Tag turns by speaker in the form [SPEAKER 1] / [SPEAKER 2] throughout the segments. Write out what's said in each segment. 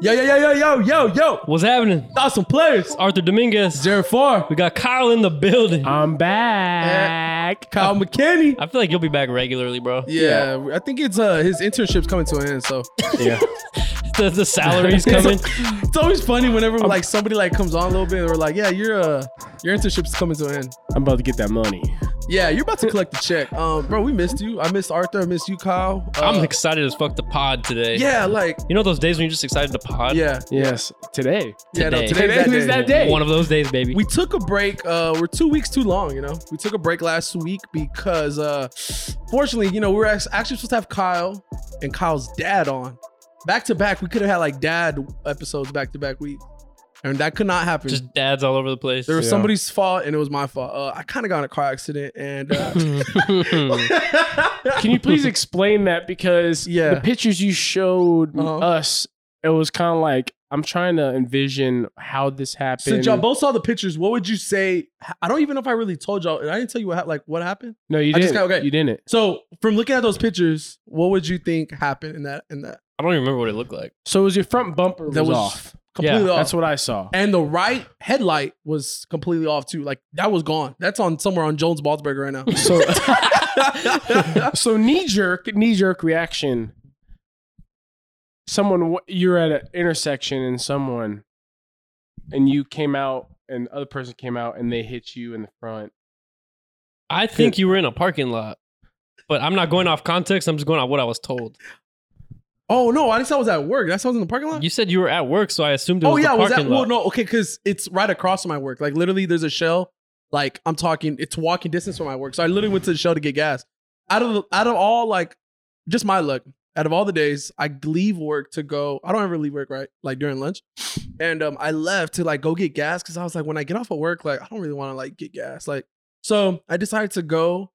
[SPEAKER 1] Yo, yo, yo, yo, yo, yo, yo.
[SPEAKER 2] What's happening?
[SPEAKER 1] Thought some players.
[SPEAKER 2] Arthur Dominguez.
[SPEAKER 1] Jared Farr.
[SPEAKER 2] We got Kyle in the building.
[SPEAKER 3] I'm back.
[SPEAKER 1] Kyle McKinney.
[SPEAKER 2] I feel like you'll be back regularly, bro.
[SPEAKER 1] Yeah, I think it's uh his internship's coming to an end, so
[SPEAKER 3] Yeah.
[SPEAKER 2] The, the salary's coming.
[SPEAKER 1] it's always funny whenever like somebody like comes on a little bit and we're like, yeah, your uh your internship's coming to an end.
[SPEAKER 3] I'm about to get that money.
[SPEAKER 1] Yeah, you're about to collect the check. Um, bro, we missed you. I missed Arthur. I missed you, Kyle. Uh,
[SPEAKER 2] I'm excited as fuck to pod today.
[SPEAKER 1] Yeah, like
[SPEAKER 2] You know those days when you're just excited to pod?
[SPEAKER 1] yeah,
[SPEAKER 3] Yes. Today.
[SPEAKER 1] yeah. No,
[SPEAKER 2] Today.
[SPEAKER 1] today's that day.
[SPEAKER 3] Today's that day.
[SPEAKER 2] One of those days, baby.
[SPEAKER 1] we took a break uh we're two weeks too long you know we took a break last week because uh fortunately you know we were act- actually supposed to have kyle and kyle's dad on back to back we could have had like dad episodes back to back week and that could not happen
[SPEAKER 2] just dads all over the place.
[SPEAKER 1] there was
[SPEAKER 3] Yeah.
[SPEAKER 1] somebody's fault and it was my fault uh, i kind of got in a car accident and uh,
[SPEAKER 3] Can you please explain that? Because
[SPEAKER 1] Yeah.
[SPEAKER 3] the pictures you showed
[SPEAKER 1] Uh-huh.
[SPEAKER 3] us, it was kind of like, I'm trying to envision how this happened.
[SPEAKER 1] since y'all both saw the pictures what would you say i don't even know if i really told y'all and i didn't tell you what hap- like what happened
[SPEAKER 3] no, you
[SPEAKER 1] I
[SPEAKER 3] didn't.
[SPEAKER 1] just got- okay.
[SPEAKER 3] You didn't.
[SPEAKER 1] so from looking at those pictures what would you think happened in that in that
[SPEAKER 2] I don't even remember what it looked like.
[SPEAKER 3] So it was your front bumper
[SPEAKER 1] that
[SPEAKER 3] was,
[SPEAKER 1] was
[SPEAKER 3] off.
[SPEAKER 1] completely
[SPEAKER 2] Yeah,
[SPEAKER 1] off
[SPEAKER 3] That's what I saw.
[SPEAKER 1] And the right headlight was completely off too. Like that was gone. That's on somewhere on Jones Balzberger right now.
[SPEAKER 3] So, so knee jerk, knee jerk reaction. Someone, wa- you're at an intersection and someone, and you came out, and the other person came out, and they hit you in the front.
[SPEAKER 2] I think you were in a parking lot, but I'm not going off context. I'm just going off what I was told.
[SPEAKER 1] Oh no, I just I was at work. That's I was in the parking lot.
[SPEAKER 2] You said you were at work, so I assumed it was
[SPEAKER 1] oh yeah, I
[SPEAKER 2] the
[SPEAKER 1] was
[SPEAKER 2] parking
[SPEAKER 1] at well
[SPEAKER 2] lot.
[SPEAKER 1] no, okay, because it's right across from my work. Like literally there's a shell. Like I'm talking, it's walking distance from my work. So I literally went to the shell to get gas. Out of the, out of all like just my luck, out of all the days, I leave work to go. I don't ever leave work, right? Like during lunch. And um I left to like go get gas because I was like, when I get off of work, like I don't really want to like get gas. Like so I decided to go.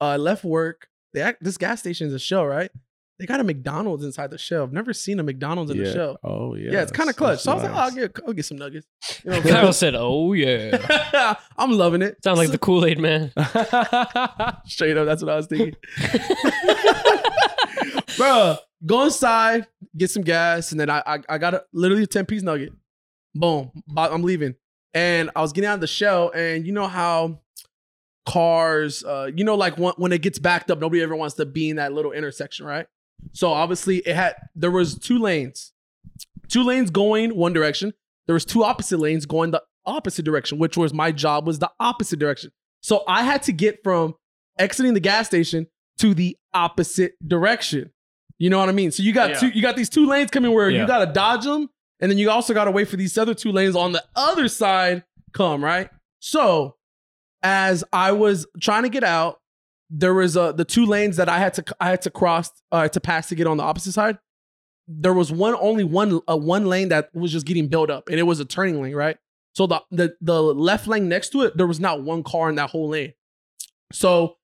[SPEAKER 1] I left work. They act, this gas station is a shell, right? They got a McDonald's inside the shell. I've never seen a McDonald's in the shell.
[SPEAKER 3] Oh yeah.
[SPEAKER 1] Yeah, it's kind of clutch. So I was like, oh, I'll get, I'll get some nuggets. You know what
[SPEAKER 2] Kyle
[SPEAKER 1] I'm
[SPEAKER 2] said, "Oh yeah."
[SPEAKER 1] saying? I'm loving it.
[SPEAKER 2] Sounds like the Kool Aid Man.
[SPEAKER 1] straight up. That's what I was thinking, bro. Go inside, get some gas, and then I I, I got a, literally a ten piece nugget. Boom, Bo- I'm leaving. And I was getting out of the shell, and you know how cars, uh, you know, like when, when it gets backed up, nobody ever wants to be in that little intersection, right? So obviously, it had there was two lanes, two lanes going one direction. There was two opposite lanes going the opposite direction, which was my job was the opposite direction. So I had to get from exiting the gas station to the opposite direction. You know what I mean? So you got
[SPEAKER 3] Yeah.
[SPEAKER 1] two, you got these two lanes coming where you
[SPEAKER 2] Yeah.
[SPEAKER 1] got to dodge them, and then you also got to wait for these other two lanes on the other side come right. So as I was trying to get out, there was uh, the two lanes that I had to I had to cross uh, to pass to get on the opposite side. There was one only one uh, one lane that was just getting built up, and it was a turning lane, right? So the the the left lane next to it, there was not one car in that whole lane. So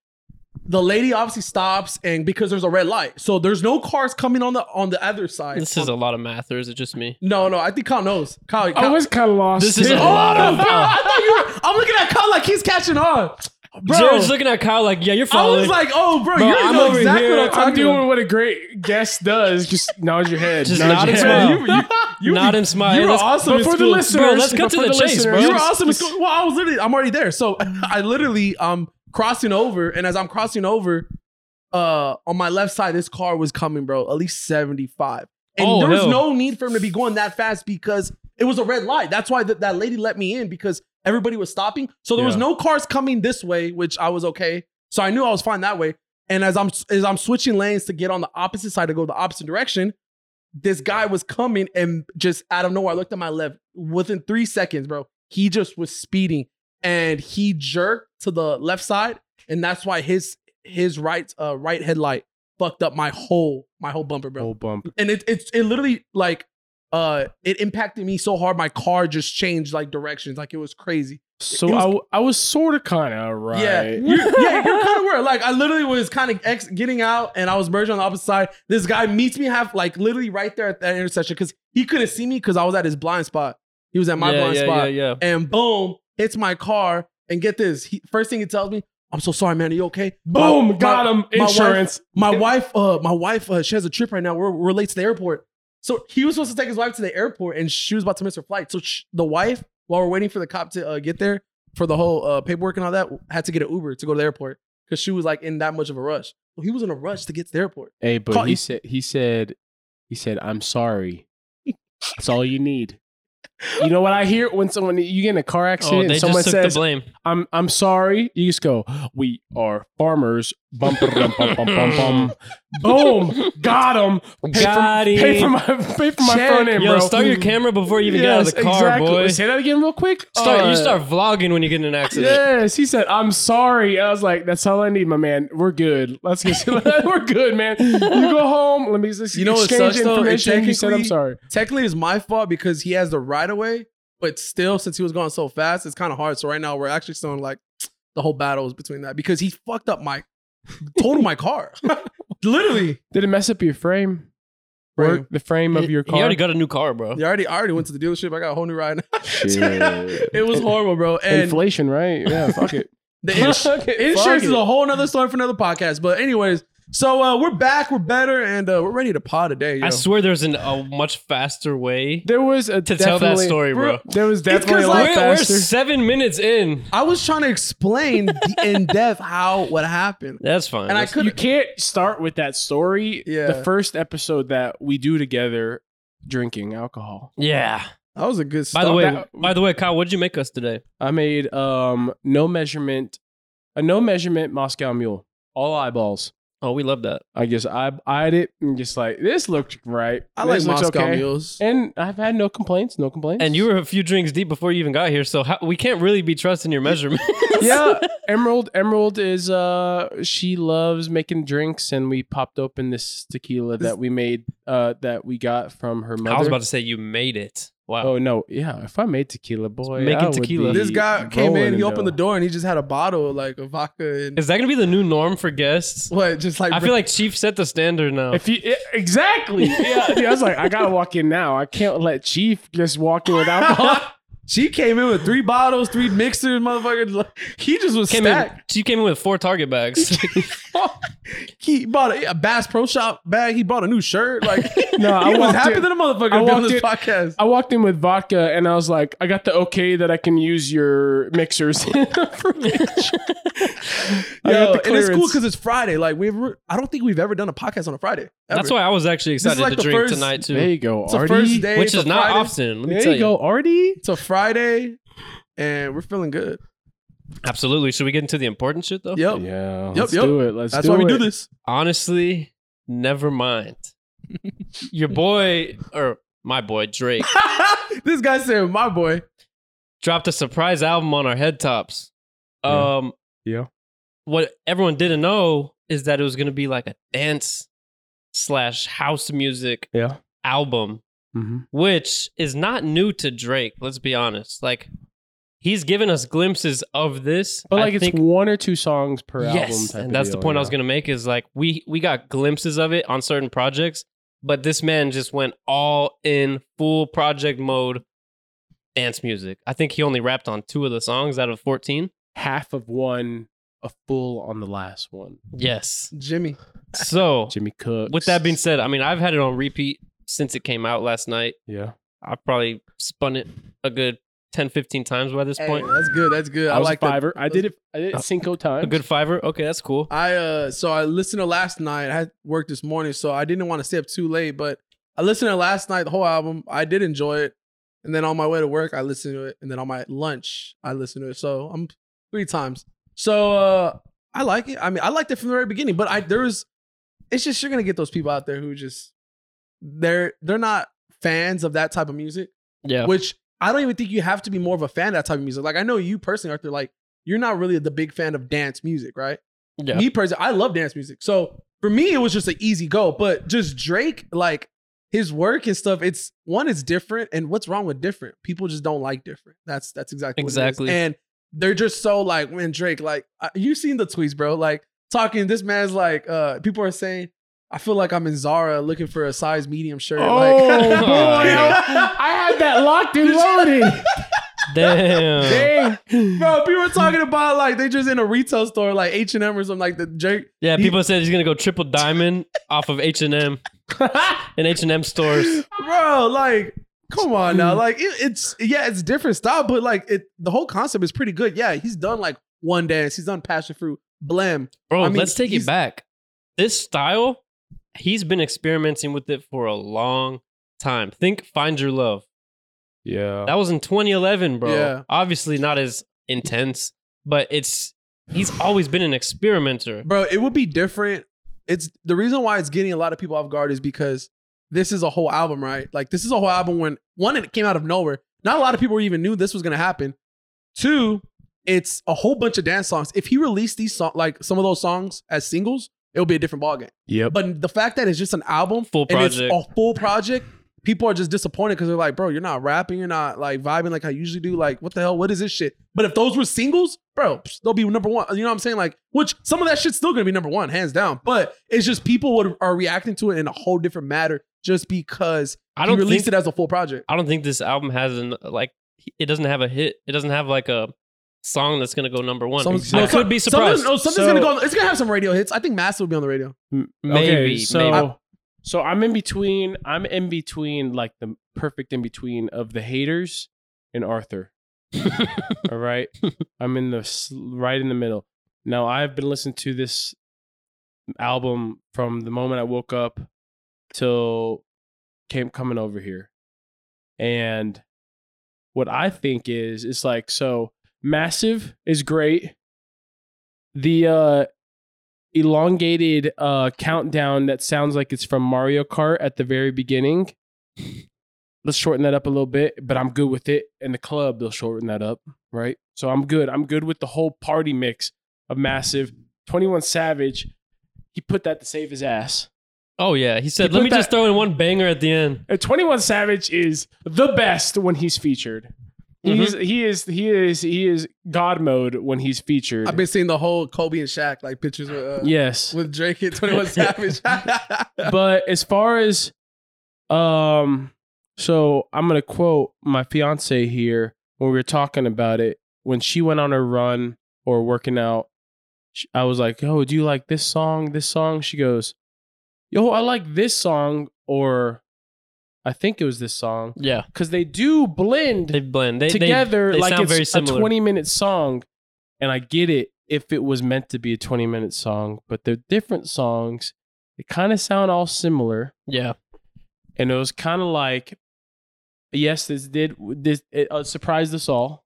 [SPEAKER 1] the lady obviously stops, and because there's a red light, so there's no cars coming on the on the other side.
[SPEAKER 2] This is a lot of math, or is it just me?
[SPEAKER 1] no, no. I think Kyle knows. Kyle, Kyle
[SPEAKER 3] I was kind of lost.
[SPEAKER 2] This is
[SPEAKER 3] too.
[SPEAKER 2] a
[SPEAKER 1] Oh
[SPEAKER 2] lot
[SPEAKER 1] no,
[SPEAKER 2] of-
[SPEAKER 1] bro! I thought you were. I'm looking at Kyle like he's catching on, bro.
[SPEAKER 2] Jared's looking at Kyle like, "Yeah, you're
[SPEAKER 1] I
[SPEAKER 2] following."
[SPEAKER 1] was like, oh, bro,
[SPEAKER 2] Bro,
[SPEAKER 1] you
[SPEAKER 2] I'm
[SPEAKER 1] know
[SPEAKER 2] over
[SPEAKER 1] exactly
[SPEAKER 2] here.
[SPEAKER 1] what I'm
[SPEAKER 2] I'm
[SPEAKER 1] talking
[SPEAKER 3] I'm doing
[SPEAKER 1] about.
[SPEAKER 3] what a great guest does. Just nod your head.
[SPEAKER 2] Just
[SPEAKER 3] nod
[SPEAKER 2] nod
[SPEAKER 3] your
[SPEAKER 2] and
[SPEAKER 3] head.
[SPEAKER 2] smile.
[SPEAKER 1] You, you, you,
[SPEAKER 2] Not
[SPEAKER 1] be-
[SPEAKER 2] in smile.
[SPEAKER 1] You were
[SPEAKER 2] Let's-
[SPEAKER 1] awesome
[SPEAKER 3] But
[SPEAKER 1] in
[SPEAKER 3] for the
[SPEAKER 1] school.
[SPEAKER 3] listeners,
[SPEAKER 2] Bro, let's cut
[SPEAKER 3] but
[SPEAKER 2] to
[SPEAKER 3] for
[SPEAKER 2] the chase,
[SPEAKER 3] listeners,
[SPEAKER 2] bro.
[SPEAKER 1] You were
[SPEAKER 3] just-
[SPEAKER 1] awesome in
[SPEAKER 3] just-
[SPEAKER 1] school. Well, I was literally, I'm already there. So I literally, I'm crossing over, and as I'm crossing over, uh, on my left side, this car was coming, bro, at least 75, and
[SPEAKER 2] Oh,
[SPEAKER 1] there was
[SPEAKER 2] hell.
[SPEAKER 1] no need for him to be going that fast because it was a red light. That's why that that lady let me in because everybody was stopping, so there was
[SPEAKER 3] Yeah.
[SPEAKER 1] no cars coming this way, which I was okay. So I knew I was fine that way. And as I'm as I'm switching lanes to get on the opposite side to go the opposite direction, this guy was coming and just out of nowhere, I looked at my left. Within three seconds, bro, he just was speeding and he jerked to the left side, and that's why his his right uh right headlight fucked up my whole my whole bumper, bro
[SPEAKER 3] Oh, bump.
[SPEAKER 1] and it it's it literally like uh it impacted me so hard my car just changed like directions like it was crazy
[SPEAKER 3] So
[SPEAKER 1] It was-
[SPEAKER 3] I, w- I was sort of kind of right.
[SPEAKER 1] yeah you're, yeah you're kind of weird like i literally was kind of ex- getting out and i was merging on the opposite side this guy meets me half like literally right there at that intersection because he couldn't see me because i was at his blind spot he was at my
[SPEAKER 2] yeah,
[SPEAKER 1] blind
[SPEAKER 2] yeah,
[SPEAKER 1] spot
[SPEAKER 2] yeah, yeah.
[SPEAKER 1] and boom hits my car and get this he, first thing he tells me i'm so sorry man are you okay
[SPEAKER 3] Boom,
[SPEAKER 1] My- my-
[SPEAKER 3] got him.
[SPEAKER 1] wife-
[SPEAKER 3] Insurance.
[SPEAKER 1] my wife uh my wife uh she has a trip right now we're, we're late to the airport So he was supposed to take his wife to the airport, and she was about to miss her flight. So sh- the wife, while we're waiting for the cop to uh, get there for the whole uh, paperwork and all that, had to get an Uber to go to the airport because she was like in that much of a rush. Well, he was in a rush to get to the airport.
[SPEAKER 3] Hey, but
[SPEAKER 1] Call-
[SPEAKER 3] he said he said he said I'm sorry. That's all you need. You know what I hear when someone you get in a car accident
[SPEAKER 2] Oh, they just
[SPEAKER 3] and someone
[SPEAKER 2] took the
[SPEAKER 3] says
[SPEAKER 2] blame.
[SPEAKER 3] I'm I'm sorry. You just go. We are farmers. Bum bum bum bum bum bum. bum. Boom. Got him. Pay
[SPEAKER 2] Got
[SPEAKER 3] for, Pay for
[SPEAKER 2] him.
[SPEAKER 3] my pay for my
[SPEAKER 1] Check.
[SPEAKER 3] phone in,
[SPEAKER 2] Yo,
[SPEAKER 3] bro.
[SPEAKER 2] start your camera before you even get out of
[SPEAKER 3] Yes,
[SPEAKER 2] the car,
[SPEAKER 3] exactly.
[SPEAKER 2] boy.
[SPEAKER 3] Say that again, real quick.
[SPEAKER 2] Start,
[SPEAKER 3] Uh,
[SPEAKER 2] you start vlogging when you get in an accident.
[SPEAKER 3] Yes, he said, "I'm sorry." I was like, "That's all I need, my man. We're good. Let's get we're good, man. You go home. Let me just
[SPEAKER 1] You know what
[SPEAKER 3] exchange
[SPEAKER 1] sucks, though? It
[SPEAKER 3] information. You said, "I'm
[SPEAKER 1] technically-
[SPEAKER 3] sorry."
[SPEAKER 1] Technically, it's my fault because he has the right of way, but still, since he was going so fast, it's kind of hard. So right now, we're actually still in like the whole battle is between that because he fucked up my total my car, literally.
[SPEAKER 3] Did it mess up your frame? Or
[SPEAKER 1] Frame.
[SPEAKER 3] the frame of your
[SPEAKER 2] You
[SPEAKER 3] car?
[SPEAKER 2] already got a new car, bro.
[SPEAKER 1] You already, I already went to the dealership. I got a whole new ride.
[SPEAKER 3] Shit.
[SPEAKER 1] it was horrible, bro. And
[SPEAKER 3] Inflation, right? Yeah, fuck it.
[SPEAKER 1] the ins-
[SPEAKER 3] Fuck it, fuck
[SPEAKER 1] insurance is
[SPEAKER 3] it.
[SPEAKER 1] a whole nother story for another podcast. But anyways, so uh, we're back, we're better, and uh, we're ready to pod today. Yo.
[SPEAKER 2] I swear there's an, a much faster way
[SPEAKER 3] There was a
[SPEAKER 2] to tell that
[SPEAKER 3] definitely-
[SPEAKER 2] story, bro.
[SPEAKER 3] There was definitely
[SPEAKER 1] 'cause,
[SPEAKER 3] a lot
[SPEAKER 2] We're, we're
[SPEAKER 3] faster.
[SPEAKER 2] seven minutes in.
[SPEAKER 1] I was trying to explain the- in depth how what happened,
[SPEAKER 2] That's fine.
[SPEAKER 1] and I
[SPEAKER 2] That's-
[SPEAKER 1] couldn't.
[SPEAKER 3] you can't start with that story.
[SPEAKER 1] Yeah.
[SPEAKER 3] The first episode that we do together, drinking alcohol.
[SPEAKER 2] yeah.
[SPEAKER 1] that was a good. Start.
[SPEAKER 2] By the way,
[SPEAKER 3] that-
[SPEAKER 2] by the way, Kyle, what'd you make us today?
[SPEAKER 3] I made um no measurement, a no measurement Moscow Mule, all eyeballs.
[SPEAKER 2] Oh, we love that.
[SPEAKER 3] I guess I eyed it and just like this looked right.
[SPEAKER 1] I like
[SPEAKER 3] This looks
[SPEAKER 1] Moscow
[SPEAKER 3] okay.
[SPEAKER 1] mules.
[SPEAKER 3] and I've had no complaints. No complaints.
[SPEAKER 2] And you were a few drinks deep before you even got here, so how, we can't really be trusting your measurement.
[SPEAKER 3] yeah, Emerald. Emerald is uh she loves making drinks, and we popped open this tequila that we made uh that we got from her mother.
[SPEAKER 2] I was about to say you made it. Wow.
[SPEAKER 3] Oh no! Yeah, if I made tequila, boy,
[SPEAKER 2] Making
[SPEAKER 3] I would
[SPEAKER 2] tequila.
[SPEAKER 3] be
[SPEAKER 1] This guy came
[SPEAKER 3] rolling
[SPEAKER 1] in, he
[SPEAKER 3] dough.
[SPEAKER 1] opened the door, and he just had a bottle like of vodka and
[SPEAKER 2] Is that gonna be the new norm for guests?
[SPEAKER 1] what, just like
[SPEAKER 2] I feel like Chief set the standard now.
[SPEAKER 3] If you yeah, exactly, yeah, dude, I was like, I gotta walk in now. I can't let Chief just walk in without alcohol.
[SPEAKER 1] she came in with three bottles, three mixers, motherfucker. like, He just was
[SPEAKER 2] came in,
[SPEAKER 1] stacked.
[SPEAKER 2] Chief came in with four Target bags.
[SPEAKER 1] he bought a, a Bass Pro Shop bag. He bought a new shirt. Like
[SPEAKER 3] No, I
[SPEAKER 1] he was
[SPEAKER 3] walked
[SPEAKER 1] happy
[SPEAKER 3] in-
[SPEAKER 1] than a motherfucker
[SPEAKER 3] I
[SPEAKER 1] to be on
[SPEAKER 3] walked
[SPEAKER 1] this
[SPEAKER 3] in-
[SPEAKER 1] podcast.
[SPEAKER 3] I walked in with vodka, and I was like, I got the okay that I can use your mixers. I
[SPEAKER 1] Yo,
[SPEAKER 3] got the
[SPEAKER 1] and it's cool
[SPEAKER 3] clearance.
[SPEAKER 1] because it's Friday. Like we've, re- I don't think we've ever done a podcast on a Friday. ever.
[SPEAKER 2] That's why I was actually
[SPEAKER 1] is
[SPEAKER 2] excited
[SPEAKER 1] like
[SPEAKER 2] to
[SPEAKER 1] the
[SPEAKER 2] drink
[SPEAKER 1] first-
[SPEAKER 2] tonight too,
[SPEAKER 3] there you go,
[SPEAKER 1] it's the
[SPEAKER 3] Artie.
[SPEAKER 1] first day,
[SPEAKER 2] which
[SPEAKER 1] it's
[SPEAKER 2] is
[SPEAKER 1] a
[SPEAKER 2] not
[SPEAKER 1] Friday.
[SPEAKER 2] often. Let me
[SPEAKER 3] There
[SPEAKER 2] tell
[SPEAKER 3] you go, Artie.
[SPEAKER 1] It's a Friday, and we're feeling good.
[SPEAKER 2] Absolutely. Should we get into the important shit though?
[SPEAKER 1] Yep,
[SPEAKER 3] Yeah,
[SPEAKER 1] Yep,
[SPEAKER 3] let's
[SPEAKER 1] yep.
[SPEAKER 3] do it. Let's
[SPEAKER 1] that's
[SPEAKER 3] do
[SPEAKER 1] why we
[SPEAKER 3] it.
[SPEAKER 1] do this.
[SPEAKER 2] Honestly, never mind. Your boy or my boy Drake
[SPEAKER 1] this guy said, "My boy."
[SPEAKER 2] dropped a surprise album on our head tops.
[SPEAKER 3] Yeah.
[SPEAKER 2] Um,
[SPEAKER 3] Yeah.
[SPEAKER 2] What everyone didn't know is that it was going to be like a dance slash house music
[SPEAKER 3] Yeah.
[SPEAKER 2] album,
[SPEAKER 3] Mm-hmm.
[SPEAKER 2] which is not new to Drake. Let's be honest. Like he's given us glimpses of this,
[SPEAKER 3] But
[SPEAKER 2] I
[SPEAKER 3] like,
[SPEAKER 2] think-
[SPEAKER 3] it's one or two songs per album.
[SPEAKER 2] yes,
[SPEAKER 3] Type
[SPEAKER 2] and that's the point I was
[SPEAKER 3] going
[SPEAKER 2] going to make is like we we got glimpses of it on certain projects, but this man just went all in full project mode. Dance music. I think he only rapped on two of the songs out of fourteen.
[SPEAKER 3] half of one, a full on the last one.
[SPEAKER 2] Yes.
[SPEAKER 1] Jimmy,
[SPEAKER 2] So,
[SPEAKER 3] Jimmy Cook.
[SPEAKER 2] with that being said, I mean, I've had it on repeat since it came out last night.
[SPEAKER 3] yeah.
[SPEAKER 2] I probably spun it a good 10, 15 times by this
[SPEAKER 1] Hey,
[SPEAKER 2] point.
[SPEAKER 1] that's good. That's good. I,
[SPEAKER 3] I was
[SPEAKER 1] like
[SPEAKER 3] a
[SPEAKER 1] that.
[SPEAKER 3] fiver. I did it. I did
[SPEAKER 2] Uh,
[SPEAKER 3] it cinco times.
[SPEAKER 2] A good fiver. Okay, that's cool.
[SPEAKER 1] I uh so I listened to last night. I had work this morning, so I didn't want to stay up too late, but I listened to last night, the whole album. I did enjoy it. And then on my way to work, I listened to it. And then on my lunch, I listened to it. So I'm three times. So uh I like it. I mean, I liked it from the very beginning, but I there's it's just you're gonna get those people out there who just they're they're not fans of that type of music
[SPEAKER 2] Yeah.
[SPEAKER 1] which I don't even think you have to be more of a fan of that type of music. Like I know you personally, Arthur, like you're not really the big fan of dance music, right?
[SPEAKER 2] Yeah.
[SPEAKER 1] Me personally, I love dance music. So for me, it was just an easy go. But just Drake, like his work and stuff, it's one, it's different. And what's wrong with different? People just don't like different. That's that's exactly what it is.
[SPEAKER 2] Exactly.
[SPEAKER 1] And they're just so like, when Drake, like I- you seen the tweets, bro. Like talking, this man's like, uh, people are saying, I feel like I'm in Zara looking for a size medium shirt.
[SPEAKER 3] Oh,
[SPEAKER 1] like,
[SPEAKER 3] boy. I had that locked and loaded.
[SPEAKER 2] Damn.
[SPEAKER 3] Dang.
[SPEAKER 1] Bro, people were talking about like they just in a retail store, like H and M or something, like the Drake.
[SPEAKER 2] Yeah,
[SPEAKER 1] He-
[SPEAKER 2] people said he's gonna go triple diamond off of H and M. in H and M stores.
[SPEAKER 1] bro. Like, come on now. Like, it, it's yeah, it's different style, but like, it the whole concept is pretty good. Yeah, he's done like one dance. He's done passion fruit, blam.
[SPEAKER 2] Bro,
[SPEAKER 1] I mean,
[SPEAKER 2] let's take it
[SPEAKER 1] he's-
[SPEAKER 2] back. This style, he's been experimenting with it for a long time. Think Find Your Love.
[SPEAKER 3] Yeah.
[SPEAKER 2] That was in 2011, bro.
[SPEAKER 1] Yeah.
[SPEAKER 2] Obviously not as intense, but it's he's always been an experimenter.
[SPEAKER 1] bro. It would be different. It's the reason why it's getting a lot of people off guard is because this is a whole album, right? Like, this is a whole album when one, it came out of nowhere. Not a lot of people even knew this was gonna happen. Two, it's a whole bunch of dance songs. If he released these songs, like some of those songs as singles, it would be a different ballgame.
[SPEAKER 3] Yep.
[SPEAKER 1] But the fact that it's just an album,
[SPEAKER 2] Full
[SPEAKER 1] and
[SPEAKER 2] project.
[SPEAKER 1] it's a full project, people are just disappointed because they're like, bro, you're not rapping, you're not like vibing like I usually do. Like, what the hell? What is this shit? But if those were singles, bro, psh, they'll be number one. You know what I'm saying? Like, which some of that shit's still gonna be number one, hands down. But it's just people would are reacting to it in a whole different matter just because
[SPEAKER 2] I don't
[SPEAKER 1] he released
[SPEAKER 2] think
[SPEAKER 1] it as a full project.
[SPEAKER 2] I don't think this album has an like it doesn't have a hit. It doesn't have like a song that's gonna go number one.
[SPEAKER 1] Someone's-
[SPEAKER 2] I
[SPEAKER 1] no,
[SPEAKER 2] could be
[SPEAKER 1] some- something's-
[SPEAKER 2] surprised.
[SPEAKER 1] no, something's
[SPEAKER 3] So-
[SPEAKER 1] gonna go. on- It's gonna have some radio hits. I think Massive will be on the radio.
[SPEAKER 3] M-
[SPEAKER 2] Maybe,
[SPEAKER 3] so
[SPEAKER 2] maybe.
[SPEAKER 3] so I'm in between. I'm in between, like the perfect in between of the haters and Arthur. All right, I'm in the s- right in the middle. Now I've been listening to this album from the moment I woke up till came coming over here, and what I think is it's like so massive is great. The uh elongated uh countdown that sounds like it's from Mario Kart at the very beginning. Let's shorten that up a little bit, but I'm good with it. And the club, they'll shorten that up, right? So I'm good. I'm good with the whole party mix of massive 21 Savage. He put that to save his ass.
[SPEAKER 2] oh yeah. He said,
[SPEAKER 3] He
[SPEAKER 2] let
[SPEAKER 3] put
[SPEAKER 2] me just
[SPEAKER 3] that-
[SPEAKER 2] throw in one banger at the end.
[SPEAKER 3] And 21 Savage is the best when he's featured.
[SPEAKER 1] Mm-hmm.
[SPEAKER 3] He's, He is he is he is God mode when he's featured.
[SPEAKER 1] I've been seeing the whole Kobe and Shaq like pictures with uh,
[SPEAKER 3] yes.
[SPEAKER 1] with Drake and Twenty One Savage.
[SPEAKER 2] Mm-hmm.
[SPEAKER 3] but as far as um so i'm gonna quote my fiance here when we were talking about it when she went on her run or working out sh- i was like oh do you like this song this song she goes yo i like this song or i think it was this song
[SPEAKER 2] Yeah.
[SPEAKER 3] because they do blend
[SPEAKER 2] They blend. They, they-
[SPEAKER 3] together
[SPEAKER 2] they
[SPEAKER 3] like
[SPEAKER 2] sound
[SPEAKER 3] it's
[SPEAKER 2] very
[SPEAKER 3] a
[SPEAKER 2] similar.
[SPEAKER 3] 20 minute song and i get it if it was meant to be a 20 minute song but they're different songs they kind of sound all similar
[SPEAKER 2] yeah.
[SPEAKER 3] and it was kind of like yes this did this it uh, surprised us all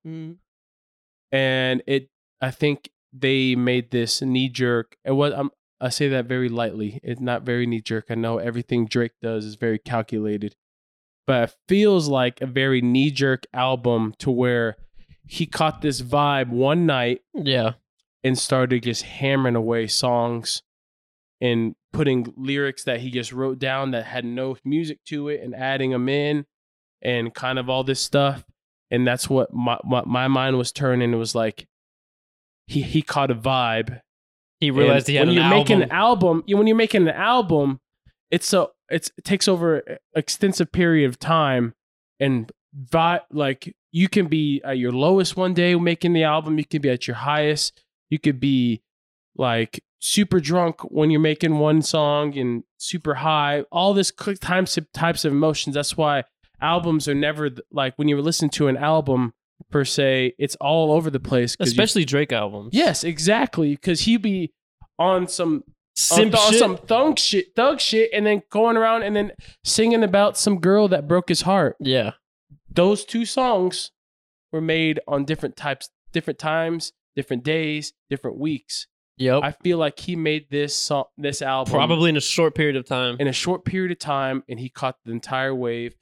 [SPEAKER 3] and it i think they made this knee jerk and what i'm um, i say that very lightly it's not very knee jerk i know everything drake does is very calculated but it feels like a very knee jerk album to where he caught this vibe one night
[SPEAKER 2] Yeah.
[SPEAKER 3] and started just hammering away songs and putting lyrics that he just wrote down that had no music to it and adding them in and kind of all this stuff and that's what my my, my mind was turning it was like he he caught a vibe
[SPEAKER 2] He realized
[SPEAKER 3] and
[SPEAKER 2] he had
[SPEAKER 3] when
[SPEAKER 2] an
[SPEAKER 3] you're
[SPEAKER 2] album.
[SPEAKER 3] making an album you- when you're making an album it's a it's it takes over an extensive period of time and vi- like you can be at your lowest one day making the album you can be at your highest you could be like super drunk when you're making one song and super high all this quick types of types of emotions that's why albums are never th- like when you listen to an album per se it's all over the place 'cause you-
[SPEAKER 2] especially Drake albums.
[SPEAKER 3] yes exactly because he'd be on some
[SPEAKER 2] Simp
[SPEAKER 3] on, th- on
[SPEAKER 2] shit.
[SPEAKER 3] some thug shit, thug shit, and then going around and then singing about some girl that broke his heart.
[SPEAKER 2] yeah.
[SPEAKER 3] Those two songs were made on different types, different times, different days, different weeks.
[SPEAKER 2] Yep.
[SPEAKER 3] I feel like he made this song, this album,
[SPEAKER 2] Probably in a short period of time.
[SPEAKER 3] in a short period of time, and he caught the entire wave,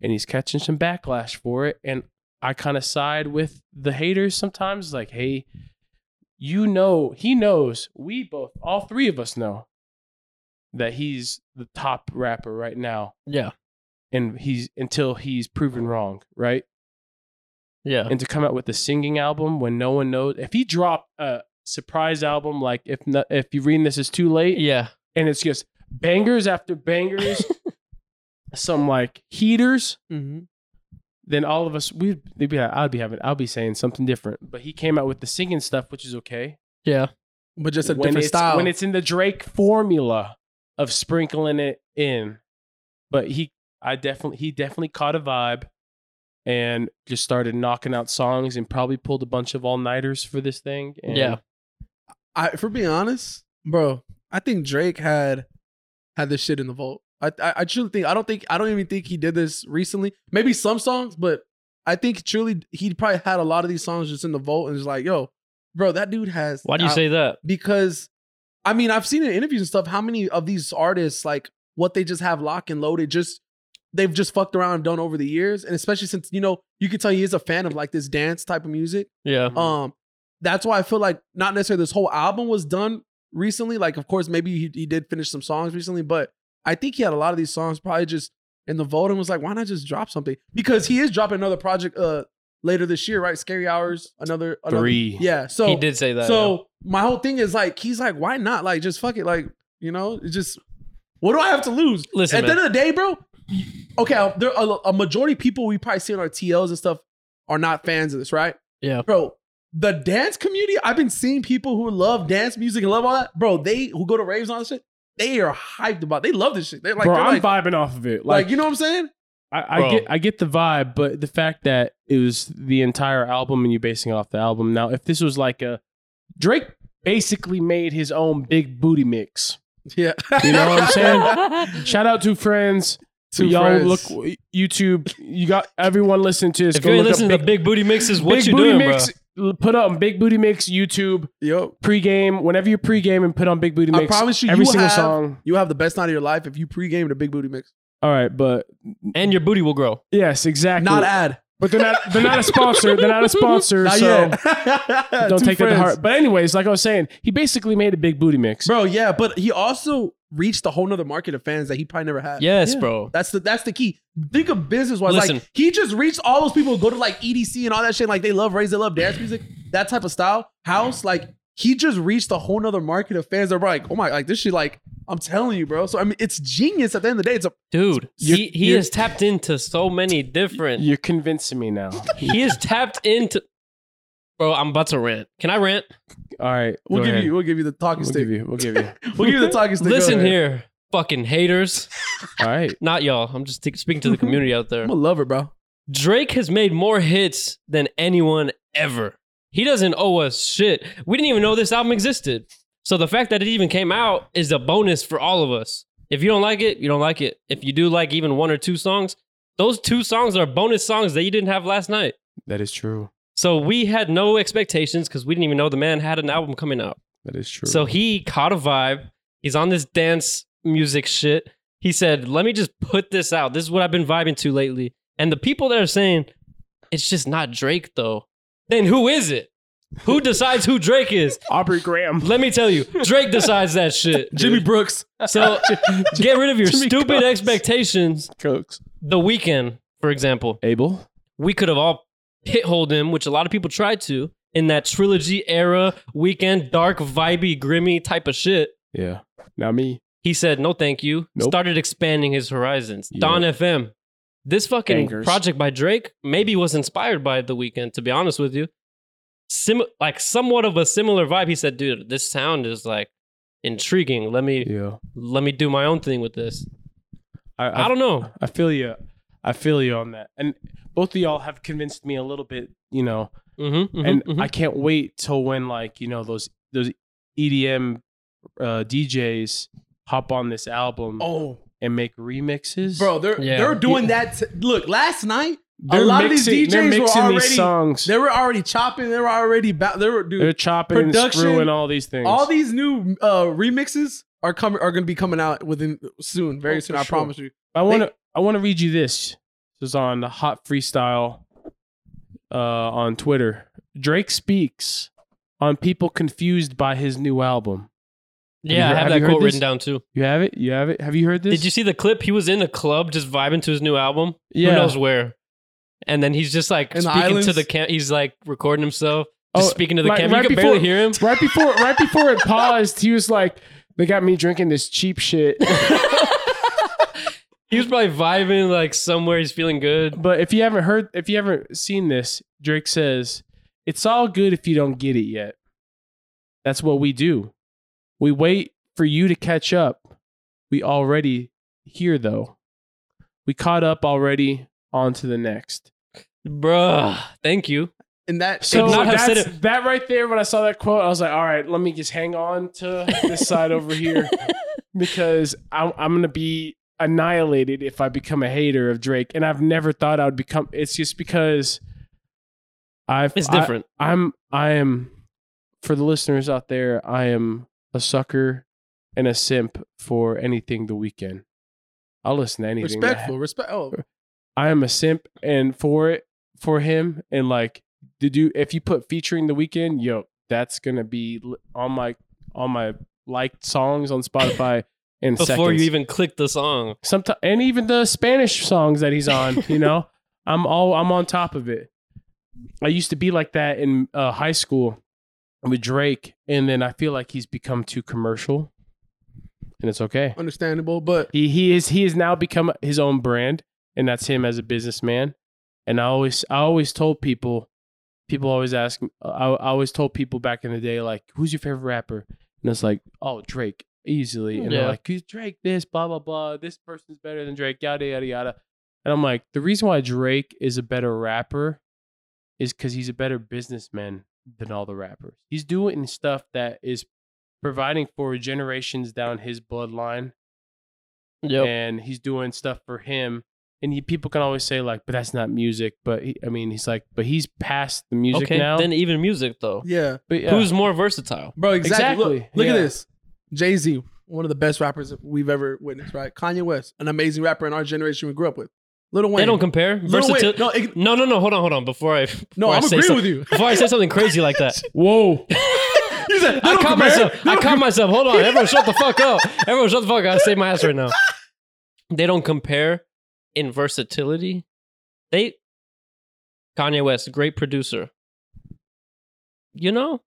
[SPEAKER 3] and he's catching some backlash for it. And I kind of side with the haters sometimes, like, hey, you know, he knows, we both, all three of us know that he's the top rapper right now,
[SPEAKER 2] yeah.
[SPEAKER 3] and he's until he's proven wrong, right?
[SPEAKER 2] Yeah.
[SPEAKER 3] and to come out with a singing album when no one knows, if he dropped a surprise album, like if not, if you reading this is too late,
[SPEAKER 2] yeah.
[SPEAKER 3] and it's just bangers after bangers, some like heaters. Then all of us, we'd they'd be like, I'd be having, I'll be saying something different. But he came out with the singing stuff, which is okay.
[SPEAKER 2] Yeah.
[SPEAKER 1] But just a
[SPEAKER 3] when
[SPEAKER 1] different
[SPEAKER 3] it's,
[SPEAKER 1] style.
[SPEAKER 3] When it's in the Drake formula of sprinkling it in, But he, I definitely, he definitely caught a vibe, and just started knocking out songs and probably pulled a bunch of all nighters for this thing. And
[SPEAKER 2] Yeah.
[SPEAKER 1] I, if we're being honest, bro, I think Drake had had this shit in the vault. I, I, I truly think I don't think I don't even think he did this recently. Maybe some songs, but I think truly he probably had a lot of these songs just in the vault and just like, yo, bro, that dude has.
[SPEAKER 2] Why do you
[SPEAKER 1] I-
[SPEAKER 2] say that?
[SPEAKER 1] Because, I mean, I've seen in interviews and stuff how many of these artists like what they just have lock and loaded just. They've just fucked around and done over the years, and especially since you know you can tell he is a fan of like this dance type of music.
[SPEAKER 2] Yeah.
[SPEAKER 3] Mhm.
[SPEAKER 1] Um, that's why I feel like not necessarily this whole album was done recently. Like, of course, maybe he, he did finish some songs recently, but I think he had a lot of these songs probably just in the vote and was like, why not just drop something? Because he is dropping another project uh later this year, right? Scary Hours, another, another
[SPEAKER 3] three.
[SPEAKER 1] Yeah. So
[SPEAKER 2] he did say that. yeah.
[SPEAKER 1] so my whole thing is like, he's like, why not? Like, just fuck it. Like, you know, it's just what do I have to lose?
[SPEAKER 2] Listen,
[SPEAKER 1] At
[SPEAKER 2] man.
[SPEAKER 1] the end of the day, bro. you- Okay, there a, a majority of people we probably see on our TLs and stuff are not fans of this, right?
[SPEAKER 2] Yeah.
[SPEAKER 1] bro. The dance community, I've been seeing people who love dance music and love all that, bro. They who go to raves and all that shit, they are hyped about. It. They love this shit. They're like,
[SPEAKER 3] Bro,
[SPEAKER 1] they're
[SPEAKER 3] I'm
[SPEAKER 1] like, like,
[SPEAKER 3] vibing off of it.
[SPEAKER 1] you know what I'm saying?
[SPEAKER 3] I,
[SPEAKER 2] Bro.
[SPEAKER 3] I get I get the vibe, but the fact that it was the entire album and you basing it off the album. Now, if this was like a Drake basically made his own big booty mix.
[SPEAKER 1] Yeah,
[SPEAKER 3] You know what I'm saying? Shout out to friends.
[SPEAKER 1] To
[SPEAKER 3] Y'all
[SPEAKER 1] friends.
[SPEAKER 3] look YouTube. You got everyone listening to this.
[SPEAKER 2] if
[SPEAKER 3] Go
[SPEAKER 2] you ain't
[SPEAKER 3] look up
[SPEAKER 2] listening to Big Booty Mixes, what
[SPEAKER 3] Big
[SPEAKER 2] you
[SPEAKER 3] booty
[SPEAKER 2] doing,
[SPEAKER 3] mix.
[SPEAKER 2] bro?
[SPEAKER 3] l- Put on big booty mix YouTube
[SPEAKER 1] yo,
[SPEAKER 3] pregame. Whenever you pregame and put on big booty
[SPEAKER 1] I
[SPEAKER 3] mix.
[SPEAKER 1] promise you,
[SPEAKER 3] every
[SPEAKER 1] you
[SPEAKER 3] single
[SPEAKER 1] have-
[SPEAKER 3] song.
[SPEAKER 1] you have the best night of your life if you pregame the big booty mix.
[SPEAKER 3] All right, but
[SPEAKER 2] And your booty will grow.
[SPEAKER 3] yes, exactly.
[SPEAKER 1] Not ad,
[SPEAKER 3] but they're not. They're not a sponsor. They're not a sponsor.
[SPEAKER 1] not
[SPEAKER 3] so.
[SPEAKER 1] yet.
[SPEAKER 3] don't
[SPEAKER 1] Two
[SPEAKER 3] take that to
[SPEAKER 1] friends.
[SPEAKER 3] heart. But anyways, like I was saying, he basically made a big booty mix.
[SPEAKER 1] bro. Yeah, but he also reached a whole nother market of fans that he probably never had.
[SPEAKER 2] Yes,
[SPEAKER 3] Yeah.
[SPEAKER 2] bro.
[SPEAKER 1] That's the that's the key. Think of business wise. Like
[SPEAKER 2] Listen.
[SPEAKER 1] he just reached all those people who go to like EDC and all that shit. Like they love raise, they love dance music, that type of style. House, like he just reached a whole nother market of fans that were like, oh my, like this shit, like I'm telling you, bro. So I mean, it's genius. At the end of the day, it's a
[SPEAKER 2] Dude,
[SPEAKER 3] You're-
[SPEAKER 2] he, he
[SPEAKER 3] you're-
[SPEAKER 2] has tapped into so many different.
[SPEAKER 3] You're convincing me now.
[SPEAKER 2] He has tapped into. Bro, I'm about to rant. Can I rant?
[SPEAKER 3] All right,
[SPEAKER 1] we'll
[SPEAKER 3] go
[SPEAKER 1] give
[SPEAKER 3] ahead.
[SPEAKER 1] you we'll give you the talking
[SPEAKER 3] We'll
[SPEAKER 1] stick.
[SPEAKER 3] give you. We'll give you.
[SPEAKER 1] We'll give you the talking stick. Go
[SPEAKER 2] Listen
[SPEAKER 1] ahead.
[SPEAKER 2] here, fucking haters.
[SPEAKER 3] All right.
[SPEAKER 2] Not y'all. I'm just t- speaking to the community out there.
[SPEAKER 1] I'm a lover, bro.
[SPEAKER 2] Drake has made more hits than anyone ever. He doesn't owe us shit. We didn't even know this album existed. So the fact that it even came out is a bonus for all of us. If you don't like it, you don't like it. If you do like even one or two songs, those two songs are bonus songs that you didn't have last night.
[SPEAKER 3] That is true.
[SPEAKER 2] So we had no expectations because we didn't even know the man had an album coming out.
[SPEAKER 3] That is true.
[SPEAKER 2] So he caught a vibe. He's on this dance music shit. He said, "Let me just put this out. This is what I've been vibing to lately." And the people that are saying it's just not Drake though, then who is it? Who decides who Drake is?
[SPEAKER 3] Aubrey Graham.
[SPEAKER 2] Let me tell you, Drake decides that shit. dude.
[SPEAKER 1] Jimmy Brooks.
[SPEAKER 2] So get rid of your
[SPEAKER 3] Jimmy
[SPEAKER 2] stupid
[SPEAKER 3] Cox.
[SPEAKER 2] expectations.
[SPEAKER 3] Cooks.
[SPEAKER 2] The weekend, for example,
[SPEAKER 3] Abel.
[SPEAKER 2] we could have all pit holed him, which a lot of people tried to in that trilogy era, weekend, dark, vibey, grimy type of shit.
[SPEAKER 3] Yeah. Now me.
[SPEAKER 2] He said, no, thank you.
[SPEAKER 3] Nope.
[SPEAKER 2] Started expanding his horizons.
[SPEAKER 3] Yeah.
[SPEAKER 2] Don FM. This fucking
[SPEAKER 3] Bangers.
[SPEAKER 2] project by Drake maybe was inspired by The Weeknd, to be honest with you. Sim- like somewhat of a similar vibe. He said, dude, this sound is like intriguing. Let me
[SPEAKER 3] Yeah.
[SPEAKER 2] let me do my own thing with this.
[SPEAKER 3] I,
[SPEAKER 2] I don't know.
[SPEAKER 3] I feel you. I feel you on that. And both of y'all have convinced me a little bit. You know,
[SPEAKER 2] Mm-hmm,
[SPEAKER 3] and I can't wait till when like you know those those EDM uh, DJs hop on this album
[SPEAKER 1] Oh,
[SPEAKER 3] and make remixes,
[SPEAKER 1] bro, they're
[SPEAKER 2] Yeah.
[SPEAKER 1] they're doing that. t- Look, last night
[SPEAKER 3] They're
[SPEAKER 1] a lot of these
[SPEAKER 3] they're
[SPEAKER 1] DJs were
[SPEAKER 3] mixing
[SPEAKER 1] already.
[SPEAKER 3] these songs.
[SPEAKER 1] They were already chopping. They were already ba- they were dude.
[SPEAKER 3] They're chopping and
[SPEAKER 1] Production,
[SPEAKER 3] screwing all these things.
[SPEAKER 1] All these new uh remixes are coming are gonna be coming out within soon, very
[SPEAKER 3] Oh,
[SPEAKER 1] soon.
[SPEAKER 3] for
[SPEAKER 1] I
[SPEAKER 3] sure.
[SPEAKER 1] promise you.
[SPEAKER 3] I want to. I want to read you this. This is on the Hot Freestyle uh, on Twitter. Drake speaks on people confused by his new album.
[SPEAKER 2] yeah, I
[SPEAKER 3] heard-
[SPEAKER 2] have
[SPEAKER 3] have
[SPEAKER 2] that
[SPEAKER 3] you heard
[SPEAKER 2] quote
[SPEAKER 3] this?
[SPEAKER 2] written down too.
[SPEAKER 3] You have it. You have it. Have you heard this?
[SPEAKER 2] Did you see the clip? He was in a club just vibing to his new album.
[SPEAKER 3] Yeah.
[SPEAKER 2] Who knows where? And then he's just like
[SPEAKER 1] In the
[SPEAKER 2] speaking to
[SPEAKER 1] islands?
[SPEAKER 2] the cam. He's like recording himself, just
[SPEAKER 3] Oh,
[SPEAKER 2] speaking to the
[SPEAKER 3] right-
[SPEAKER 2] camera.
[SPEAKER 3] right
[SPEAKER 2] you can
[SPEAKER 3] before-
[SPEAKER 2] barely hear him.
[SPEAKER 3] right before? Right before it paused, he was like, "They got me drinking this cheap shit."
[SPEAKER 2] He was probably vibing like somewhere. He's feeling good.
[SPEAKER 3] But if you haven't heard, if you haven't seen this, Drake says, It's all good if you don't get it yet. That's what we do. We wait for you to catch up. We already here, though. We caught up already. On to the next.
[SPEAKER 2] Bruh. Thank you.
[SPEAKER 1] And that
[SPEAKER 3] So
[SPEAKER 2] Could not have
[SPEAKER 3] that's,
[SPEAKER 2] said
[SPEAKER 3] that right there, when I saw that quote, I was like, all right, let me just hang on to this side over here because I'm, I'm going to be annihilated if I become a hater of Drake. And I've never thought I would become, it's just because I've,
[SPEAKER 2] It's
[SPEAKER 3] I-
[SPEAKER 2] different.
[SPEAKER 3] I'm, I am, for the listeners out there, I am a sucker and a simp for anything the weekend. I'll listen to anything. that-
[SPEAKER 1] respectful, respect. Oh,
[SPEAKER 3] I am a simp and for it for him and like did you if you put featuring the weekend yo that's gonna be li- on my on my liked songs on Spotify in
[SPEAKER 2] Before
[SPEAKER 3] seconds.
[SPEAKER 2] you even click the song.
[SPEAKER 3] Sometimes and even the Spanish songs that he's on you know I'm all I'm on top of it I used to be like that in uh, high school with Drake and then I feel like he's become too commercial and it's okay
[SPEAKER 1] understandable, but
[SPEAKER 3] he he is he has now become his own brand, and that's him as a businessman. And I always I always told people, people always ask. I, I always told people back in the day, like, who's your favorite rapper? And it's like, oh, Drake, easily. And
[SPEAKER 2] Yeah.
[SPEAKER 3] they're like, "Who's Drake this, blah blah blah. This person's better than Drake, yada yada yada. And I'm like, the reason why Drake is a better rapper is because he's a better businessman than all the rappers. He's doing stuff that is providing for generations down his bloodline
[SPEAKER 2] Yep.
[SPEAKER 3] and he's doing stuff for him. And he, people can always say like, "But that's not music." But he, I mean, he's like, "But he's past the music
[SPEAKER 2] Okay.
[SPEAKER 3] now."
[SPEAKER 2] Then even music though.
[SPEAKER 1] yeah,
[SPEAKER 3] but yeah.
[SPEAKER 2] Who's more versatile?
[SPEAKER 1] bro, exactly. Look,
[SPEAKER 3] Exactly,
[SPEAKER 1] look at
[SPEAKER 3] yeah.
[SPEAKER 1] this, Jay Z, one of the best rappers we've ever witnessed. Right, Kanye West, an amazing rapper in our generation we grew up with. Little Wayne,
[SPEAKER 2] They don't compare.
[SPEAKER 1] Lil Wayne-
[SPEAKER 2] Versatility.
[SPEAKER 1] No, it-
[SPEAKER 2] No, no, no. Hold on, hold on. Before I before
[SPEAKER 1] no,
[SPEAKER 2] I
[SPEAKER 1] I'm
[SPEAKER 2] say
[SPEAKER 1] agreeing
[SPEAKER 2] some-
[SPEAKER 1] with you.
[SPEAKER 2] Before I say something crazy like that,
[SPEAKER 3] whoa?
[SPEAKER 1] He said, they
[SPEAKER 2] I
[SPEAKER 1] don't
[SPEAKER 2] caught
[SPEAKER 1] compare.
[SPEAKER 2] myself.
[SPEAKER 1] They
[SPEAKER 2] I
[SPEAKER 1] don't
[SPEAKER 2] caught myself. Hold on. Everyone shut the fuck up. Everyone shut the fuck up. I save my ass right now. They don't compare in versatility. They Kanye West, great producer. You know?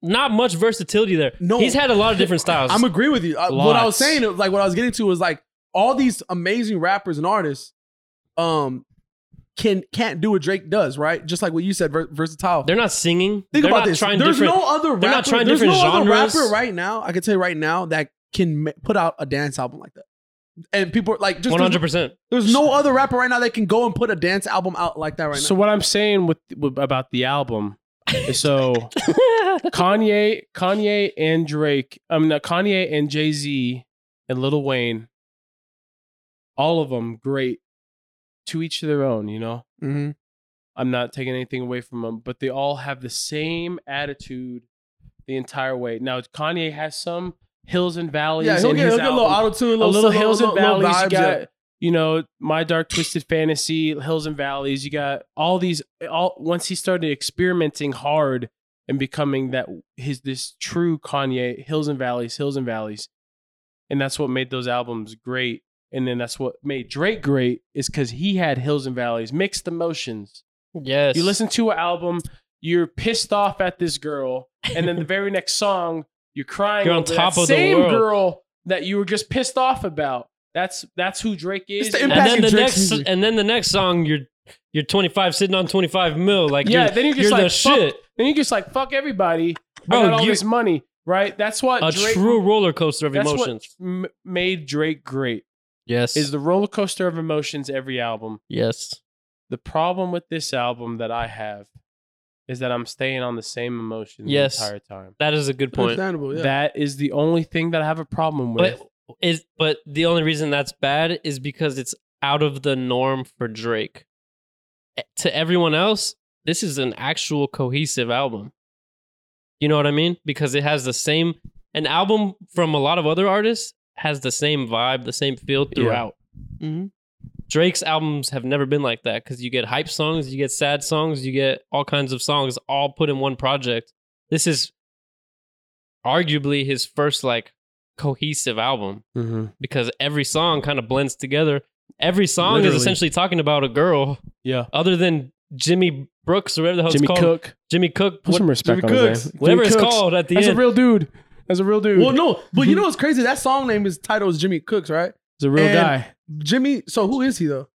[SPEAKER 2] Not much versatility there.
[SPEAKER 1] No.
[SPEAKER 2] He's had a lot of different styles.
[SPEAKER 1] I'm agreeing with you. I- what I was
[SPEAKER 3] Lots.
[SPEAKER 1] saying, like what I was getting to, was like all these amazing rappers and artists, um, can can't do what Drake does, right? Just like what you said, ver- versatile.
[SPEAKER 2] they're not singing.
[SPEAKER 1] Think
[SPEAKER 2] they're
[SPEAKER 1] about
[SPEAKER 2] not
[SPEAKER 1] this.
[SPEAKER 2] trying
[SPEAKER 1] There's
[SPEAKER 2] different.
[SPEAKER 1] no other rapper.
[SPEAKER 2] they're not trying
[SPEAKER 1] there's
[SPEAKER 2] different
[SPEAKER 1] no other
[SPEAKER 2] genres.
[SPEAKER 1] rapper right now. I can tell you right now that can ma- put out a dance album like that. And people are like just
[SPEAKER 2] One
[SPEAKER 1] there's,
[SPEAKER 2] hundred percent.
[SPEAKER 1] there's no other rapper right now that can go and put a dance album out like that right
[SPEAKER 3] so
[SPEAKER 1] now.
[SPEAKER 3] what I'm saying with, with about the album, is so Kanye, Kanye and Drake, I mean, uh, Kanye and Jay Z and Lil Wayne, all of them great, to each their own, you know.
[SPEAKER 2] Mm-hmm.
[SPEAKER 1] Mhm.
[SPEAKER 3] I'm not taking anything away from them, but they all have the same attitude the entire way. Now Kanye has some hills and valleys.
[SPEAKER 1] Yeah,
[SPEAKER 3] in
[SPEAKER 1] he'll get,
[SPEAKER 3] his
[SPEAKER 1] he'll get a little
[SPEAKER 3] album.
[SPEAKER 1] auto tune,
[SPEAKER 3] a little
[SPEAKER 1] slow,
[SPEAKER 3] hills and
[SPEAKER 1] little-
[SPEAKER 3] valleys.
[SPEAKER 1] little
[SPEAKER 3] you
[SPEAKER 1] vibes, yeah.
[SPEAKER 3] got you know my dark twisted fantasy, hills and valleys. You got all these. All once he started experimenting hard and becoming that his this true Kanye hills and valleys, hills and valleys, and that's what made those albums great. And then that's what made Drake great is because he had hills and valleys, mixed emotions.
[SPEAKER 2] Yes.
[SPEAKER 3] You listen to an album, you're pissed off at this girl, and then the very next song, you're crying.
[SPEAKER 2] You're on
[SPEAKER 3] over that
[SPEAKER 2] top of the
[SPEAKER 3] same
[SPEAKER 2] world.
[SPEAKER 3] girl that you were just pissed off about. That's that's who Drake is.
[SPEAKER 1] It's the
[SPEAKER 3] And
[SPEAKER 1] impact
[SPEAKER 2] and
[SPEAKER 3] that's-
[SPEAKER 1] Packing
[SPEAKER 2] then the
[SPEAKER 1] Drake's
[SPEAKER 2] next
[SPEAKER 1] music.
[SPEAKER 2] and then the next song you're you're 25 sitting on 25 mil like
[SPEAKER 3] yeah,
[SPEAKER 2] you're,
[SPEAKER 3] then you're just
[SPEAKER 2] you're
[SPEAKER 3] like
[SPEAKER 2] the
[SPEAKER 3] fuck,
[SPEAKER 2] shit
[SPEAKER 3] Then you're just like fuck everybody.
[SPEAKER 2] Bro,
[SPEAKER 3] I got all
[SPEAKER 2] Oh, you-
[SPEAKER 3] this money, right? That's what
[SPEAKER 2] a
[SPEAKER 3] Drake,
[SPEAKER 2] true roller coaster of
[SPEAKER 3] that's what
[SPEAKER 2] emotions
[SPEAKER 3] m- made Drake great.
[SPEAKER 2] yes
[SPEAKER 3] Is the roller coaster of emotions every album.
[SPEAKER 2] yes
[SPEAKER 3] The problem with this album that I have is that I'm staying on the same emotion
[SPEAKER 2] Yes.
[SPEAKER 3] the entire time.
[SPEAKER 2] that is a good point
[SPEAKER 1] Understandable, yeah.
[SPEAKER 3] That is the only thing that I have a problem with.
[SPEAKER 2] but is but the only reason that's bad is because it's out of the norm for Drake E- to everyone else this is an actual cohesive album you know what i mean because it has the same an album from a lot of other artists has the same vibe the same feel throughout
[SPEAKER 1] Mhm.
[SPEAKER 2] Drake's albums have never been like that because you get hype songs, you get sad songs, you get all kinds of songs all put in one project. This is arguably his first like cohesive album
[SPEAKER 3] Mm-hmm.
[SPEAKER 2] because every song kind of blends together. Every song
[SPEAKER 3] Literally.
[SPEAKER 2] is essentially talking about a girl
[SPEAKER 3] Yeah.
[SPEAKER 2] other than Jimmy Brooks or whatever the hell
[SPEAKER 3] Jimmy
[SPEAKER 2] it's called.
[SPEAKER 3] Cook.
[SPEAKER 2] Jimmy Cook.
[SPEAKER 3] Put
[SPEAKER 2] what-
[SPEAKER 3] some respect
[SPEAKER 1] Jimmy
[SPEAKER 3] on his
[SPEAKER 1] Cooks.
[SPEAKER 3] name. Jimmy
[SPEAKER 2] whatever it's
[SPEAKER 3] Cooks.
[SPEAKER 2] called at the
[SPEAKER 3] That's
[SPEAKER 2] end.
[SPEAKER 3] a real dude. That's a real dude.
[SPEAKER 1] Well, no, but you know what's crazy? That song name is title is Jimmy Cooks, right?
[SPEAKER 3] He's a real
[SPEAKER 1] and-
[SPEAKER 3] guy.
[SPEAKER 1] Jimmy. So who is he though?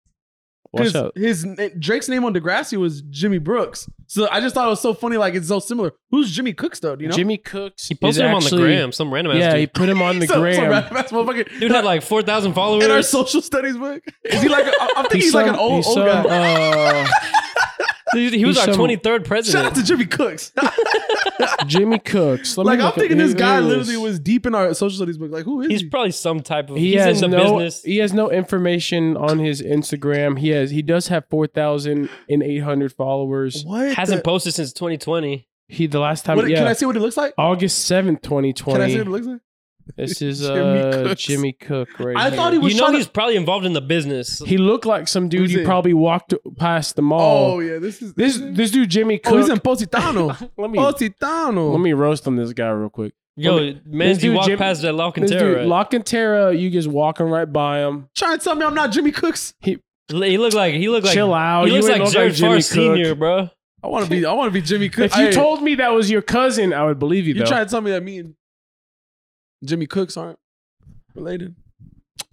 [SPEAKER 3] Watch
[SPEAKER 1] Because
[SPEAKER 3] out.
[SPEAKER 1] his na- Drake's name on Degrassi was Jimmy Brooks, so I just thought it was so funny. Like it's so similar. Who's Jimmy Cooks though? Do you know?
[SPEAKER 3] Jimmy Cooks.
[SPEAKER 2] He posted
[SPEAKER 3] is
[SPEAKER 2] him on the
[SPEAKER 3] actually-
[SPEAKER 2] gram. Some random ass
[SPEAKER 3] Yeah, he
[SPEAKER 2] dude.
[SPEAKER 3] put him on the
[SPEAKER 1] so, so
[SPEAKER 3] gram.
[SPEAKER 1] random ass motherfucker.
[SPEAKER 2] dude had like four thousand followers.
[SPEAKER 1] in our social studies book. Is he like? A, I- I'm thinking he's, like an
[SPEAKER 3] some-
[SPEAKER 1] old
[SPEAKER 3] he's
[SPEAKER 1] old
[SPEAKER 3] some,
[SPEAKER 1] guy.
[SPEAKER 3] uh,
[SPEAKER 2] Dude, he was
[SPEAKER 3] he's
[SPEAKER 2] our
[SPEAKER 3] some-
[SPEAKER 2] twenty third
[SPEAKER 1] Shout out
[SPEAKER 2] president.
[SPEAKER 1] to Jimmy Cooks.
[SPEAKER 3] uh, Jimmy Cooks. Let me
[SPEAKER 1] like I'm
[SPEAKER 3] look up-
[SPEAKER 1] thinking, this
[SPEAKER 3] who
[SPEAKER 1] guy
[SPEAKER 3] is-
[SPEAKER 1] literally was deep in our social studies book. Like who is
[SPEAKER 2] He's
[SPEAKER 1] he?
[SPEAKER 2] probably some type of.
[SPEAKER 3] He
[SPEAKER 2] he's
[SPEAKER 3] has
[SPEAKER 2] in the
[SPEAKER 3] no.
[SPEAKER 2] business.
[SPEAKER 3] He has no information on his Instagram. He has. He does have four thousand and eight hundred followers.
[SPEAKER 1] What
[SPEAKER 2] Hasn't
[SPEAKER 1] the-
[SPEAKER 2] posted since 2020.
[SPEAKER 3] He the last time.
[SPEAKER 1] what-
[SPEAKER 3] yeah,
[SPEAKER 1] Can I see what it looks like?
[SPEAKER 3] August seventh, twenty
[SPEAKER 1] Can I see
[SPEAKER 3] twenty.
[SPEAKER 1] what it looks like?
[SPEAKER 3] This is
[SPEAKER 1] Jimmy
[SPEAKER 3] uh,
[SPEAKER 1] Cooks.
[SPEAKER 3] Jimmy Cook right
[SPEAKER 1] I
[SPEAKER 3] here.
[SPEAKER 1] thought he was
[SPEAKER 2] You know
[SPEAKER 1] trying
[SPEAKER 2] he's
[SPEAKER 1] to.
[SPEAKER 2] probably involved in the business.
[SPEAKER 3] He looked like some dude
[SPEAKER 1] Who's
[SPEAKER 3] you
[SPEAKER 1] it?
[SPEAKER 3] probably walked past the mall.
[SPEAKER 1] Oh yeah, this is
[SPEAKER 3] This this dude Jimmy Cook.
[SPEAKER 1] Oh, he's in Positano.
[SPEAKER 3] let me
[SPEAKER 1] Positano.
[SPEAKER 3] let me roast on this guy real quick.
[SPEAKER 2] Yo, man,
[SPEAKER 3] this
[SPEAKER 2] you
[SPEAKER 3] dude
[SPEAKER 2] walk
[SPEAKER 3] Jim-
[SPEAKER 2] past that
[SPEAKER 3] This dude
[SPEAKER 2] Locantera.
[SPEAKER 3] Locantera, you just walking right by him.
[SPEAKER 1] trying to tell me I'm not Jimmy Cooks.
[SPEAKER 2] He looked like he looked like
[SPEAKER 3] Chill out.
[SPEAKER 2] He
[SPEAKER 3] you
[SPEAKER 2] looks
[SPEAKER 3] ain't
[SPEAKER 2] like
[SPEAKER 3] look
[SPEAKER 2] Jared
[SPEAKER 3] Jimmy
[SPEAKER 2] Farr
[SPEAKER 3] Cook.
[SPEAKER 2] Senior, bro.
[SPEAKER 1] I want to be. I want to be Jimmy Cooks.
[SPEAKER 3] If you
[SPEAKER 1] Hey,
[SPEAKER 3] told me that was your cousin, I would believe you.
[SPEAKER 1] you
[SPEAKER 3] though.
[SPEAKER 1] trying to tell me that me and Jimmy Cooks aren't related.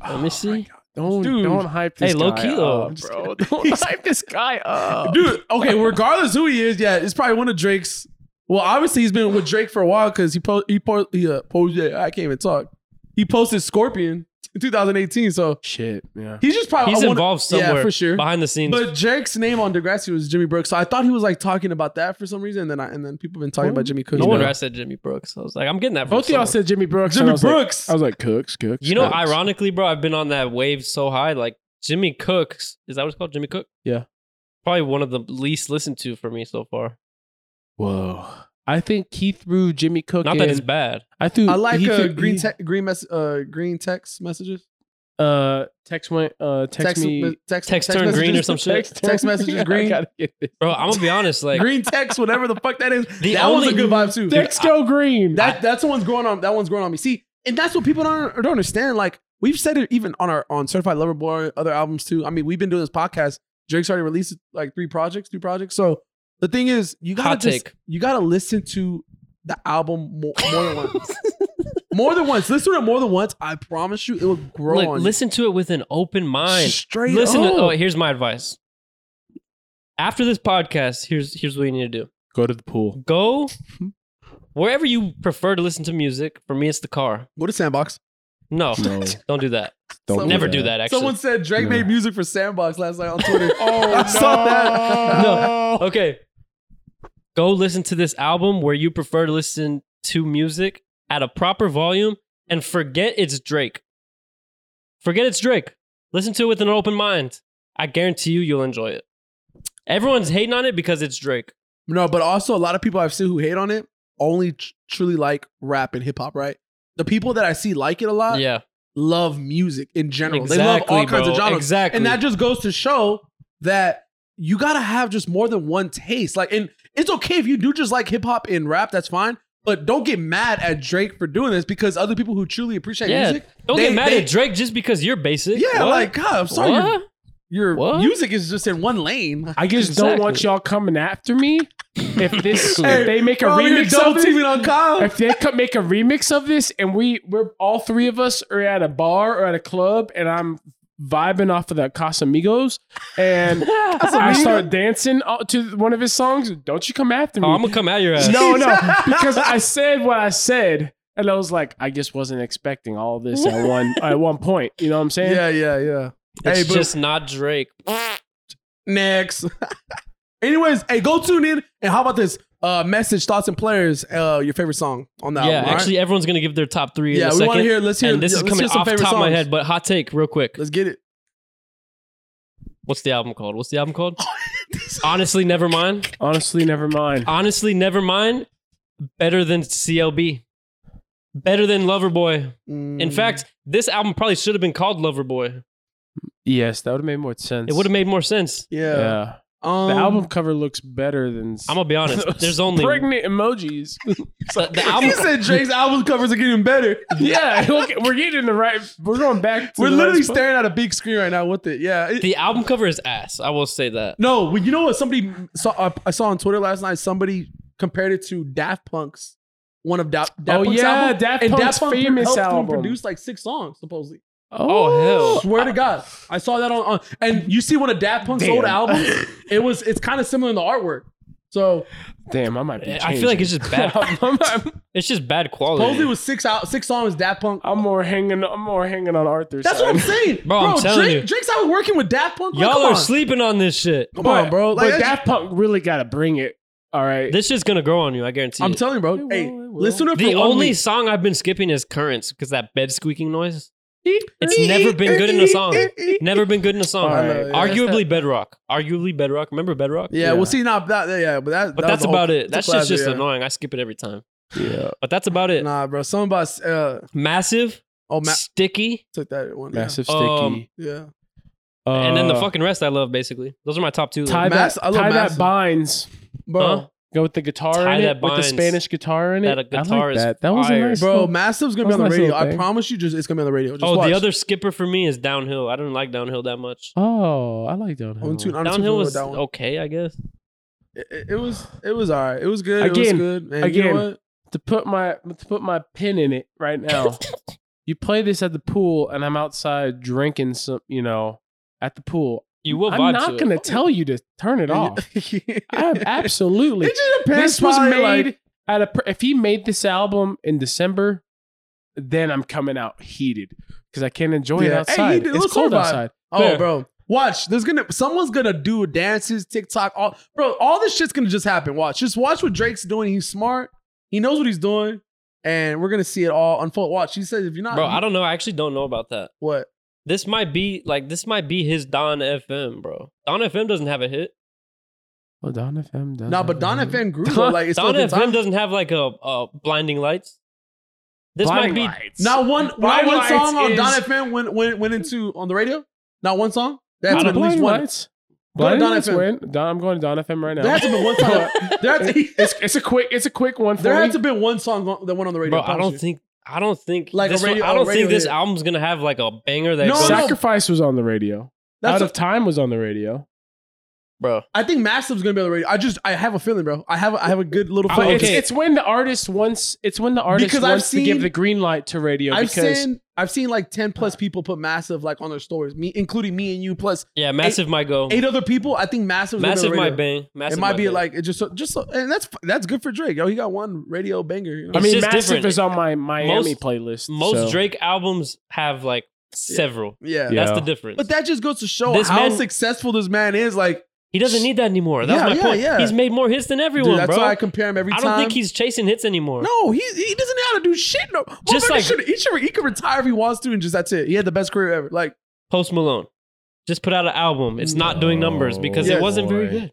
[SPEAKER 2] Let
[SPEAKER 3] Oh
[SPEAKER 2] me see.
[SPEAKER 3] Don't
[SPEAKER 1] Dude.
[SPEAKER 3] don't hype this
[SPEAKER 2] Hey, low
[SPEAKER 3] guy
[SPEAKER 2] key, though.
[SPEAKER 3] up,
[SPEAKER 2] I'm just
[SPEAKER 3] bro. Don't hype this guy up.
[SPEAKER 1] Dude, okay, regardless who he is, yeah, it's probably one of Drake's. Well, obviously he's been with Drake for a while because he po- he po- he uh, po- yeah, I can't even talk. He posted Scorpion in 2018, so
[SPEAKER 3] Shit, yeah.
[SPEAKER 1] he's just probably
[SPEAKER 2] He's
[SPEAKER 1] I wanna-
[SPEAKER 2] involved somewhere
[SPEAKER 1] yeah, for sure.
[SPEAKER 2] behind the scenes.
[SPEAKER 1] But Drake's name on Degrassi was Jimmy Brooks, so I thought he was like talking about that for some reason, and then I, and then people have been talking about Jimmy Cooks.
[SPEAKER 2] no
[SPEAKER 1] now.
[SPEAKER 2] wonder I said Jimmy Brooks. I was like, I'm getting that. From
[SPEAKER 3] Both of y'all
[SPEAKER 2] somewhere.
[SPEAKER 3] said Jimmy Brooks. and
[SPEAKER 1] Jimmy
[SPEAKER 3] I was like-
[SPEAKER 1] Brooks.
[SPEAKER 3] I was like Cooks, Cooks.
[SPEAKER 2] You know,
[SPEAKER 3] Cooks.
[SPEAKER 2] ironically, bro, I've been on that wave so high. Like Jimmy Cooks, is that what it's called? Jimmy Cook.
[SPEAKER 3] Yeah.
[SPEAKER 2] Probably one of the least listened to for me so far.
[SPEAKER 3] Whoa. I think he threw Jimmy Cook.
[SPEAKER 2] Not
[SPEAKER 3] in.
[SPEAKER 2] that it's bad.
[SPEAKER 3] I threw.
[SPEAKER 1] I like
[SPEAKER 3] he
[SPEAKER 1] uh,
[SPEAKER 3] threw-
[SPEAKER 1] green
[SPEAKER 3] he-
[SPEAKER 1] te- green mess uh, green text messages.
[SPEAKER 3] Uh, text went. Uh, text, me.
[SPEAKER 1] me- text,
[SPEAKER 2] Text turned green
[SPEAKER 1] messages.
[SPEAKER 2] or some shit.
[SPEAKER 1] Text, text messages
[SPEAKER 3] I
[SPEAKER 1] green.
[SPEAKER 3] gotta get this.
[SPEAKER 2] Bro, I'm gonna be honest. Like,
[SPEAKER 1] green text, whatever the fuck that is.
[SPEAKER 2] The
[SPEAKER 1] that was a
[SPEAKER 2] only-
[SPEAKER 1] good vibe too.
[SPEAKER 3] Text go green.
[SPEAKER 1] That that's the one's growing on. That one's growing on me. See, and that's what people don't, don't understand. Like we've said it even on our on Certified Lover Boy, other albums too. I mean, we've been doing this podcast. Drake's already released like three projects, two projects. So the thing is, you gotta
[SPEAKER 2] Hot
[SPEAKER 1] just,
[SPEAKER 2] take.
[SPEAKER 1] you gotta listen to the album more, more than once. more than once. Listen to it more than once. I promise you, it will grow
[SPEAKER 2] look,
[SPEAKER 1] on. you.
[SPEAKER 2] listen to it with an open mind.
[SPEAKER 1] Straight
[SPEAKER 2] Listen.
[SPEAKER 1] up.
[SPEAKER 2] To, oh, here's my advice. After this podcast, here's here's what you need to do.
[SPEAKER 3] go to the pool.
[SPEAKER 2] Go wherever you prefer to listen to music. For me, it's the car.
[SPEAKER 1] Go to Sandbox.
[SPEAKER 2] No,
[SPEAKER 3] No,
[SPEAKER 2] don't do that.
[SPEAKER 3] don't
[SPEAKER 1] Someone-
[SPEAKER 2] Never do that. Actually,
[SPEAKER 1] Someone said Drake
[SPEAKER 3] No.
[SPEAKER 1] made music for Sandbox last night on Twitter.
[SPEAKER 3] Oh,
[SPEAKER 1] I saw that.
[SPEAKER 2] No. okay. Go listen to this album where you prefer to listen to music at a proper volume and forget it's Drake. Forget it's Drake. Listen to it with an open mind. I guarantee you, you'll enjoy it. Everyone's hating on it because it's Drake.
[SPEAKER 1] No, but also a lot of people I've seen who hate on it only tr- truly like rap and hip hop, right? The people that I see like it a lot
[SPEAKER 2] yeah,
[SPEAKER 1] love music in general.
[SPEAKER 2] exactly.
[SPEAKER 1] they love all kinds of
[SPEAKER 2] bro.
[SPEAKER 1] genres.
[SPEAKER 2] Exactly.
[SPEAKER 1] And that just goes to show that you gotta have just more than one taste. Like, and it's okay if you do just like hip hop and rap, that's fine. But don't get mad at Drake for doing this because other people who truly appreciate
[SPEAKER 2] Yeah.
[SPEAKER 1] music,
[SPEAKER 2] Don't
[SPEAKER 1] they-
[SPEAKER 2] get mad
[SPEAKER 1] they-
[SPEAKER 2] at Drake just because you're basic.
[SPEAKER 1] yeah,
[SPEAKER 2] What?
[SPEAKER 1] like God, I'm sorry, your,
[SPEAKER 2] What?
[SPEAKER 1] your
[SPEAKER 2] What?
[SPEAKER 1] music is just in one lane.
[SPEAKER 3] I just don't want y'all coming after me. If this,
[SPEAKER 1] Hey,
[SPEAKER 3] if they make a
[SPEAKER 1] Bro, you're
[SPEAKER 3] remix of
[SPEAKER 1] double
[SPEAKER 3] this,
[SPEAKER 1] teaming on Kyle.
[SPEAKER 3] if they co- make a remix of this, and we, we're all three of us are at a bar or at a club, and I'm vibing off of the Casamigos, and I start dancing uh, to one of his songs. Don't you come after me?
[SPEAKER 2] Oh, I'm gonna come at your ass.
[SPEAKER 3] no, no, because I said what I said, and I was like, I just wasn't expecting all this at one at one point. You know what I'm saying?
[SPEAKER 1] Yeah, yeah, yeah.
[SPEAKER 2] it's
[SPEAKER 1] Hey, but-
[SPEAKER 2] just not Drake.
[SPEAKER 1] Next. Anyways, hey, go tune in and how about this? Uh, message thoughts and players. Uh, your favorite song on that.
[SPEAKER 2] yeah,
[SPEAKER 1] album, all right?
[SPEAKER 2] actually, everyone's gonna give their top three.
[SPEAKER 1] yeah,
[SPEAKER 2] in a
[SPEAKER 1] we want
[SPEAKER 2] second.
[SPEAKER 1] to hear. Let's hear.
[SPEAKER 2] and this
[SPEAKER 1] yeah,
[SPEAKER 2] is
[SPEAKER 1] let's
[SPEAKER 2] coming
[SPEAKER 1] hear some
[SPEAKER 2] off top
[SPEAKER 1] favorite
[SPEAKER 2] of my
[SPEAKER 1] songs.
[SPEAKER 2] head, but hot take, real quick.
[SPEAKER 1] Let's get it.
[SPEAKER 2] What's the album called? What's the album called? Honestly, never mind.
[SPEAKER 3] Honestly, never mind.
[SPEAKER 2] Honestly, never mind. Better than CLB. Better than Loverboy.
[SPEAKER 1] Mm,
[SPEAKER 2] In fact, this album probably should have been called Loverboy.
[SPEAKER 3] Yes, that would have made more sense.
[SPEAKER 2] It would have made more sense.
[SPEAKER 1] yeah.
[SPEAKER 3] Yeah.
[SPEAKER 1] Um,
[SPEAKER 3] The album cover looks better than.
[SPEAKER 2] I'm gonna be honest. There's only
[SPEAKER 3] pregnant emojis.
[SPEAKER 2] the, the
[SPEAKER 1] He
[SPEAKER 2] album.
[SPEAKER 1] said Drake's album covers are getting better.
[SPEAKER 3] yeah, look, we're getting the right. We're going back. to
[SPEAKER 1] We're
[SPEAKER 3] the
[SPEAKER 1] literally
[SPEAKER 3] last point.
[SPEAKER 1] staring at a big screen right now with it. Yeah. It-
[SPEAKER 2] The album cover is ass. I will say that.
[SPEAKER 1] no, well, you know what? Somebody saw. I- I saw on Twitter last night. Somebody compared it to Daft Punk's one of da- Daft
[SPEAKER 3] Oh
[SPEAKER 1] Punk's
[SPEAKER 3] yeah,
[SPEAKER 1] album.
[SPEAKER 3] Daft
[SPEAKER 1] and
[SPEAKER 3] Punk's
[SPEAKER 1] Daft Punk
[SPEAKER 3] famous
[SPEAKER 1] helped him
[SPEAKER 3] album.
[SPEAKER 1] produce like six songs supposedly.
[SPEAKER 2] Oh, hell.
[SPEAKER 1] Swear to God, I saw that on, on and you see one of Daft Punk's
[SPEAKER 3] Damn.
[SPEAKER 1] old albums. It was it's kind of similar in the artwork. So
[SPEAKER 3] Damn, I might be.
[SPEAKER 2] I feel like it's just bad.
[SPEAKER 3] changing. I'm, I'm-
[SPEAKER 2] it's just bad quality.
[SPEAKER 1] supposedly it was six out six songs Daft Punk.
[SPEAKER 3] I'm more hanging. I'm more hanging on Arthur's.
[SPEAKER 1] That's what I'm saying,
[SPEAKER 2] Bro, I'm telling
[SPEAKER 1] Drake,
[SPEAKER 2] you.
[SPEAKER 1] Drake's out working with Daft Punk. Like,
[SPEAKER 2] Y'all
[SPEAKER 1] come
[SPEAKER 2] are
[SPEAKER 1] on.
[SPEAKER 2] sleeping on this shit.
[SPEAKER 1] Come on, bro. Like,
[SPEAKER 3] but
[SPEAKER 1] that's-
[SPEAKER 3] Daft Punk really got to bring it. All right.
[SPEAKER 2] This shit's gonna grow on you. I guarantee.
[SPEAKER 1] I'm
[SPEAKER 2] it.
[SPEAKER 1] telling you, bro.
[SPEAKER 3] It will,
[SPEAKER 1] hey,
[SPEAKER 3] it will.
[SPEAKER 1] listen to it for
[SPEAKER 2] The
[SPEAKER 1] one
[SPEAKER 2] only
[SPEAKER 1] week.
[SPEAKER 2] song I've been skipping is Currents because that bed squeaking noise. It's never been good in a song. Never been good in a song.
[SPEAKER 3] All right.
[SPEAKER 1] I know, yeah.
[SPEAKER 2] Arguably Bedrock. Arguably Bedrock. Remember Bedrock?
[SPEAKER 1] Yeah,
[SPEAKER 3] Yeah.
[SPEAKER 1] well, see, now that yeah, but that,
[SPEAKER 2] But
[SPEAKER 1] that was
[SPEAKER 2] that's
[SPEAKER 1] a whole-
[SPEAKER 2] about it. That
[SPEAKER 1] it's a
[SPEAKER 2] shit's
[SPEAKER 1] classic,
[SPEAKER 2] just
[SPEAKER 1] yeah.
[SPEAKER 2] annoying. I skip it every time.
[SPEAKER 3] Yeah.
[SPEAKER 2] But that's about it.
[SPEAKER 1] Nah, bro. Some about uh,
[SPEAKER 2] Massive,
[SPEAKER 1] oh, Matt
[SPEAKER 2] sticky,
[SPEAKER 1] took that one. yeah.
[SPEAKER 3] Massive sticky.
[SPEAKER 2] Um,
[SPEAKER 1] Yeah.
[SPEAKER 2] and then the
[SPEAKER 3] Uh,
[SPEAKER 2] fucking rest I love. Basically, those are my top two. Oh,
[SPEAKER 3] tie
[SPEAKER 1] Mass- I
[SPEAKER 3] that
[SPEAKER 1] love
[SPEAKER 3] tie
[SPEAKER 1] Massive.
[SPEAKER 3] that binds.
[SPEAKER 1] Bro,
[SPEAKER 2] Huh?
[SPEAKER 3] Go with the guitar
[SPEAKER 2] Tie
[SPEAKER 3] in
[SPEAKER 2] that
[SPEAKER 3] it, with the
[SPEAKER 2] binds.
[SPEAKER 3] Spanish guitar in it.
[SPEAKER 2] That a guitar
[SPEAKER 3] I like
[SPEAKER 2] is
[SPEAKER 3] that. That was a
[SPEAKER 2] fire.
[SPEAKER 3] nice
[SPEAKER 1] bro,
[SPEAKER 3] little-
[SPEAKER 1] Massive's gonna be on
[SPEAKER 3] That's
[SPEAKER 1] the
[SPEAKER 3] nice
[SPEAKER 1] radio.
[SPEAKER 3] little
[SPEAKER 1] I
[SPEAKER 3] thing.
[SPEAKER 1] promise you, just it's gonna be on the radio. Just
[SPEAKER 2] oh,
[SPEAKER 1] watch.
[SPEAKER 2] the other skipper for me is downhill. I don't like downhill that much.
[SPEAKER 3] Oh, I like that.
[SPEAKER 1] On tune, on
[SPEAKER 2] downhill
[SPEAKER 1] tune
[SPEAKER 2] was
[SPEAKER 1] that one.
[SPEAKER 2] okay, I guess.
[SPEAKER 1] It, it- it was it was all right. It was good.
[SPEAKER 3] Again,
[SPEAKER 1] it was good. And you
[SPEAKER 3] again.
[SPEAKER 1] know what?
[SPEAKER 3] to put my to put my pin in it right now. you play this at the pool, and I'm outside drinking some, you know, at the pool.
[SPEAKER 2] You will vibe
[SPEAKER 3] I'm
[SPEAKER 2] to
[SPEAKER 3] not
[SPEAKER 2] it.
[SPEAKER 3] gonna tell you to turn it off. I am absolutely.
[SPEAKER 1] It just depends
[SPEAKER 3] this was
[SPEAKER 1] probably,
[SPEAKER 3] made
[SPEAKER 1] like-
[SPEAKER 3] at a. pr- If he made this album in December, then I'm coming out heated because I can't enjoy it
[SPEAKER 1] Yeah. Hey, he
[SPEAKER 3] outside.
[SPEAKER 1] did-
[SPEAKER 3] it's
[SPEAKER 1] let's
[SPEAKER 3] cold
[SPEAKER 1] survive.
[SPEAKER 3] outside.
[SPEAKER 1] Oh,
[SPEAKER 2] Fair.
[SPEAKER 1] bro. Watch, there's gonna someone's gonna do dances, TikTok, all bro. All this shit's gonna just happen. Watch, just watch what Drake's doing. He's smart. He knows what he's doing, and we're gonna see it all unfold. Watch. He says, if you're not,
[SPEAKER 2] Bro, I don't know. I actually don't know about that.
[SPEAKER 1] what?
[SPEAKER 2] This might be like this might be his Don FM, bro. Don FM doesn't have a hit.
[SPEAKER 3] Well, Don FM does.
[SPEAKER 1] nah, but Don
[SPEAKER 2] Mm-hmm.
[SPEAKER 1] FM grew though, like it's still
[SPEAKER 2] Don
[SPEAKER 1] a good
[SPEAKER 2] FM
[SPEAKER 1] time.
[SPEAKER 2] doesn't have like a, a blinding lights. This might be
[SPEAKER 1] Not one, not
[SPEAKER 2] Blinding
[SPEAKER 1] one song on
[SPEAKER 2] Lights
[SPEAKER 1] Don
[SPEAKER 2] is-
[SPEAKER 1] FM went went went into on the radio. Not one song. That's
[SPEAKER 2] Out
[SPEAKER 1] at
[SPEAKER 2] of
[SPEAKER 1] least
[SPEAKER 3] Blind
[SPEAKER 1] one.
[SPEAKER 3] Lights.
[SPEAKER 1] Go to
[SPEAKER 3] Blind
[SPEAKER 1] Don
[SPEAKER 3] Lights
[SPEAKER 1] FM.
[SPEAKER 3] win. Don, I'm going to Don FM right now.
[SPEAKER 1] There has to be one song. There has to,
[SPEAKER 3] it's, it's a quick it's a quick one for
[SPEAKER 1] there
[SPEAKER 3] me.
[SPEAKER 1] has to be one song on- that went on the radio.
[SPEAKER 2] Bro, I
[SPEAKER 1] promise
[SPEAKER 2] don't
[SPEAKER 1] you.
[SPEAKER 2] think I don't think
[SPEAKER 1] Like
[SPEAKER 2] like
[SPEAKER 1] a
[SPEAKER 2] this
[SPEAKER 1] radio-
[SPEAKER 2] one, I
[SPEAKER 1] a
[SPEAKER 2] don't
[SPEAKER 1] radio
[SPEAKER 2] think this
[SPEAKER 1] hit.
[SPEAKER 2] album's gonna have like a banger that
[SPEAKER 1] Oh, No,
[SPEAKER 2] goes,
[SPEAKER 1] no.
[SPEAKER 3] Sacrifice was on the radio.
[SPEAKER 1] That's
[SPEAKER 3] Out
[SPEAKER 1] a-
[SPEAKER 3] of Time was on the radio.
[SPEAKER 2] bro.
[SPEAKER 1] I think Massive's gonna be on the radio. I just I have a feeling, bro. I have I have a good little
[SPEAKER 3] But
[SPEAKER 1] feeling.
[SPEAKER 3] it's, it's when the artist wants it's when the artist
[SPEAKER 1] Because I've
[SPEAKER 3] wants to
[SPEAKER 1] seen-
[SPEAKER 3] give the green light to radio
[SPEAKER 1] I've
[SPEAKER 3] because
[SPEAKER 1] seen I've seen like ten
[SPEAKER 2] Ah.
[SPEAKER 1] plus people put Massive like on their stories, me including me and you plus
[SPEAKER 2] Yeah, massive might go.
[SPEAKER 1] eight other people. I think Massive's gonna be on the
[SPEAKER 2] massive might
[SPEAKER 1] radio.
[SPEAKER 2] bang. Massive
[SPEAKER 1] It might be
[SPEAKER 2] bang.
[SPEAKER 1] like it just just and that's that's good for Drake. Yo, he got one radio banger. You know?
[SPEAKER 3] I
[SPEAKER 2] It's
[SPEAKER 3] mean
[SPEAKER 2] just
[SPEAKER 3] Massive
[SPEAKER 2] different.
[SPEAKER 3] is on my Miami
[SPEAKER 2] Most-
[SPEAKER 3] playlist.
[SPEAKER 2] most
[SPEAKER 3] so.
[SPEAKER 2] Drake albums have like several.
[SPEAKER 1] yeah.
[SPEAKER 3] Yeah.
[SPEAKER 2] That's the difference.
[SPEAKER 1] But that just goes to show
[SPEAKER 2] This
[SPEAKER 1] how
[SPEAKER 2] man-
[SPEAKER 1] successful this man is. Like,
[SPEAKER 2] he doesn't need that anymore. That's
[SPEAKER 1] Yeah,
[SPEAKER 2] my
[SPEAKER 1] yeah,
[SPEAKER 2] point.
[SPEAKER 1] yeah.
[SPEAKER 2] He's made more hits than
[SPEAKER 1] dude,
[SPEAKER 2] everyone,
[SPEAKER 1] that's
[SPEAKER 2] bro.
[SPEAKER 1] why I
[SPEAKER 2] I,
[SPEAKER 1] compare him every
[SPEAKER 2] don't
[SPEAKER 1] time.
[SPEAKER 2] think he's chasing hits anymore.
[SPEAKER 1] No, he he doesn't know how to do shit. No,
[SPEAKER 2] Just
[SPEAKER 1] just
[SPEAKER 2] like-
[SPEAKER 1] should, he should he could retire if he wants to, and just that's it. He had the best career ever. Like,
[SPEAKER 2] Post Malone just put out an album. It's not doing numbers because
[SPEAKER 1] Yes.
[SPEAKER 2] it wasn't very
[SPEAKER 3] Oh, Boy.
[SPEAKER 2] good.
[SPEAKER 1] I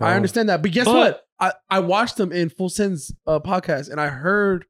[SPEAKER 3] Oh.
[SPEAKER 1] understand that, but guess
[SPEAKER 2] But-
[SPEAKER 1] what? I I watched him in Full Send's uh, podcast, and I heard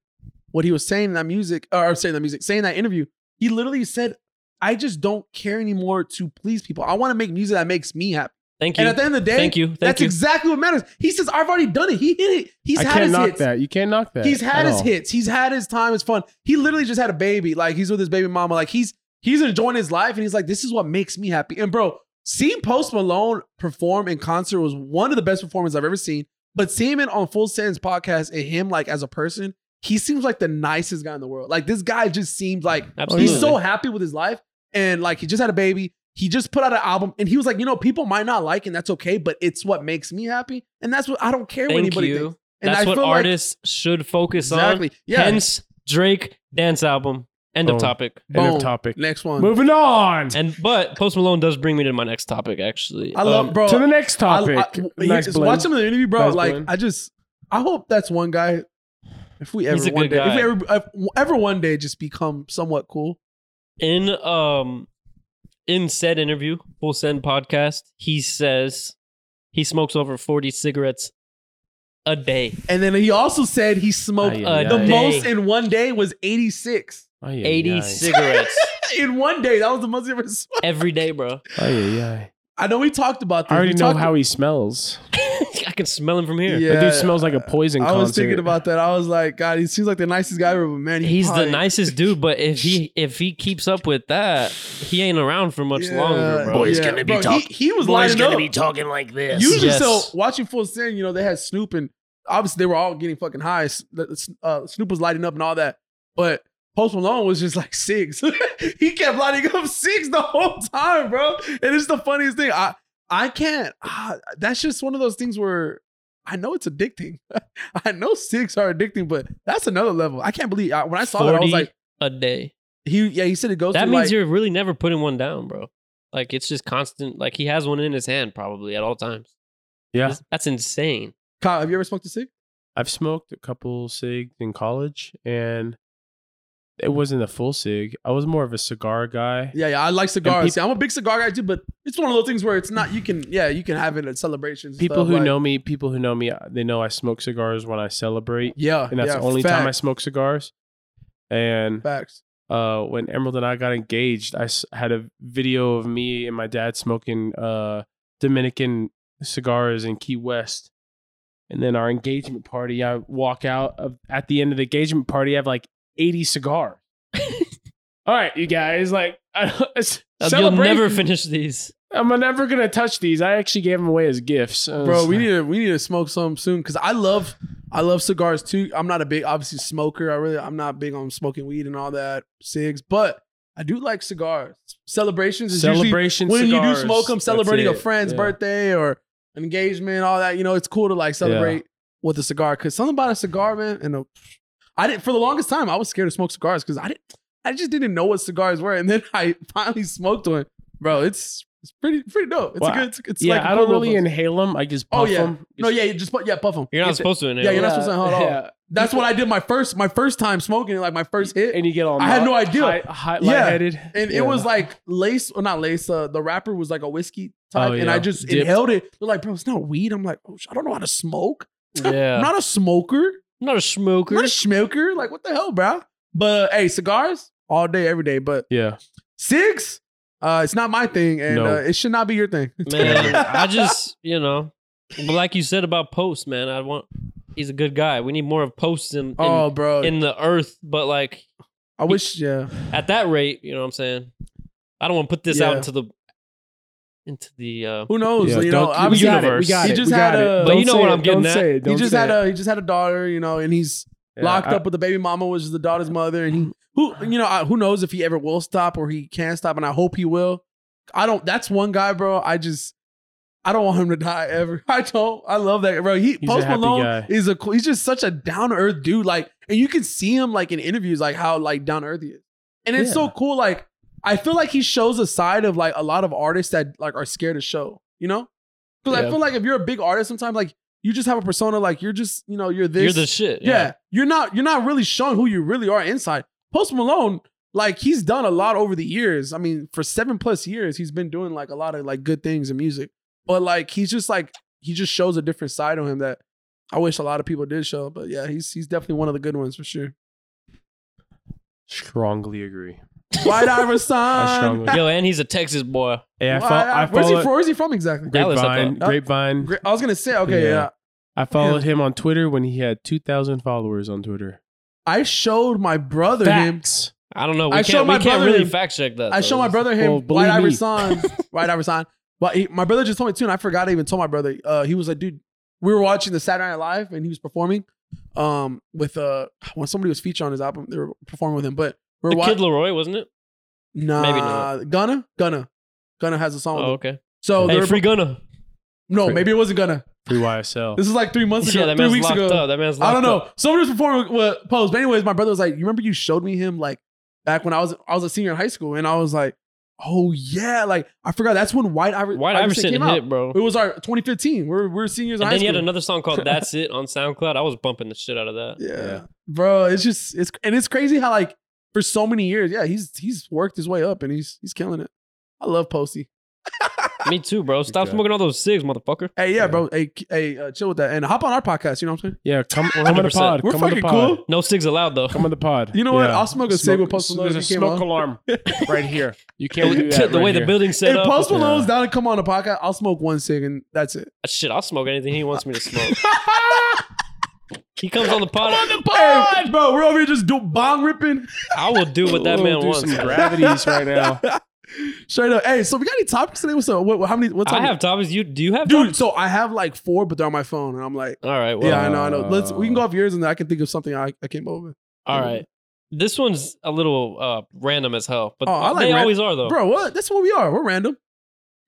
[SPEAKER 1] what he was saying in that music, or saying that music, saying that interview. He literally said, "I just don't care anymore to please people. I want to make music that makes me happy."
[SPEAKER 2] Thank
[SPEAKER 1] And
[SPEAKER 2] you.
[SPEAKER 1] at the end of the day,
[SPEAKER 2] Thank you. Thank
[SPEAKER 1] that's
[SPEAKER 2] you.
[SPEAKER 1] exactly what matters. He says, "I've already done it. He hit it. He's
[SPEAKER 3] I
[SPEAKER 1] had
[SPEAKER 3] can't
[SPEAKER 1] his
[SPEAKER 3] knock
[SPEAKER 1] hits.
[SPEAKER 3] that. You can't knock that.
[SPEAKER 1] He's had
[SPEAKER 3] at
[SPEAKER 1] his
[SPEAKER 3] all.
[SPEAKER 1] hits. He's had his time. It's fun. He literally just had a baby. Like he's with his baby mama. Like he's he's enjoying his life, and he's like, this is what makes me happy. And bro, seeing Post Malone perform in concert was one of the best performances I've ever seen. But seeing him on Full Sentence podcast and him like as a person, he seems like the nicest guy in the world. Like this guy just seems like
[SPEAKER 2] Absolutely.
[SPEAKER 1] he's so happy with his life, and like he just had a baby. He just put out an album, and he was like, you know, people might not like, it, and that's okay. But it's what makes me happy, and that's what I don't care what
[SPEAKER 2] Thank
[SPEAKER 1] anybody
[SPEAKER 2] you.
[SPEAKER 1] thinks. And
[SPEAKER 2] That's
[SPEAKER 1] I
[SPEAKER 2] what
[SPEAKER 1] feel like-
[SPEAKER 2] artists should focus
[SPEAKER 1] exactly.
[SPEAKER 2] on. Hence Drake dance album. End
[SPEAKER 3] Oh.
[SPEAKER 2] of topic.
[SPEAKER 3] End
[SPEAKER 1] Boom.
[SPEAKER 3] of topic.
[SPEAKER 1] Next one.
[SPEAKER 3] Moving on.
[SPEAKER 2] And but Post Malone does bring me to my next topic actually. Um,
[SPEAKER 1] I love, bro.
[SPEAKER 3] to the next
[SPEAKER 1] I- I-
[SPEAKER 3] topic.
[SPEAKER 1] he-
[SPEAKER 3] nice
[SPEAKER 1] just
[SPEAKER 3] blend.
[SPEAKER 1] watch him in the interview, bro.
[SPEAKER 3] Nice
[SPEAKER 1] like,
[SPEAKER 3] blend.
[SPEAKER 1] I just, I hope that's one guy. If we ever
[SPEAKER 2] He's a
[SPEAKER 1] one day,
[SPEAKER 2] good
[SPEAKER 1] if
[SPEAKER 2] guy.
[SPEAKER 1] we ever, if- ever one day just become somewhat cool.
[SPEAKER 2] in um in said interview, Full Send podcast, he says he smokes over 40 cigarettes a day.
[SPEAKER 1] And then he also said he smoked
[SPEAKER 3] Aye,
[SPEAKER 2] uh,
[SPEAKER 1] the
[SPEAKER 2] aye,
[SPEAKER 1] most
[SPEAKER 2] aye.
[SPEAKER 1] in one day was 86.
[SPEAKER 3] Ay, ay,
[SPEAKER 2] 80
[SPEAKER 3] ay.
[SPEAKER 2] cigarettes
[SPEAKER 1] In one day, that was the most he ever smoked.
[SPEAKER 2] every day, bro.
[SPEAKER 3] Ay, ay, ay.
[SPEAKER 1] I know we talked about
[SPEAKER 3] I
[SPEAKER 1] this.
[SPEAKER 3] already
[SPEAKER 1] We
[SPEAKER 3] know
[SPEAKER 1] talked-
[SPEAKER 3] how he smells.
[SPEAKER 2] I can smell him from here.
[SPEAKER 1] Yeah,
[SPEAKER 3] That dude smells like a poison
[SPEAKER 1] I
[SPEAKER 3] concert.
[SPEAKER 1] was thinking about that. I was like, God, he seems like the nicest guy ever, but man, he
[SPEAKER 2] He's the
[SPEAKER 1] probably-
[SPEAKER 2] nicest dude, but if he if he keeps up with that, he ain't around for much
[SPEAKER 1] Yeah,
[SPEAKER 2] longer, bro.
[SPEAKER 4] Boy's gonna be
[SPEAKER 1] Bro,
[SPEAKER 4] talk-
[SPEAKER 1] He, he was
[SPEAKER 4] Boy's
[SPEAKER 1] lining
[SPEAKER 4] gonna
[SPEAKER 1] up.
[SPEAKER 4] be talking like this.
[SPEAKER 1] Usually,
[SPEAKER 2] Yes.
[SPEAKER 1] so watching Full Sin, you know, they had Snoop and obviously they were all getting fucking high. S- uh, Snoop was lighting up and all that. But Post Malone was just like six. he kept lighting up six the whole time, bro. And it's the funniest thing. I I can't. ah, that's just one of those things where I know it's addicting. I know six are addicting, but that's another level. I can't believe I, when I saw that I was
[SPEAKER 2] 40
[SPEAKER 1] like,
[SPEAKER 2] a day.
[SPEAKER 1] he yeah, he said it goes.
[SPEAKER 2] That
[SPEAKER 1] to
[SPEAKER 2] means
[SPEAKER 1] like,
[SPEAKER 2] you're really never putting one down, bro. Like it's just constant. Like he has one in his hand probably at all times.
[SPEAKER 3] Yeah.
[SPEAKER 2] That's, that's insane.
[SPEAKER 1] Kyle, have you ever smoked a cig?
[SPEAKER 3] I've smoked a couple cigs in college and it wasn't a full cig. I was more of a cigar guy.
[SPEAKER 1] Yeah, yeah. I like cigars.
[SPEAKER 3] peop-
[SPEAKER 1] See, I'm a big cigar guy too, but it's one of those things where it's not. You can yeah, you can have it at celebrations. and
[SPEAKER 3] People
[SPEAKER 1] stuff,
[SPEAKER 3] who
[SPEAKER 1] like-
[SPEAKER 3] know me, people who know me, uh, they know I smoke cigars when I celebrate.
[SPEAKER 1] Yeah,
[SPEAKER 3] And that's
[SPEAKER 1] yeah,
[SPEAKER 3] the only time I
[SPEAKER 1] facts,
[SPEAKER 3] smoke cigars. And
[SPEAKER 1] facts.
[SPEAKER 3] uh, when Emerald and I got engaged, I s- had a video of me and my dad smoking uh, Dominican cigars in Key West. And then our engagement party, I walk out of, at the end of the engagement party, I have like 80 cigars. All right, you guys, like, I, it's
[SPEAKER 2] Uh, You'll
[SPEAKER 3] celebrate.
[SPEAKER 2] never finish these.
[SPEAKER 3] I'm never going to touch these. I actually gave them away as gifts. Uh, I was
[SPEAKER 1] bro we
[SPEAKER 3] like-
[SPEAKER 1] need to we need to smoke some soon because i love i love cigars too i'm not a big obviously smoker i really i'm not big on smoking weed and all that cigs but i do like cigars celebrations is usually
[SPEAKER 3] celebration
[SPEAKER 1] when you do
[SPEAKER 3] cigars.
[SPEAKER 1] smoke them
[SPEAKER 3] That's
[SPEAKER 1] celebrating a
[SPEAKER 3] it.
[SPEAKER 1] friend's
[SPEAKER 3] Yeah.
[SPEAKER 1] birthday or an engagement all that you know it's cool to like celebrate with a cigar because something about a cigar man and a, i didn't for the longest time i was scared to smoke cigars because i didn't i just didn't know what cigars were and then i finally smoked one bro it's it's pretty pretty dope it's
[SPEAKER 3] Wow.
[SPEAKER 1] a good it's, it's
[SPEAKER 3] yeah,
[SPEAKER 1] like a
[SPEAKER 3] I
[SPEAKER 1] cool
[SPEAKER 3] don't
[SPEAKER 1] little
[SPEAKER 3] really
[SPEAKER 1] buzz.
[SPEAKER 3] inhale them. I just
[SPEAKER 1] Oh,
[SPEAKER 3] puff
[SPEAKER 1] yeah.
[SPEAKER 3] them.
[SPEAKER 1] No, yeah, you just put yeah, puff them.
[SPEAKER 2] You're not
[SPEAKER 3] It's-
[SPEAKER 2] supposed to inhale.
[SPEAKER 1] yeah, you're not supposed to hold on. That's
[SPEAKER 3] You-
[SPEAKER 1] what I did my first my first time smoking, like my first hit, and,
[SPEAKER 3] and you get all.
[SPEAKER 1] I had no idea.
[SPEAKER 3] High, high,
[SPEAKER 1] Yeah.
[SPEAKER 3] lightheaded. Yeah.
[SPEAKER 1] it was like lace or not lace. Uh, the wrapper was like a whiskey type,
[SPEAKER 3] Oh,
[SPEAKER 1] and I
[SPEAKER 3] yeah.
[SPEAKER 1] just
[SPEAKER 3] Dipped.
[SPEAKER 1] inhaled it. They're like, bro, it's not weed. I'm like, oh, sh- I don't know how to smoke.
[SPEAKER 2] yeah.
[SPEAKER 1] I'm
[SPEAKER 2] not,
[SPEAKER 1] not a smoker.
[SPEAKER 2] a smoker.
[SPEAKER 1] I'm not a smoker. Like, what the hell, bro? But hey, cigars all day, every day. But
[SPEAKER 3] yeah.
[SPEAKER 1] six, uh, it's not my thing, and
[SPEAKER 3] No.
[SPEAKER 1] uh, it should not be your thing.
[SPEAKER 2] man, I just, you know, but like you said about Post, man, I want, he's a good guy. We need more of Posts in, in,
[SPEAKER 1] oh, bro,
[SPEAKER 2] in the earth, but like
[SPEAKER 1] I wish. Yeah,
[SPEAKER 2] at that rate, you know what I'm saying? I don't want to put this out
[SPEAKER 1] Yeah.
[SPEAKER 2] into the, into the, uh,
[SPEAKER 1] who knows?
[SPEAKER 3] Yeah,
[SPEAKER 1] you
[SPEAKER 3] don't-
[SPEAKER 1] know, obviously,
[SPEAKER 2] got it, we got
[SPEAKER 1] he
[SPEAKER 2] it,
[SPEAKER 1] just had a.
[SPEAKER 2] But you know what I'm getting at.
[SPEAKER 1] He just had a. He just had a daughter, you know, and he's locked up with the baby mama, which is the daughter's mother, and he who you know I, who knows if he ever will stop or he can stop, and I hope he will. I don't. That's one guy, bro. I just I don't want him to die ever. I don't. I love that, bro. He
[SPEAKER 3] a
[SPEAKER 1] Post
[SPEAKER 3] happy
[SPEAKER 1] Malone
[SPEAKER 3] guy.
[SPEAKER 1] is a cool- he's just such a down to earth dude. Like, and you can see him like in interviews, like how like down to earth he is, and it's so cool. Like, I feel like he shows a side of like a lot of artists that like are scared to show. You know, because I
[SPEAKER 3] Yeah.
[SPEAKER 1] feel like if you're a big artist, sometimes like you just have a persona, like you're just you know you're this
[SPEAKER 2] you're the shit.
[SPEAKER 1] yeah. you're not you're not really showing who you really are inside. Post Malone, like he's done a lot over the years. I mean, for seven plus years, he's been doing like a lot of like good things in music. But like he's just like he just shows a different side on him that I wish a lot of people did show. But yeah, he's he's definitely one of the good ones for sure.
[SPEAKER 3] Strongly agree.
[SPEAKER 1] White
[SPEAKER 3] I
[SPEAKER 1] Iverson.
[SPEAKER 3] strongly.
[SPEAKER 2] Yo, and he's a Texas boy.
[SPEAKER 3] Hey, I, fo-
[SPEAKER 1] Why-
[SPEAKER 3] I
[SPEAKER 1] where's he
[SPEAKER 3] followed
[SPEAKER 1] from? Where's he from exactly?
[SPEAKER 2] Dallas, I
[SPEAKER 3] Grapevine.
[SPEAKER 1] thought.
[SPEAKER 3] Grapevine.
[SPEAKER 1] Gra- I was gonna say okay,
[SPEAKER 3] Yeah.
[SPEAKER 1] yeah.
[SPEAKER 3] I followed him on Twitter when he had two thousand followers on Twitter.
[SPEAKER 1] I showed my brother him.
[SPEAKER 3] Facts.
[SPEAKER 2] I don't know. We
[SPEAKER 1] I showed
[SPEAKER 2] can't,
[SPEAKER 1] my
[SPEAKER 2] we can't
[SPEAKER 1] brother
[SPEAKER 2] really
[SPEAKER 1] him.
[SPEAKER 2] fact check that.
[SPEAKER 1] I
[SPEAKER 2] though.
[SPEAKER 1] show my brother him
[SPEAKER 3] Well,
[SPEAKER 1] White
[SPEAKER 3] believe me.
[SPEAKER 1] Iverson, White Iverson. But he, my brother just told me too, and I forgot I even told my brother. Uh, he was like, dude, we were watching the Saturday Night Live, and he was performing. Um, with uh, when somebody was featured on his album, they were performing with him. But we
[SPEAKER 2] The
[SPEAKER 1] we're
[SPEAKER 2] Kid
[SPEAKER 1] watching.
[SPEAKER 2] Leroy, wasn't it?
[SPEAKER 1] Nah,
[SPEAKER 2] maybe
[SPEAKER 1] maybe
[SPEAKER 2] not.
[SPEAKER 1] not. Gunna, Gunna, Gunna has a song. with
[SPEAKER 2] Oh,
[SPEAKER 1] him.
[SPEAKER 2] okay.
[SPEAKER 1] So they
[SPEAKER 2] hey,
[SPEAKER 1] were-
[SPEAKER 2] free gunner.
[SPEAKER 1] no, maybe it wasn't Gunna.
[SPEAKER 3] Free YSL.
[SPEAKER 1] This is like three months ago,
[SPEAKER 2] Yeah, that
[SPEAKER 1] three
[SPEAKER 2] man's
[SPEAKER 1] weeks
[SPEAKER 2] locked
[SPEAKER 1] ago.
[SPEAKER 2] up. That man's
[SPEAKER 1] I don't
[SPEAKER 2] locked
[SPEAKER 1] know.
[SPEAKER 2] up.
[SPEAKER 1] Somebody was performing with Pose. But anyways, my brother was like, "You remember you showed me him like back when I was I was a senior in high school, and I was like, oh yeah, like I forgot that's when White, Iver-
[SPEAKER 2] White Iverson hit,
[SPEAKER 1] came out.
[SPEAKER 2] bro.
[SPEAKER 1] It was our 2015. We're we're seniors in
[SPEAKER 2] And
[SPEAKER 1] high
[SPEAKER 2] then he
[SPEAKER 1] school.
[SPEAKER 2] had another song called "That's It" on SoundCloud. I was bumping the shit out of that.
[SPEAKER 1] yeah.
[SPEAKER 3] Yeah.
[SPEAKER 1] bro. It's just it's and it's crazy how like for so many years, yeah, he's he's worked his way up and he's he's killing it. I love Posty.
[SPEAKER 2] Me too, bro. Stop
[SPEAKER 3] Okay.
[SPEAKER 2] smoking all those cigs, motherfucker.
[SPEAKER 1] Hey, yeah,
[SPEAKER 3] Yeah.
[SPEAKER 1] bro. Hey, k- hey, uh, chill with that and hop on our podcast. You know what I'm saying?
[SPEAKER 3] Yeah, come, come on the
[SPEAKER 2] 100%.
[SPEAKER 3] pod.
[SPEAKER 1] We're
[SPEAKER 3] come on the
[SPEAKER 1] fucking
[SPEAKER 3] pod.
[SPEAKER 1] cool.
[SPEAKER 2] No cigs allowed though.
[SPEAKER 3] Come on the pod.
[SPEAKER 1] You know what?
[SPEAKER 3] Yeah.
[SPEAKER 1] I'll smoke a cig with Post Malone
[SPEAKER 3] There's a
[SPEAKER 1] if he came
[SPEAKER 3] smoke
[SPEAKER 1] on.
[SPEAKER 3] alarm right here. You can't do
[SPEAKER 2] the
[SPEAKER 3] that.
[SPEAKER 2] way
[SPEAKER 3] right
[SPEAKER 2] the
[SPEAKER 3] here.
[SPEAKER 2] building's set
[SPEAKER 1] If
[SPEAKER 2] up.
[SPEAKER 1] Post
[SPEAKER 3] Yeah.
[SPEAKER 1] Malone's down to come on a podcast, I'll smoke one cig and that's it.
[SPEAKER 2] Shit, I'll smoke anything he wants me to smoke. he comes on the pod.
[SPEAKER 1] Hey, bro, we're over here just do bong ripping.
[SPEAKER 2] I will do what that
[SPEAKER 3] We'll
[SPEAKER 2] man
[SPEAKER 3] do
[SPEAKER 2] wants.
[SPEAKER 3] Some gravities right now.
[SPEAKER 1] Straight up. Hey, so we got any topics today? What's up? What, how many? What
[SPEAKER 2] I
[SPEAKER 1] topic?
[SPEAKER 2] have topics. You do you have
[SPEAKER 1] dude.
[SPEAKER 2] topics?
[SPEAKER 1] So I have like four, but they're on my phone, and I'm like,
[SPEAKER 2] All right. Well,
[SPEAKER 1] yeah, I know, I know. Let's we can go
[SPEAKER 3] Wow.
[SPEAKER 1] off yours, and then I can think of something I, I came over.
[SPEAKER 2] all right. This one's a little uh, random as hell, but
[SPEAKER 1] Oh, I like
[SPEAKER 2] they
[SPEAKER 1] ran-
[SPEAKER 2] always are though.
[SPEAKER 1] Bro, what? That's what we are. We're random.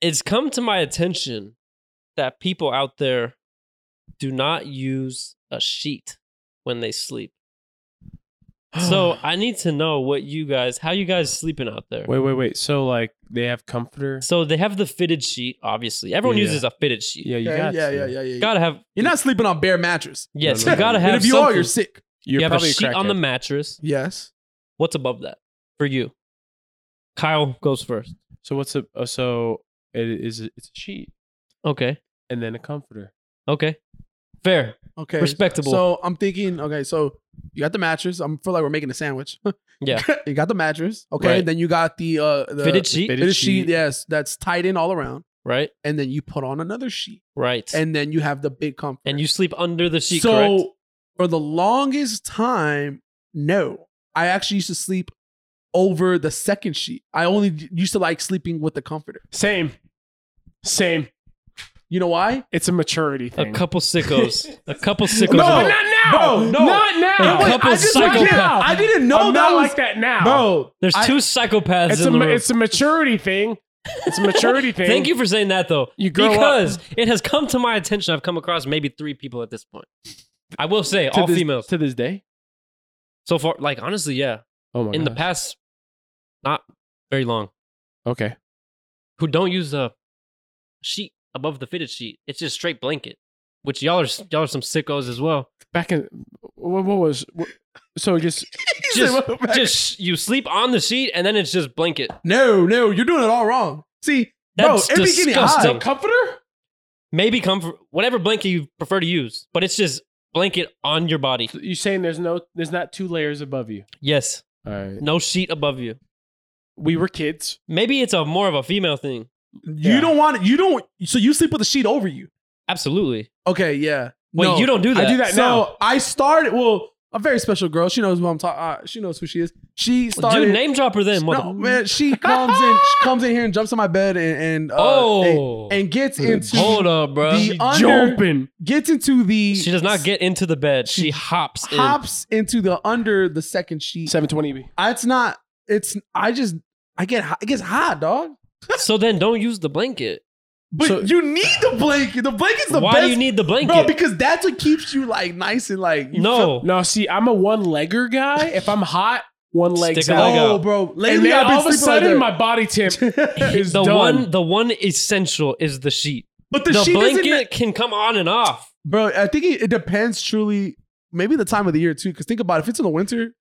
[SPEAKER 2] It's come to my attention that people out there do not use a sheet when they sleep. So I need to know what you guys, how you guys sleeping out there.
[SPEAKER 3] Wait, wait, wait. So like they have comforter.
[SPEAKER 2] So they have the fitted sheet, obviously. Everyone
[SPEAKER 3] Yeah.
[SPEAKER 2] uses a fitted sheet.
[SPEAKER 3] Yeah, you
[SPEAKER 1] yeah,
[SPEAKER 3] got
[SPEAKER 1] yeah,
[SPEAKER 3] to.
[SPEAKER 1] yeah, yeah, yeah.
[SPEAKER 2] Gotta have
[SPEAKER 1] You're not sleeping on bare mattress.
[SPEAKER 2] yes,
[SPEAKER 3] No, no,
[SPEAKER 2] you gotta
[SPEAKER 3] no.
[SPEAKER 2] have
[SPEAKER 1] and if you
[SPEAKER 2] something.
[SPEAKER 1] are, you're sick.
[SPEAKER 3] You're
[SPEAKER 2] you have a
[SPEAKER 3] probably
[SPEAKER 2] sheet on the mattress.
[SPEAKER 1] Yes.
[SPEAKER 2] What's above that for you? Kyle goes first.
[SPEAKER 3] So what's a uh, so it is it's a sheet
[SPEAKER 2] Okay.
[SPEAKER 3] and then a comforter.
[SPEAKER 2] Okay. Fair.
[SPEAKER 1] Okay.
[SPEAKER 2] Respectable.
[SPEAKER 1] So I'm thinking, okay, so you got the mattress. I'm feel like we're making a sandwich.
[SPEAKER 2] Yeah.
[SPEAKER 1] you got the mattress. Okay.
[SPEAKER 2] Right.
[SPEAKER 1] Then you got the uh the
[SPEAKER 2] fitted sheet.
[SPEAKER 3] fitted
[SPEAKER 1] fitted sheet.
[SPEAKER 3] sheet.
[SPEAKER 1] Yes, that's tied in all around.
[SPEAKER 2] Right.
[SPEAKER 1] And then you put on another sheet.
[SPEAKER 2] Right. And,
[SPEAKER 1] And then you have the big comfort.
[SPEAKER 2] you sleep under the sheet,
[SPEAKER 1] so
[SPEAKER 2] correct?
[SPEAKER 1] for the longest time, no. I actually used to sleep over the second sheet. I only d- used to like sleeping with the comforter.
[SPEAKER 3] Same, same.
[SPEAKER 1] You know why?
[SPEAKER 3] It's a maturity
[SPEAKER 2] A
[SPEAKER 3] thing.
[SPEAKER 2] couple sickos. a couple sickos.
[SPEAKER 1] No,
[SPEAKER 2] out-
[SPEAKER 1] but
[SPEAKER 3] not now.
[SPEAKER 1] Bro, no.
[SPEAKER 3] not now.
[SPEAKER 2] A
[SPEAKER 1] Wait,
[SPEAKER 2] couple
[SPEAKER 1] I just like-
[SPEAKER 2] psychopaths.
[SPEAKER 1] yeah, I didn't know
[SPEAKER 3] I'm
[SPEAKER 1] that
[SPEAKER 3] not
[SPEAKER 1] was
[SPEAKER 3] like that now,
[SPEAKER 1] bro.
[SPEAKER 2] There's
[SPEAKER 1] I-
[SPEAKER 2] two psychopaths
[SPEAKER 3] It's a
[SPEAKER 2] in the
[SPEAKER 3] ma-
[SPEAKER 2] room.
[SPEAKER 3] it's a maturity thing. It's a maturity thing.
[SPEAKER 2] Thank you for saying that though.
[SPEAKER 3] You grow up.
[SPEAKER 2] because it has come to my attention. I've come across maybe three people at this point. I will say
[SPEAKER 3] to
[SPEAKER 2] all
[SPEAKER 3] this,
[SPEAKER 2] females.
[SPEAKER 3] to this day.
[SPEAKER 2] So far, like honestly, yeah.
[SPEAKER 3] Oh my
[SPEAKER 2] in the
[SPEAKER 3] gosh.
[SPEAKER 2] past, not very long,
[SPEAKER 3] Okay.
[SPEAKER 2] who don't use the sheet above the fitted sheet. It's just straight blanket, which y'all
[SPEAKER 1] Eh.
[SPEAKER 2] are y'all are some sickos as well.
[SPEAKER 3] Back in what, what was what, so just
[SPEAKER 1] He said,
[SPEAKER 2] Just,
[SPEAKER 1] "What the fuck?"
[SPEAKER 2] just you sleep on the sheet and then it's just blanket.
[SPEAKER 1] no, no, you're doing it all wrong. See,
[SPEAKER 2] That's
[SPEAKER 1] bro, it be getting
[SPEAKER 2] disgusting.
[SPEAKER 1] hot.
[SPEAKER 2] The
[SPEAKER 3] comforter?
[SPEAKER 2] Maybe comfort, whatever blanket you prefer to use, but it's just blanket on your body.
[SPEAKER 3] You saying there's no there's not two layers above you.
[SPEAKER 2] Yes,
[SPEAKER 3] All right.
[SPEAKER 2] no sheet above you.
[SPEAKER 3] We were kids.
[SPEAKER 2] Maybe it's a more of a female thing.
[SPEAKER 1] You don't want it. You don't. So you sleep with a sheet over you.
[SPEAKER 2] Absolutely.
[SPEAKER 1] Okay, yeah.
[SPEAKER 2] Wait,
[SPEAKER 1] No.
[SPEAKER 2] you don't do
[SPEAKER 3] I
[SPEAKER 2] that.
[SPEAKER 3] do that
[SPEAKER 1] So
[SPEAKER 3] now.
[SPEAKER 1] I started. Well, a very special girl. She knows what I'm talking. Uh, she knows who she is. She started.
[SPEAKER 2] Dude, name dropper then. mother-
[SPEAKER 1] no, man, she comes in. She comes in here and jumps on my bed and and uh, and,
[SPEAKER 2] oh,
[SPEAKER 1] and gets into
[SPEAKER 2] hold up, bro.
[SPEAKER 1] the
[SPEAKER 2] She,
[SPEAKER 1] under
[SPEAKER 3] Jumping.
[SPEAKER 1] gets into the
[SPEAKER 2] does not get into the bed. She,
[SPEAKER 1] She
[SPEAKER 2] hops.
[SPEAKER 1] hops into the under the second sheet.
[SPEAKER 3] 720B.
[SPEAKER 1] It's not. It's I just I get hot- it gets hot, dog.
[SPEAKER 2] in. So then, don't use the blanket.
[SPEAKER 1] But
[SPEAKER 3] So-
[SPEAKER 1] you need the blanket. The blanket's the
[SPEAKER 2] Why
[SPEAKER 1] best,
[SPEAKER 2] do you need the blanket?
[SPEAKER 1] bro, because that's what keeps you like nice and like you
[SPEAKER 2] no,
[SPEAKER 3] No, see, I'm a one legger guy. If I'm hot, one leg's
[SPEAKER 2] Stick a
[SPEAKER 1] Feel,
[SPEAKER 2] leg
[SPEAKER 3] out.
[SPEAKER 1] oh,
[SPEAKER 2] out.
[SPEAKER 1] bro.
[SPEAKER 3] and
[SPEAKER 1] Lately,
[SPEAKER 3] then
[SPEAKER 1] I've been
[SPEAKER 3] all of a sudden,
[SPEAKER 1] sleeping
[SPEAKER 3] my body temp
[SPEAKER 1] like that.
[SPEAKER 3] is
[SPEAKER 2] the
[SPEAKER 3] done.
[SPEAKER 2] one, the one essential is the sheet.
[SPEAKER 1] but the,
[SPEAKER 2] The,
[SPEAKER 1] sheet isn't,
[SPEAKER 2] blanket can come on and off.
[SPEAKER 1] bro. I think it, it depends truly. Maybe the time of the year too. Because think about it, if it's in the winter.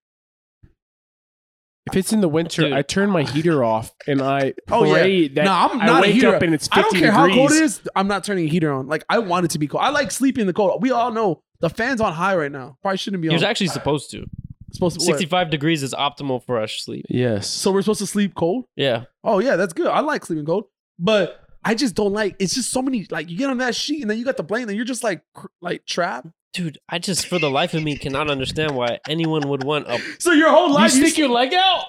[SPEAKER 3] If it's in the winter,
[SPEAKER 2] Dude.
[SPEAKER 3] I turn my heater off and I
[SPEAKER 1] Oh
[SPEAKER 3] pray
[SPEAKER 1] yeah,
[SPEAKER 3] that
[SPEAKER 1] nah, I'm
[SPEAKER 3] I
[SPEAKER 1] not a
[SPEAKER 3] wake
[SPEAKER 1] heater.
[SPEAKER 3] up and it's 50
[SPEAKER 1] I don't care
[SPEAKER 3] degrees.
[SPEAKER 1] how cold it is. I'm not turning a heater on. Like I want it to be cold. I like sleeping in the cold. We all know the fan's on high right now. Probably shouldn't be on.
[SPEAKER 2] You're actually supposed to.
[SPEAKER 1] supposed to what?
[SPEAKER 2] Sixty-five degrees is optimal for us sleep.
[SPEAKER 3] Yes.
[SPEAKER 1] So we're supposed to sleep cold.
[SPEAKER 2] Yeah,
[SPEAKER 1] Oh yeah, that's good. I like sleeping cold, but I just don't like. It's just so many. Like you get on that sheet and then you got the blanket, and you're just like cr- like trapped.
[SPEAKER 2] dude. I just, for the life of me, cannot understand why anyone would want a.
[SPEAKER 1] So your whole
[SPEAKER 3] you
[SPEAKER 1] life, you
[SPEAKER 3] stick your leg out?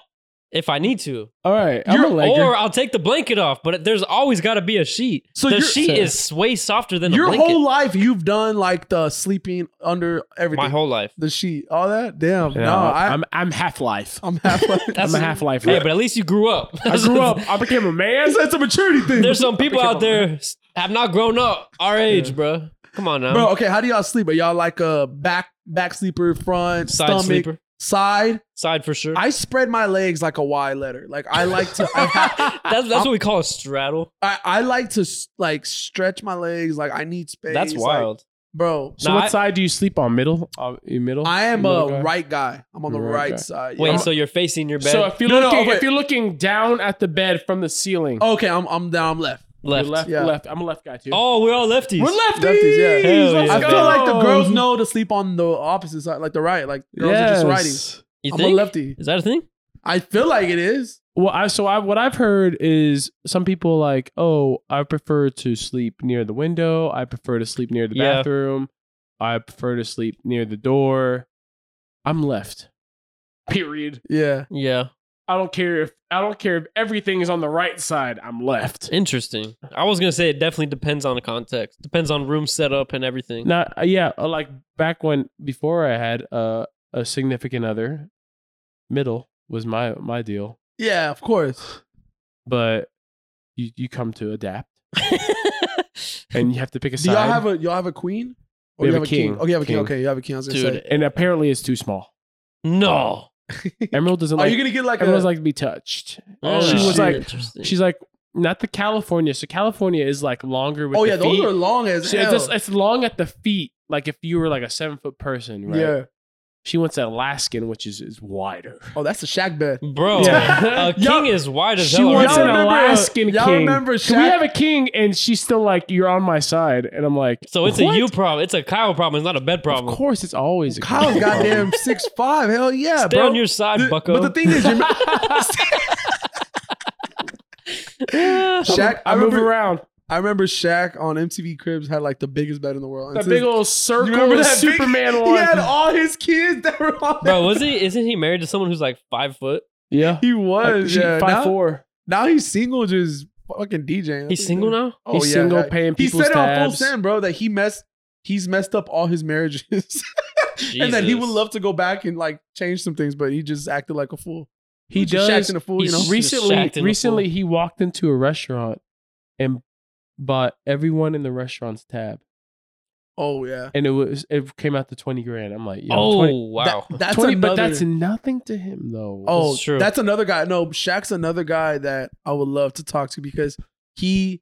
[SPEAKER 2] If I need to,
[SPEAKER 3] All right. I'm
[SPEAKER 2] You're-
[SPEAKER 3] a legger.
[SPEAKER 2] or I'll take the blanket off. But there's always got to be a sheet.
[SPEAKER 1] So
[SPEAKER 2] the
[SPEAKER 1] you're-
[SPEAKER 2] sheet
[SPEAKER 1] so-
[SPEAKER 2] is way softer than
[SPEAKER 1] your
[SPEAKER 2] a blanket.
[SPEAKER 1] whole life you've done like the sleeping under everything,
[SPEAKER 2] My whole life.
[SPEAKER 1] the sheet, all that. Damn,
[SPEAKER 3] Yeah,
[SPEAKER 1] no, I, I'm
[SPEAKER 3] I'm I'm half life.
[SPEAKER 1] I'm half.
[SPEAKER 3] I'm
[SPEAKER 1] That's
[SPEAKER 3] a half life.
[SPEAKER 2] Hey, but at least you grew up.
[SPEAKER 3] I grew up. I became a man.
[SPEAKER 1] it's, it's a maturity thing.
[SPEAKER 2] There's some people out there s- have not grown up our age, bro. Come on now,
[SPEAKER 1] bro. Okay, how do y'all sleep? Are y'all like a back back sleeper, front
[SPEAKER 2] Side
[SPEAKER 1] stomach,
[SPEAKER 2] sleeper,
[SPEAKER 1] side?
[SPEAKER 2] side for sure.
[SPEAKER 1] I spread my legs like a Y letter. Like I like to. I have-
[SPEAKER 2] that's that's what we call a straddle.
[SPEAKER 1] I, I like to s- like stretch my legs. Like I need space.
[SPEAKER 2] That's
[SPEAKER 1] like,
[SPEAKER 2] wild.
[SPEAKER 1] bro.
[SPEAKER 3] So
[SPEAKER 2] Nah,
[SPEAKER 3] what
[SPEAKER 2] I-
[SPEAKER 3] side do you sleep on? Middle? Uh, you middle?
[SPEAKER 1] I am
[SPEAKER 3] Middle
[SPEAKER 1] a
[SPEAKER 3] guy?
[SPEAKER 1] right guy. I'm on the
[SPEAKER 3] You're a
[SPEAKER 1] right,
[SPEAKER 3] right guy.
[SPEAKER 1] side.
[SPEAKER 2] Wait,
[SPEAKER 1] I'm-
[SPEAKER 2] so you're facing your bed
[SPEAKER 3] So if you're
[SPEAKER 1] No, no,
[SPEAKER 3] looking,
[SPEAKER 1] wait.
[SPEAKER 3] if you're looking down at the bed from the ceiling,
[SPEAKER 1] okay, I'm I'm down. I'm left.
[SPEAKER 3] you're
[SPEAKER 2] left.
[SPEAKER 3] left,
[SPEAKER 1] yeah.
[SPEAKER 3] left. I'm a left guy too.
[SPEAKER 2] Oh, we're all lefties.
[SPEAKER 3] We're lefties.
[SPEAKER 1] Lefties, yeah.
[SPEAKER 2] Hell
[SPEAKER 3] Let's
[SPEAKER 1] I
[SPEAKER 2] yeah.
[SPEAKER 1] feel
[SPEAKER 3] go.
[SPEAKER 1] like the girls know to sleep on the opposite side, like the right. Like girls are just
[SPEAKER 3] Yes.
[SPEAKER 2] you
[SPEAKER 1] righty. I'm
[SPEAKER 2] think?
[SPEAKER 1] a lefty.
[SPEAKER 2] Is that a thing?
[SPEAKER 1] I feel like it is.
[SPEAKER 3] Well, I so I what I've heard is some people like, oh, I prefer to sleep near the window. I prefer to sleep near the
[SPEAKER 2] Yeah.
[SPEAKER 3] bathroom. I prefer to sleep near the door. I'm left. Period.
[SPEAKER 1] Yeah.
[SPEAKER 2] Yeah.
[SPEAKER 3] I don't care if I don't care if everything is on the right side. I'm left.
[SPEAKER 2] Interesting. I was gonna say it definitely depends on the context. Depends on room setup and everything.
[SPEAKER 3] Not uh, yeah, uh, like back when before I had uh, a significant other, middle was my my deal,
[SPEAKER 1] Yeah, of course.
[SPEAKER 3] but you you come to adapt and you have to pick a
[SPEAKER 1] Do y'all
[SPEAKER 3] side.
[SPEAKER 1] have a y'all have a queen?
[SPEAKER 3] We
[SPEAKER 1] you
[SPEAKER 3] have a king.
[SPEAKER 1] Oh, you have a king.
[SPEAKER 3] King.
[SPEAKER 1] Okay, you have a king. I was gonna
[SPEAKER 2] Dude,
[SPEAKER 1] say.
[SPEAKER 3] and apparently it's too small.
[SPEAKER 2] no.
[SPEAKER 3] Emerald doesn't
[SPEAKER 1] Are
[SPEAKER 3] like
[SPEAKER 1] you gonna get like a
[SPEAKER 3] Everyone's like to be touched.
[SPEAKER 1] Oh,
[SPEAKER 3] she was
[SPEAKER 1] shit.
[SPEAKER 3] like,
[SPEAKER 2] Interesting.
[SPEAKER 3] she's like, not the California. So California is like longer with
[SPEAKER 1] Oh
[SPEAKER 3] the
[SPEAKER 1] yeah,
[SPEAKER 3] feet.
[SPEAKER 1] those are long as
[SPEAKER 3] So
[SPEAKER 1] hell.
[SPEAKER 3] it's, it's long at the feet. Like if you were like a seven foot person, right?
[SPEAKER 1] Yeah.
[SPEAKER 3] She wants Alaskan, which is, is wider.
[SPEAKER 1] Oh, that's a shack bed.
[SPEAKER 2] bro,
[SPEAKER 3] Yeah.
[SPEAKER 2] a
[SPEAKER 1] Y'all-
[SPEAKER 2] king is wide as
[SPEAKER 3] She
[SPEAKER 2] hell.
[SPEAKER 3] wants
[SPEAKER 1] Y'all
[SPEAKER 3] an
[SPEAKER 2] already.
[SPEAKER 1] remember,
[SPEAKER 3] Alaskan
[SPEAKER 1] y'all
[SPEAKER 3] king.
[SPEAKER 1] remember
[SPEAKER 3] Can we
[SPEAKER 1] Shaq-
[SPEAKER 3] have a king? And she's still like, you're on my side. And I'm like,
[SPEAKER 2] So it's
[SPEAKER 3] what?
[SPEAKER 2] a you problem. It's a Kyle problem. It's not a bed problem.
[SPEAKER 3] Of course, it's always a
[SPEAKER 1] Kyle's
[SPEAKER 3] king problem.
[SPEAKER 1] goddamn six five. Hell yeah,
[SPEAKER 2] Stay
[SPEAKER 1] bro.
[SPEAKER 2] on your side,
[SPEAKER 1] The-
[SPEAKER 2] Bucko.
[SPEAKER 1] But the thing is, you remember- Shaq. I
[SPEAKER 3] I move
[SPEAKER 1] remember.
[SPEAKER 3] around.
[SPEAKER 1] I remember Shaq on MTV Cribs had like the biggest bed in the world. And
[SPEAKER 3] That
[SPEAKER 1] since-
[SPEAKER 3] big old
[SPEAKER 1] You
[SPEAKER 3] circle
[SPEAKER 1] remember
[SPEAKER 3] with
[SPEAKER 1] that big-
[SPEAKER 3] Superman
[SPEAKER 1] He
[SPEAKER 3] one.
[SPEAKER 1] had all his kids that were on.
[SPEAKER 2] bro, was he? Isn't he married to someone who's like five foot?
[SPEAKER 3] yeah.
[SPEAKER 1] He was.
[SPEAKER 3] Like,
[SPEAKER 1] yeah.
[SPEAKER 3] Five
[SPEAKER 1] now,
[SPEAKER 3] four.
[SPEAKER 1] now he's single, just fucking DJing.
[SPEAKER 2] He's single now.
[SPEAKER 1] Oh,
[SPEAKER 3] He's
[SPEAKER 1] yeah,
[SPEAKER 3] single,
[SPEAKER 1] yeah.
[SPEAKER 3] paying
[SPEAKER 1] He
[SPEAKER 3] people's
[SPEAKER 1] said it on full
[SPEAKER 3] tabs.
[SPEAKER 1] send, bro, that he messed. He's messed up all his marriages, and that he would
[SPEAKER 2] Jesus.
[SPEAKER 1] love to go back and like change some things, but he just acted like a fool.
[SPEAKER 3] He
[SPEAKER 1] just
[SPEAKER 3] does.
[SPEAKER 1] acting a fool, you
[SPEAKER 2] he's
[SPEAKER 1] know.
[SPEAKER 2] just
[SPEAKER 3] recently,
[SPEAKER 2] shacked in a
[SPEAKER 3] recently
[SPEAKER 2] pool.
[SPEAKER 3] he walked into a restaurant and bought everyone in the restaurant's tab,
[SPEAKER 1] Oh yeah,
[SPEAKER 3] and it was it came out to twenty grand. I'm like, yo,
[SPEAKER 2] Oh
[SPEAKER 3] 20
[SPEAKER 2] wow.
[SPEAKER 1] That- that's
[SPEAKER 3] 20
[SPEAKER 1] another.
[SPEAKER 3] but that's nothing to him though.
[SPEAKER 1] oh,
[SPEAKER 2] That's true.
[SPEAKER 1] that's another guy. No, Shaq's another guy that I would love to talk to because he,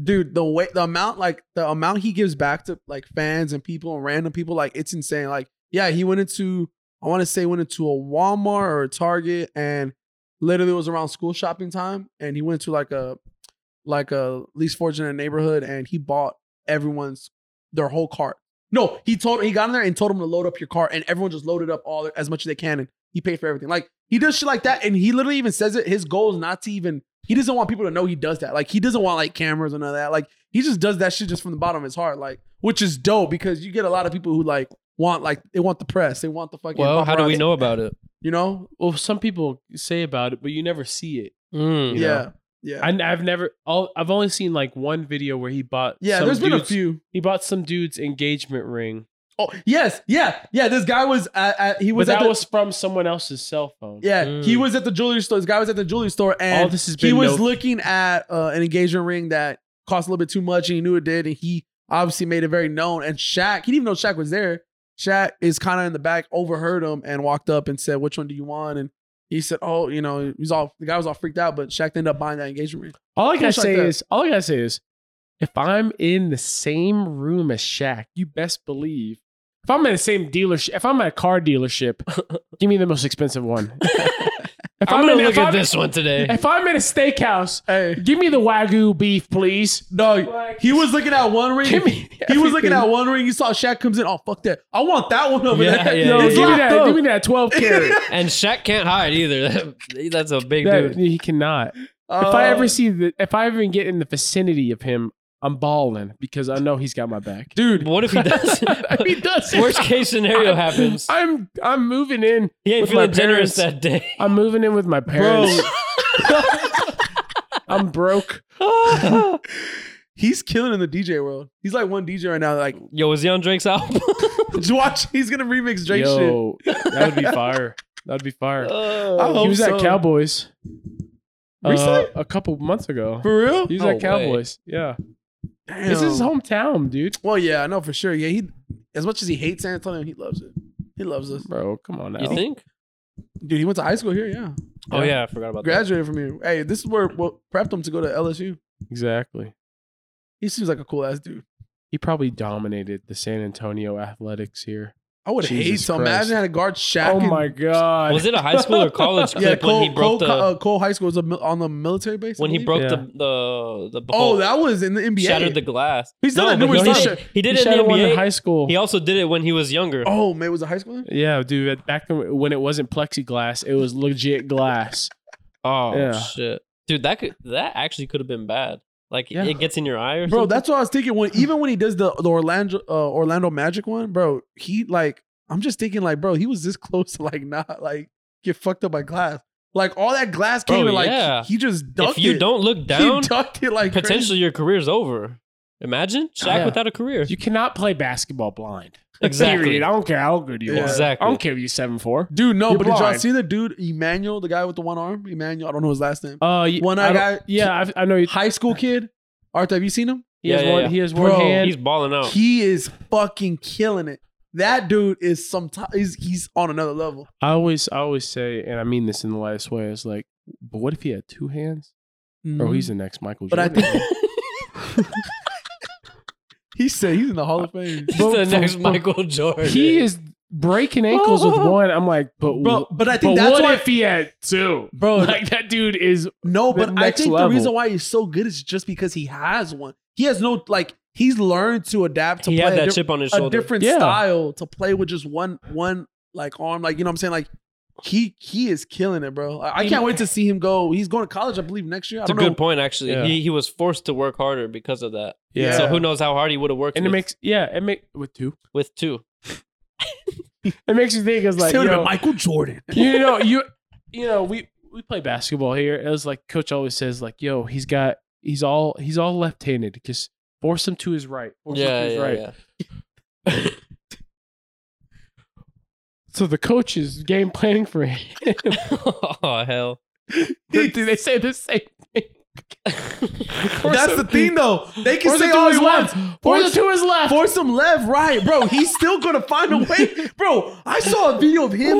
[SPEAKER 1] dude, the way the amount like the amount he gives back to like fans and people and random people, like it's insane. Like yeah, he went into I want to say went into a Walmart or a Target and literally it was around school shopping time and he went to like a like a least fortunate neighborhood and he bought everyone's their whole cart. No, he told he got in there and told him to load up your cart and everyone just loaded up all as much as they can and he paid for everything. Like he does shit like that and he literally even says it his goal is not to even he doesn't want people to know he does that. Like he doesn't want like cameras and all that. Like he just does that shit just from the bottom of his heart like which is dope because you get a lot of people who like want like they want the press, they want the fucking
[SPEAKER 2] well, how do we
[SPEAKER 1] paparazzi,
[SPEAKER 2] know about it?
[SPEAKER 1] You know?
[SPEAKER 3] well, some people say about it, but you never see it.
[SPEAKER 2] Mm.
[SPEAKER 3] You
[SPEAKER 1] yeah.
[SPEAKER 3] know?
[SPEAKER 1] Yeah.
[SPEAKER 3] I, I've never, all, I've only seen like one video where he bought.
[SPEAKER 1] yeah,
[SPEAKER 3] some
[SPEAKER 1] there's been a
[SPEAKER 3] dude's-
[SPEAKER 1] few.
[SPEAKER 3] He bought some dude's engagement ring,
[SPEAKER 1] Oh yes, yeah, yeah. This guy was at, at he
[SPEAKER 3] but
[SPEAKER 1] was at
[SPEAKER 3] that
[SPEAKER 1] the,
[SPEAKER 3] was from someone else's cell phone.
[SPEAKER 1] yeah
[SPEAKER 2] Mm.
[SPEAKER 1] he was at the jewelry store. This guy was at the jewelry store and
[SPEAKER 3] all this has been.
[SPEAKER 1] he was
[SPEAKER 3] no-
[SPEAKER 1] looking at uh, an engagement ring that cost a little bit too much, and he knew it did, and he obviously made it very known. And Shaq, he didn't even know Shaq was there. Shaq is kind of in the back, overheard him, and walked up and said, "Which one do you want?" And he said, "Oh, you know, he's all the guy was all freaked out, but Shaq ended up buying that engagement ring."
[SPEAKER 3] All I gotta
[SPEAKER 1] Things like
[SPEAKER 3] say
[SPEAKER 1] that.
[SPEAKER 3] is, all I gotta say is, if I'm in the same room as Shaq, you best believe. If I'm in the same dealership, if I'm at a car dealership, give me the most expensive one. If
[SPEAKER 2] I'm, gonna
[SPEAKER 3] in-
[SPEAKER 2] look
[SPEAKER 3] if
[SPEAKER 2] at
[SPEAKER 3] I'm-
[SPEAKER 2] this one today.
[SPEAKER 3] If I'm in a steakhouse,
[SPEAKER 1] Hey,
[SPEAKER 3] give me the wagyu beef, please.
[SPEAKER 1] no, he was looking at one ring.
[SPEAKER 3] Give me.
[SPEAKER 1] He was looking at
[SPEAKER 3] everything.
[SPEAKER 1] one ring. He saw Shaq comes in. Oh fuck that! I want that one over
[SPEAKER 2] Yeah,
[SPEAKER 1] there.
[SPEAKER 2] yeah,
[SPEAKER 3] Yo,
[SPEAKER 2] yeah,
[SPEAKER 1] It's
[SPEAKER 3] give me
[SPEAKER 1] locked
[SPEAKER 3] that.
[SPEAKER 1] up.
[SPEAKER 3] Give me that 12 carat.
[SPEAKER 2] and Shaq can't hide either. That's a big
[SPEAKER 3] That-
[SPEAKER 2] dude. Uh,
[SPEAKER 3] he cannot.
[SPEAKER 1] Uh,
[SPEAKER 3] if I ever see the, if I ever get in the vicinity of him, I'm balling because I know he's got my back.
[SPEAKER 2] Dude, what if he does?
[SPEAKER 3] if he does,
[SPEAKER 2] Worst case scenario happens.
[SPEAKER 3] I'm I'm moving in.
[SPEAKER 2] He ain't
[SPEAKER 3] with my
[SPEAKER 2] feeling generous
[SPEAKER 3] parents.
[SPEAKER 2] that day.
[SPEAKER 3] I'm moving in with my parents. I'm broke.
[SPEAKER 1] he's killing in the DJ world. He's like one DJ right now. Like,
[SPEAKER 2] Yo, was he on Drake's album?
[SPEAKER 1] watch, he's gonna remix Drake shit.
[SPEAKER 3] Yo, that would be fire. That would be fire.
[SPEAKER 2] Uh, Oh.
[SPEAKER 1] I hope
[SPEAKER 3] he was
[SPEAKER 1] so.
[SPEAKER 3] at Cowboys. uh,
[SPEAKER 1] Recently?
[SPEAKER 3] a couple months ago.
[SPEAKER 1] For real?
[SPEAKER 3] He was
[SPEAKER 2] No
[SPEAKER 3] at Cowboys. Yeah,
[SPEAKER 1] Damn.
[SPEAKER 3] this is his hometown, dude.
[SPEAKER 1] Well, yeah, I know for sure. Yeah, he as much as he hates San Antonio, he loves it. He loves us,
[SPEAKER 3] Bro, come on now.
[SPEAKER 2] You think?
[SPEAKER 1] dude. He went to high school here. Yeah,
[SPEAKER 2] Oh yeah, I forgot about that.
[SPEAKER 1] graduated from here. Hey, this is where what prepped him to go to LSU.
[SPEAKER 3] Exactly.
[SPEAKER 1] He seems like a cool ass dude.
[SPEAKER 3] He probably dominated the San Antonio athletics here.
[SPEAKER 1] I would hate
[SPEAKER 3] Jesus
[SPEAKER 1] to
[SPEAKER 3] Christ.
[SPEAKER 1] imagine had a guard Shaq.
[SPEAKER 3] oh
[SPEAKER 1] and-
[SPEAKER 3] my god.
[SPEAKER 2] Was it a high school or college
[SPEAKER 1] Yeah,
[SPEAKER 2] clip
[SPEAKER 1] Cole,
[SPEAKER 2] when he
[SPEAKER 1] Cole,
[SPEAKER 2] broke the
[SPEAKER 1] uh, Cole High School was a mil- on the military base. I
[SPEAKER 2] when he
[SPEAKER 1] believe?
[SPEAKER 2] broke
[SPEAKER 3] Yeah.
[SPEAKER 2] the the the
[SPEAKER 1] Oh,
[SPEAKER 2] whole-
[SPEAKER 1] that was in the NBA.
[SPEAKER 2] shattered the glass?
[SPEAKER 1] He's done
[SPEAKER 2] No,
[SPEAKER 1] that
[SPEAKER 2] but
[SPEAKER 1] numerous
[SPEAKER 2] he
[SPEAKER 1] times.
[SPEAKER 2] did- He did
[SPEAKER 3] He
[SPEAKER 2] it in
[SPEAKER 3] shot
[SPEAKER 2] the
[SPEAKER 3] at one in high
[SPEAKER 2] NBA.
[SPEAKER 3] school.
[SPEAKER 2] He also did it when he was younger.
[SPEAKER 1] Oh man, was a high schooler?
[SPEAKER 3] yeah, dude. Back then when it wasn't plexiglass, it was legit glass.
[SPEAKER 2] Oh
[SPEAKER 3] Yeah.
[SPEAKER 2] shit, dude, that could that actually could have been bad. Like
[SPEAKER 3] Yeah.
[SPEAKER 2] it gets in your eye or
[SPEAKER 1] Bro,
[SPEAKER 2] something.
[SPEAKER 1] that's what I was thinking. When even when he does the, the Orlando uh, Orlando Magic one, bro, he like I'm just thinking like, bro, he was this close to like not like get fucked up by glass. Like all that glass came
[SPEAKER 2] Bro,
[SPEAKER 1] and like
[SPEAKER 2] yeah.
[SPEAKER 1] he, he just dunked
[SPEAKER 2] if you
[SPEAKER 1] it.
[SPEAKER 2] don't look down,
[SPEAKER 1] he dunked it like
[SPEAKER 2] potentially
[SPEAKER 1] potentially.
[SPEAKER 2] your career's over. Imagine Shaq
[SPEAKER 3] Yeah.
[SPEAKER 2] without a career.
[SPEAKER 3] You cannot play basketball blind.
[SPEAKER 2] Exactly.
[SPEAKER 3] Period. I don't care how good you
[SPEAKER 1] Yeah.
[SPEAKER 3] are.
[SPEAKER 2] Exactly.
[SPEAKER 3] I don't care if you're seven four.
[SPEAKER 1] Dude, no,
[SPEAKER 3] You're
[SPEAKER 1] but did y'all
[SPEAKER 3] blind.
[SPEAKER 1] see the dude Emmanuel, the guy with the one arm? Emmanuel, I don't know his last name.
[SPEAKER 3] Uh, y-
[SPEAKER 1] One-eyed
[SPEAKER 3] I don't-
[SPEAKER 1] guy?
[SPEAKER 3] Yeah, I've, I know.
[SPEAKER 2] Uh,
[SPEAKER 3] He,
[SPEAKER 1] High school kid. Arthur, have you seen him?
[SPEAKER 3] he
[SPEAKER 2] Yeah,
[SPEAKER 3] has
[SPEAKER 2] yeah,
[SPEAKER 3] one.
[SPEAKER 2] yeah.
[SPEAKER 3] He has one
[SPEAKER 1] Bro.
[SPEAKER 3] hand.
[SPEAKER 2] He's balling out.
[SPEAKER 1] He is fucking killing it. That dude is sometimes he's, he's on another level.
[SPEAKER 3] I always, I always say, and I mean this in the lightest way. It's like, but what if he had two hands? Bro, he's the next
[SPEAKER 1] Mm-hmm.
[SPEAKER 3] Michael
[SPEAKER 1] But I
[SPEAKER 3] Jordan.
[SPEAKER 1] think he said he's in the Hall of Fame.
[SPEAKER 2] He's
[SPEAKER 3] Bro,
[SPEAKER 2] the
[SPEAKER 3] from-
[SPEAKER 2] next
[SPEAKER 3] from-
[SPEAKER 2] Michael Jordan.
[SPEAKER 3] he is breaking ankles with one. I'm like, but
[SPEAKER 1] Bro,
[SPEAKER 3] wh-
[SPEAKER 1] but I
[SPEAKER 3] but
[SPEAKER 1] think that's
[SPEAKER 3] what
[SPEAKER 1] why
[SPEAKER 3] if he had two?
[SPEAKER 1] bro
[SPEAKER 3] Like that dude is
[SPEAKER 1] no,
[SPEAKER 3] the
[SPEAKER 1] but I
[SPEAKER 3] next
[SPEAKER 1] think
[SPEAKER 3] level.
[SPEAKER 1] the reason why he's so good is just because he has one. He has no like he's learned to adapt to
[SPEAKER 2] He
[SPEAKER 1] play
[SPEAKER 2] had
[SPEAKER 1] a
[SPEAKER 2] that
[SPEAKER 1] diff-
[SPEAKER 2] chip on his
[SPEAKER 1] a
[SPEAKER 2] shoulder.
[SPEAKER 1] different
[SPEAKER 3] Yeah.
[SPEAKER 1] style to play with just one one like arm. Like you know what I'm saying? Like he he is killing it, bro. I, I can't wait to see him go. He's going to college, I believe, next year. I
[SPEAKER 2] It's a
[SPEAKER 1] don't
[SPEAKER 2] good
[SPEAKER 1] know.
[SPEAKER 2] point, actually.
[SPEAKER 3] Yeah.
[SPEAKER 2] He he was forced to work harder because of that.
[SPEAKER 1] Yeah.
[SPEAKER 2] So who knows how hard he would have worked
[SPEAKER 3] and it
[SPEAKER 2] with,
[SPEAKER 3] makes yeah, it make with two.
[SPEAKER 2] with two.
[SPEAKER 3] It makes you think it's like
[SPEAKER 1] Still
[SPEAKER 3] yo,
[SPEAKER 1] would've been Michael Jordan.
[SPEAKER 3] you know you you know we we play basketball here. It was like coach always says like yo he's got he's all he's all left handed. Just force him to his right. Force him
[SPEAKER 2] Yeah,
[SPEAKER 3] to his
[SPEAKER 2] yeah,
[SPEAKER 3] right.
[SPEAKER 2] yeah.
[SPEAKER 3] So the coach is game planning for him.
[SPEAKER 2] oh hell.
[SPEAKER 3] Dude, they say the same thing. Force
[SPEAKER 1] That's
[SPEAKER 3] him-
[SPEAKER 1] the thing, though. They can
[SPEAKER 3] Force
[SPEAKER 1] say
[SPEAKER 3] it to
[SPEAKER 1] all
[SPEAKER 3] his
[SPEAKER 1] he wants.
[SPEAKER 3] left. Force
[SPEAKER 1] Force-
[SPEAKER 3] it to his left.
[SPEAKER 1] Force him left, right, bro. He's still gonna find a way, bro. I saw a video of him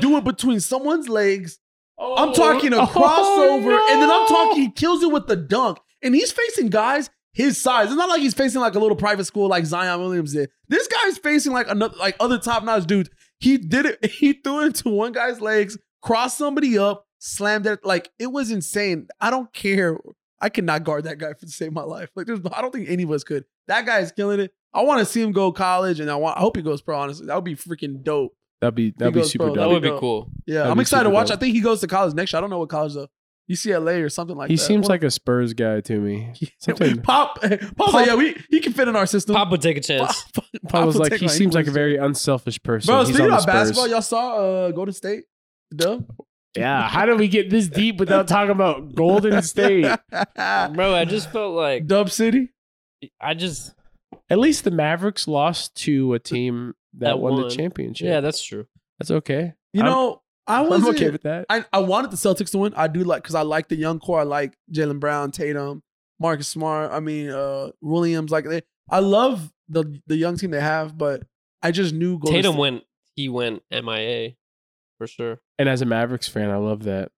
[SPEAKER 1] do it between someone's legs. I'm talking a crossover,
[SPEAKER 3] Oh, no.
[SPEAKER 1] and then I'm talking he kills it with the dunk, and he's facing guys his size. It's not like he's facing like a little private school like Zion Williams did. This guy's facing like another like other top notch dudes. He did it. He threw it into one guy's legs, crossed somebody up, slammed it. Like it was insane. I don't care. I cannot guard that guy for to save my life. Like there's, I don't think any of us could. That guy is killing it. I want to see him go college, and I want. I hope he goes pro. Honestly, that would be freaking dope.
[SPEAKER 3] That'd be that'd be
[SPEAKER 1] goes,
[SPEAKER 3] super
[SPEAKER 1] bro,
[SPEAKER 3] dope.
[SPEAKER 2] that would be
[SPEAKER 1] Dope.
[SPEAKER 2] cool.
[SPEAKER 1] Yeah,
[SPEAKER 3] That'd
[SPEAKER 1] I'm
[SPEAKER 3] be
[SPEAKER 1] excited to
[SPEAKER 3] super
[SPEAKER 1] watch.
[SPEAKER 3] dope.
[SPEAKER 1] I think he goes to college next year. I don't know what college though. UCLA or something like
[SPEAKER 3] he
[SPEAKER 1] that.
[SPEAKER 3] seems
[SPEAKER 1] One-
[SPEAKER 3] like a Spurs guy to me. Something.
[SPEAKER 1] Pop, Pop's like, yeah, we he can fit in our system.
[SPEAKER 2] Pop would take a chance.
[SPEAKER 1] Pop- Pop
[SPEAKER 3] I was
[SPEAKER 1] will
[SPEAKER 3] like,
[SPEAKER 1] take
[SPEAKER 3] he
[SPEAKER 1] my
[SPEAKER 3] seems like a
[SPEAKER 1] English.
[SPEAKER 3] very unselfish person.
[SPEAKER 1] bro.
[SPEAKER 3] He's
[SPEAKER 1] Speaking
[SPEAKER 3] on the
[SPEAKER 1] about basketball,
[SPEAKER 3] Spurs.
[SPEAKER 1] y'all saw uh, Golden State. Duh.
[SPEAKER 3] yeah. How do we get this deep without talking about Golden State?
[SPEAKER 2] Bro, I just felt like
[SPEAKER 1] Dub City.
[SPEAKER 2] I just
[SPEAKER 3] At least the Mavericks lost to a team that,
[SPEAKER 2] That
[SPEAKER 3] won,
[SPEAKER 2] won.
[SPEAKER 3] the championship.
[SPEAKER 2] Yeah, that's true.
[SPEAKER 3] that's okay.
[SPEAKER 1] You
[SPEAKER 3] I'm-
[SPEAKER 1] know, I
[SPEAKER 3] I'm
[SPEAKER 1] was
[SPEAKER 3] okay with that.
[SPEAKER 1] I, I wanted the Celtics to win. I do like because I like the young core. I like Jalen Brown, Tatum, Marcus Smart. I mean, uh, Williams. Like they, I love the the young team they have, but I just knew Golden
[SPEAKER 2] Tatum
[SPEAKER 1] State-
[SPEAKER 2] went he went MIA for sure.
[SPEAKER 3] and as a Mavericks fan, I love that.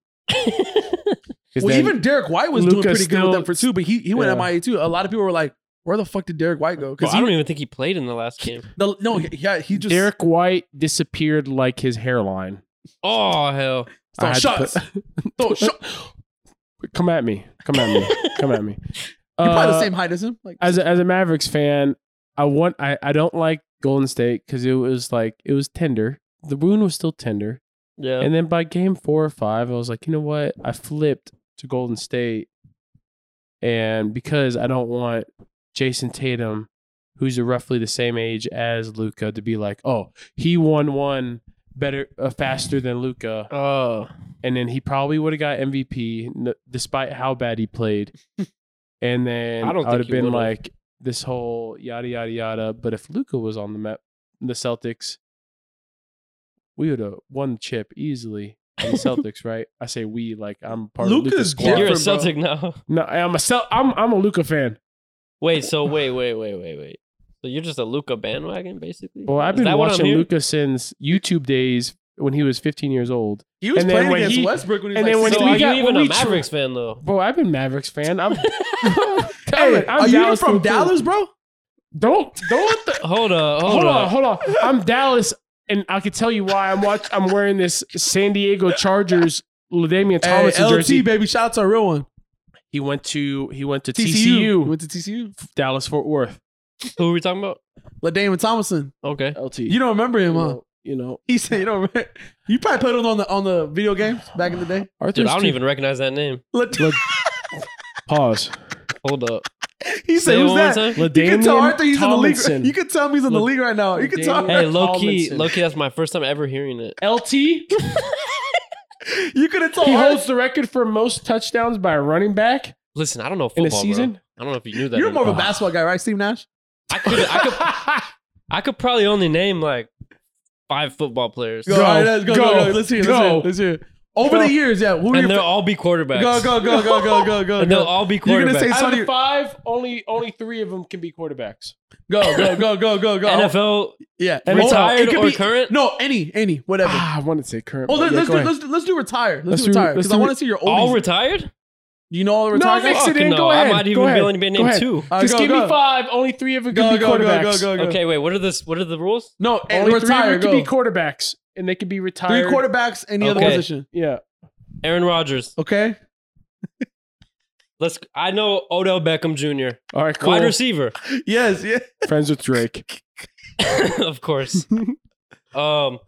[SPEAKER 3] 'Cause
[SPEAKER 1] Well,
[SPEAKER 3] then-
[SPEAKER 1] even Derek White was doing
[SPEAKER 3] Luka
[SPEAKER 1] pretty good
[SPEAKER 3] still-
[SPEAKER 1] with them for two, but he he went
[SPEAKER 3] Yeah.
[SPEAKER 1] MIA too. A lot of people were like, "Where the fuck did Derek White go?"
[SPEAKER 2] Because
[SPEAKER 1] Because
[SPEAKER 2] I don't even think he played in the last game.
[SPEAKER 1] the, no, he- yeah, he just
[SPEAKER 3] Derek White disappeared like his hairline.
[SPEAKER 2] Oh hell.
[SPEAKER 1] Throw
[SPEAKER 3] I had to
[SPEAKER 1] shots. throw shot.
[SPEAKER 3] Come at me. Come at me. Come at me.
[SPEAKER 1] You're probably the
[SPEAKER 3] Uh,
[SPEAKER 1] same height as him. Like
[SPEAKER 3] as a, as a Mavericks fan, I want I, I don't like Golden State because it was like it was tender. The wound was still tender,
[SPEAKER 2] Yeah.
[SPEAKER 3] and then by game four or five, I was like, you know what? I flipped to Golden State, and because I don't want Jason Tatum, who's roughly the same age as Luca, to be like, oh, he won one better uh, faster than Luca,
[SPEAKER 2] oh.
[SPEAKER 3] and then he probably would have got MVP n- despite how bad he played. and then
[SPEAKER 2] I
[SPEAKER 3] I,
[SPEAKER 2] don't
[SPEAKER 3] would
[SPEAKER 2] think
[SPEAKER 3] have
[SPEAKER 2] he
[SPEAKER 3] been
[SPEAKER 2] would've.
[SPEAKER 3] like this whole yada yada yada. But if Luca was on the map, the Celtics, we would have won the chip easily. on The Celtics, right? I say we like I'm part
[SPEAKER 1] Luka's
[SPEAKER 3] of Luca's
[SPEAKER 1] Yeah,
[SPEAKER 2] You're a
[SPEAKER 1] different, bro.
[SPEAKER 2] Celtic now.
[SPEAKER 3] No, I'm a Cel- I'm I'm a Luca fan.
[SPEAKER 2] Wait, so wait, wait, wait, wait, wait. So you're just a Luca bandwagon, basically?
[SPEAKER 3] Well, I've
[SPEAKER 2] Is
[SPEAKER 3] been
[SPEAKER 2] that what I'm
[SPEAKER 3] watching
[SPEAKER 2] hearing?
[SPEAKER 3] Luca since YouTube days when he was 15 years old.
[SPEAKER 1] he was
[SPEAKER 3] and then
[SPEAKER 1] playing
[SPEAKER 3] when
[SPEAKER 1] against
[SPEAKER 3] he-
[SPEAKER 1] Westbrook when he was
[SPEAKER 3] and
[SPEAKER 1] like
[SPEAKER 3] then when
[SPEAKER 1] six-
[SPEAKER 2] So
[SPEAKER 3] we
[SPEAKER 2] are
[SPEAKER 3] got-
[SPEAKER 2] you even
[SPEAKER 3] when
[SPEAKER 2] a
[SPEAKER 3] we tr-
[SPEAKER 2] Mavericks fan though?
[SPEAKER 3] Bro, I've been Mavericks fan. I'm,
[SPEAKER 1] Hey,
[SPEAKER 3] I'm
[SPEAKER 1] are you even
[SPEAKER 3] Dallas
[SPEAKER 1] from
[SPEAKER 3] too.
[SPEAKER 1] Dallas, bro?
[SPEAKER 3] Don't don't let the
[SPEAKER 2] Hold up, hold,
[SPEAKER 3] hold
[SPEAKER 2] up.
[SPEAKER 3] on, hold on. I'm Dallas, and I can tell you why I'm watch. I'm wearing this San Diego Chargers Ladainian
[SPEAKER 1] Hey,
[SPEAKER 3] Thomas
[SPEAKER 1] LT
[SPEAKER 3] jersey.
[SPEAKER 1] baby, shout out to a real one.
[SPEAKER 3] He went to he went to
[SPEAKER 1] TCU
[SPEAKER 3] TCU,
[SPEAKER 1] went to TCU.
[SPEAKER 3] Dallas Fort Worth.
[SPEAKER 2] Who are we talking about?
[SPEAKER 1] LaDaimon Thomason.
[SPEAKER 2] Okay.
[SPEAKER 3] LT,
[SPEAKER 1] You don't remember him, huh?
[SPEAKER 3] you know
[SPEAKER 1] He said you don't. Remember. You probably played on the on the video games back in the day.
[SPEAKER 3] Arthur.
[SPEAKER 2] Dude, I don't even recognize that name.
[SPEAKER 1] Lad-
[SPEAKER 3] pause.
[SPEAKER 2] Hold up.
[SPEAKER 1] he
[SPEAKER 2] Say
[SPEAKER 1] said,
[SPEAKER 2] it
[SPEAKER 1] "Who's
[SPEAKER 2] one
[SPEAKER 1] that?"
[SPEAKER 2] more time.
[SPEAKER 1] You can tell Arthur he's in
[SPEAKER 3] Tomlinson.
[SPEAKER 1] the league. You can tell him he's in the
[SPEAKER 3] Look-
[SPEAKER 1] league right now. You can tell.
[SPEAKER 2] Hey, low key,
[SPEAKER 3] Tomlinson.
[SPEAKER 2] low key, that's my first time ever hearing it.
[SPEAKER 3] LT. He
[SPEAKER 1] You could have told.
[SPEAKER 3] holds
[SPEAKER 1] Arthur,
[SPEAKER 3] the record for most touchdowns by a running back
[SPEAKER 2] Listen, I don't know football.
[SPEAKER 3] in a
[SPEAKER 2] bro.
[SPEAKER 3] season.
[SPEAKER 2] I don't know if you knew that.
[SPEAKER 1] you're
[SPEAKER 2] or
[SPEAKER 1] more of a
[SPEAKER 2] not.
[SPEAKER 1] basketball guy, right, Steve Nash?
[SPEAKER 2] I could, I could, I could probably only name like five football players,
[SPEAKER 1] Go,
[SPEAKER 3] Go,
[SPEAKER 1] all right, let's go, go,
[SPEAKER 3] go,
[SPEAKER 1] go. Let's hear. it, Let's hear.
[SPEAKER 3] go.
[SPEAKER 1] it, Let's hear. it. Over
[SPEAKER 3] Go.
[SPEAKER 1] the years, yeah. Who are
[SPEAKER 2] and
[SPEAKER 1] your
[SPEAKER 2] they'll
[SPEAKER 1] fa-
[SPEAKER 2] all be quarterbacks.
[SPEAKER 1] go, go, go, go, go, go, go,
[SPEAKER 2] And they'll
[SPEAKER 1] go,
[SPEAKER 2] all be quarterbacks.
[SPEAKER 1] You're gonna say
[SPEAKER 3] Out
[SPEAKER 1] Sonny-
[SPEAKER 3] of five, only only three of them can be quarterbacks.
[SPEAKER 1] go, go, go, go, go, go.
[SPEAKER 2] NFL
[SPEAKER 1] Yeah,
[SPEAKER 3] And it's
[SPEAKER 1] Well,
[SPEAKER 2] retired
[SPEAKER 1] it could
[SPEAKER 2] or
[SPEAKER 1] be-
[SPEAKER 2] current?
[SPEAKER 1] No, any, any, whatever.
[SPEAKER 3] Ah, I wanted to say current.
[SPEAKER 1] Oh, let,
[SPEAKER 3] but yeah,
[SPEAKER 1] let's,
[SPEAKER 3] go
[SPEAKER 1] do,
[SPEAKER 3] ahead.
[SPEAKER 1] let's let's do retire. Let's,
[SPEAKER 3] Let's
[SPEAKER 1] do
[SPEAKER 3] do-
[SPEAKER 1] retire
[SPEAKER 3] let's
[SPEAKER 1] because I
[SPEAKER 3] do-
[SPEAKER 1] want to see your oldies.
[SPEAKER 2] all retired?
[SPEAKER 1] you know all the
[SPEAKER 3] No,
[SPEAKER 1] retired.
[SPEAKER 3] mix it
[SPEAKER 2] Fucking
[SPEAKER 3] in.
[SPEAKER 2] no,
[SPEAKER 3] Go
[SPEAKER 2] I
[SPEAKER 3] ahead.
[SPEAKER 2] might
[SPEAKER 3] Go
[SPEAKER 2] even be
[SPEAKER 3] ahead.
[SPEAKER 2] only been
[SPEAKER 3] Go
[SPEAKER 2] named
[SPEAKER 3] ahead.
[SPEAKER 2] two.
[SPEAKER 1] All right,
[SPEAKER 3] Just
[SPEAKER 1] go,
[SPEAKER 3] give
[SPEAKER 1] go.
[SPEAKER 3] me five. Only three of them
[SPEAKER 1] Go,
[SPEAKER 3] can be
[SPEAKER 1] go, go,
[SPEAKER 3] quarterbacks.
[SPEAKER 1] go, go, go.
[SPEAKER 2] Okay, wait. What are the what are the rules?
[SPEAKER 1] No, and
[SPEAKER 3] Only three
[SPEAKER 1] retire.
[SPEAKER 3] of them
[SPEAKER 1] Go.
[SPEAKER 3] can be quarterbacks, and they can be
[SPEAKER 1] Three
[SPEAKER 3] retired.
[SPEAKER 1] quarterbacks, any other
[SPEAKER 2] Okay.
[SPEAKER 1] position.
[SPEAKER 3] Yeah.
[SPEAKER 2] Aaron Rodgers.
[SPEAKER 1] Okay.
[SPEAKER 2] Let's. I know Odell Beckham Jr.
[SPEAKER 3] All right. Cool.
[SPEAKER 2] Wide receiver,
[SPEAKER 1] Yes. Yeah.
[SPEAKER 3] Friends with Drake.
[SPEAKER 2] of course. um,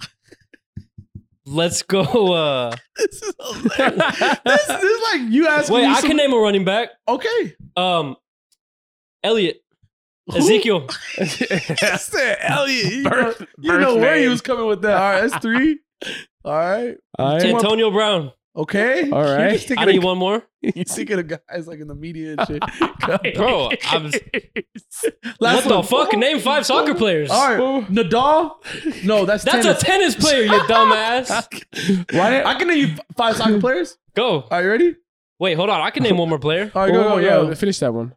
[SPEAKER 2] let's go. Uh,
[SPEAKER 1] This is hilarious. this, this is like you asking
[SPEAKER 2] wait,
[SPEAKER 1] me.
[SPEAKER 2] I
[SPEAKER 1] some-
[SPEAKER 2] can name a running back.
[SPEAKER 1] Okay.
[SPEAKER 2] Um, Elliot,
[SPEAKER 1] Who?
[SPEAKER 2] Ezekiel.
[SPEAKER 1] I said Elliot. You,
[SPEAKER 3] Birth-
[SPEAKER 1] know, you know
[SPEAKER 3] birth
[SPEAKER 1] where he
[SPEAKER 3] name.
[SPEAKER 1] was coming with that. All right, that's three. All right.
[SPEAKER 3] All right.
[SPEAKER 2] Antonio Brown.
[SPEAKER 1] Okay.
[SPEAKER 3] All
[SPEAKER 1] You're
[SPEAKER 3] right.
[SPEAKER 1] just
[SPEAKER 2] I
[SPEAKER 1] thinking
[SPEAKER 2] need
[SPEAKER 1] of-
[SPEAKER 2] one more.
[SPEAKER 1] You're thinking of guys like in the media and shit.
[SPEAKER 2] Bro, I'm,
[SPEAKER 1] Last
[SPEAKER 2] what the
[SPEAKER 1] one.
[SPEAKER 2] fuck? Name five soccer players.
[SPEAKER 1] All right.
[SPEAKER 3] Why
[SPEAKER 1] Nadal. No, that's
[SPEAKER 2] That's
[SPEAKER 1] tennis.
[SPEAKER 2] a tennis player, you dumbass.
[SPEAKER 1] I can name you five soccer players.
[SPEAKER 2] Go.
[SPEAKER 1] Are you ready?
[SPEAKER 2] Wait, hold on. I can name one more player.
[SPEAKER 1] All right, go,
[SPEAKER 3] Oh,
[SPEAKER 1] go,
[SPEAKER 3] yeah.
[SPEAKER 1] go.
[SPEAKER 3] Finish that one.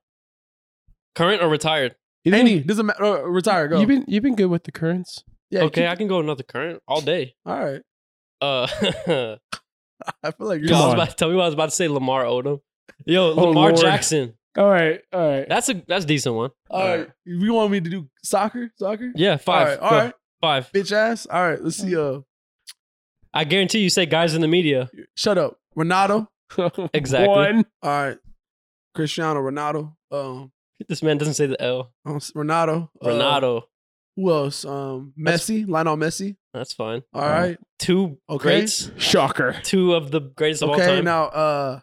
[SPEAKER 2] Current or retired?
[SPEAKER 1] Any doesn't matter. Uh, retire. Go.
[SPEAKER 3] You've been you've been good with the currents.
[SPEAKER 1] yeah.
[SPEAKER 2] Okay,
[SPEAKER 1] keep-
[SPEAKER 2] I can go another current all day.
[SPEAKER 1] all right.
[SPEAKER 2] Uh, God,
[SPEAKER 1] I feel like
[SPEAKER 2] I
[SPEAKER 1] you're.
[SPEAKER 2] was
[SPEAKER 3] on.
[SPEAKER 2] about to tell me what I was about to say Lamar Odom. Yo,
[SPEAKER 3] Oh,
[SPEAKER 2] Lamar
[SPEAKER 3] Lord.
[SPEAKER 2] Jackson.
[SPEAKER 3] All right. All right.
[SPEAKER 2] That's a that's a decent one.
[SPEAKER 1] All right. You want me to do soccer? Soccer.
[SPEAKER 2] Yeah, five.
[SPEAKER 1] All right.
[SPEAKER 2] Go.
[SPEAKER 1] All right.
[SPEAKER 2] Five.
[SPEAKER 1] Bitch ass. All right. Let's see. Uh,
[SPEAKER 2] I guarantee you say guys in the media.
[SPEAKER 1] shut up. Ronaldo.
[SPEAKER 2] Exactly.
[SPEAKER 3] One.
[SPEAKER 1] All right. Cristiano Ronaldo. Um.
[SPEAKER 2] This man doesn't say the L.
[SPEAKER 1] um, Ronaldo. Uh,
[SPEAKER 2] Ronaldo.
[SPEAKER 1] Who else? Um. Messi. Lionel Messi.
[SPEAKER 2] That's fine.
[SPEAKER 1] All
[SPEAKER 3] Oh,
[SPEAKER 1] right.
[SPEAKER 2] Two
[SPEAKER 1] Okay.
[SPEAKER 2] greats.
[SPEAKER 3] Shocker.
[SPEAKER 2] Two of the greatest of all
[SPEAKER 1] Okay.
[SPEAKER 2] time.
[SPEAKER 1] Now. Uh.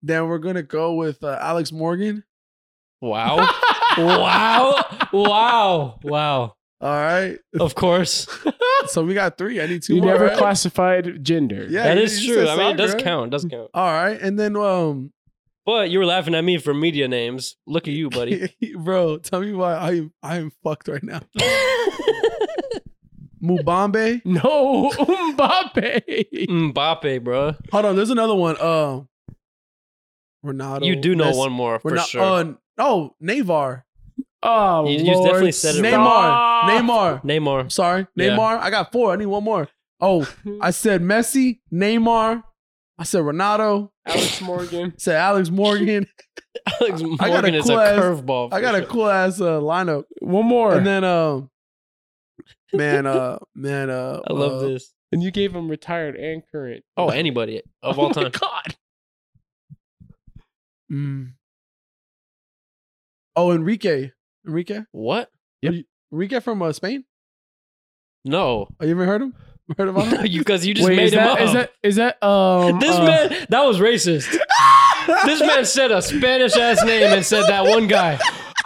[SPEAKER 1] then we're gonna go with uh, Alex Morgan.
[SPEAKER 2] Wow. wow. Wow. Wow.
[SPEAKER 1] All right.
[SPEAKER 2] Of course.
[SPEAKER 1] So we got three. I need two
[SPEAKER 3] You
[SPEAKER 1] more.
[SPEAKER 3] never
[SPEAKER 1] right?
[SPEAKER 3] classified gender.
[SPEAKER 1] Yeah.
[SPEAKER 2] that
[SPEAKER 1] you-
[SPEAKER 2] is
[SPEAKER 1] you
[SPEAKER 2] true.
[SPEAKER 1] said
[SPEAKER 2] I mean, it does
[SPEAKER 1] soccer, right?
[SPEAKER 2] count. It does count.
[SPEAKER 1] All right. And then um.
[SPEAKER 2] But you were laughing at me for media names. Look at you, buddy.
[SPEAKER 1] Bro, tell me why I am I am fucked right now. Mubambe.
[SPEAKER 3] No, Mbappe.
[SPEAKER 2] Mbappe, bro.
[SPEAKER 1] Hold on, there's another one. Um Ronaldo.
[SPEAKER 2] You do know
[SPEAKER 1] Messi-
[SPEAKER 2] one more for
[SPEAKER 1] Rona-
[SPEAKER 2] sure.
[SPEAKER 1] uh, oh, Navar.
[SPEAKER 3] Oh,
[SPEAKER 2] You- you
[SPEAKER 3] Lord.
[SPEAKER 2] definitely said it
[SPEAKER 1] Neymar.
[SPEAKER 3] Stop.
[SPEAKER 1] Neymar. I'm
[SPEAKER 2] Neymar.
[SPEAKER 1] sorry.
[SPEAKER 2] Yeah.
[SPEAKER 1] Neymar. I got four. I need one more. Oh, I said Messi, Neymar. I said Ronaldo.
[SPEAKER 3] Alex Morgan.
[SPEAKER 1] I said Alex Morgan.
[SPEAKER 2] Alex Morgan
[SPEAKER 1] got a
[SPEAKER 2] is
[SPEAKER 1] cool
[SPEAKER 2] a
[SPEAKER 1] ass-
[SPEAKER 2] curveball.
[SPEAKER 1] I
[SPEAKER 2] for
[SPEAKER 1] got a
[SPEAKER 2] sure.
[SPEAKER 1] cool ass uh, lineup.
[SPEAKER 3] One more.
[SPEAKER 1] And
[SPEAKER 3] And,
[SPEAKER 1] then um man, uh man, uh
[SPEAKER 2] I love
[SPEAKER 1] uh,
[SPEAKER 2] this.
[SPEAKER 3] you gave him retired and current.
[SPEAKER 2] Oh, anybody of
[SPEAKER 3] Oh
[SPEAKER 2] all
[SPEAKER 3] my
[SPEAKER 2] time.
[SPEAKER 3] God.
[SPEAKER 1] Mm. Oh, Enrique. Enrique?
[SPEAKER 2] What?
[SPEAKER 1] Enrique from uh, Spain?
[SPEAKER 2] No.
[SPEAKER 1] Oh, you ever heard him? Heard about him?
[SPEAKER 2] you because you just
[SPEAKER 3] Wait,
[SPEAKER 2] made
[SPEAKER 3] is
[SPEAKER 2] him
[SPEAKER 3] that,
[SPEAKER 2] up.
[SPEAKER 3] Is that is that um
[SPEAKER 2] this
[SPEAKER 3] uh,
[SPEAKER 2] man that was racist. this man said a Spanish ass name and said that one guy.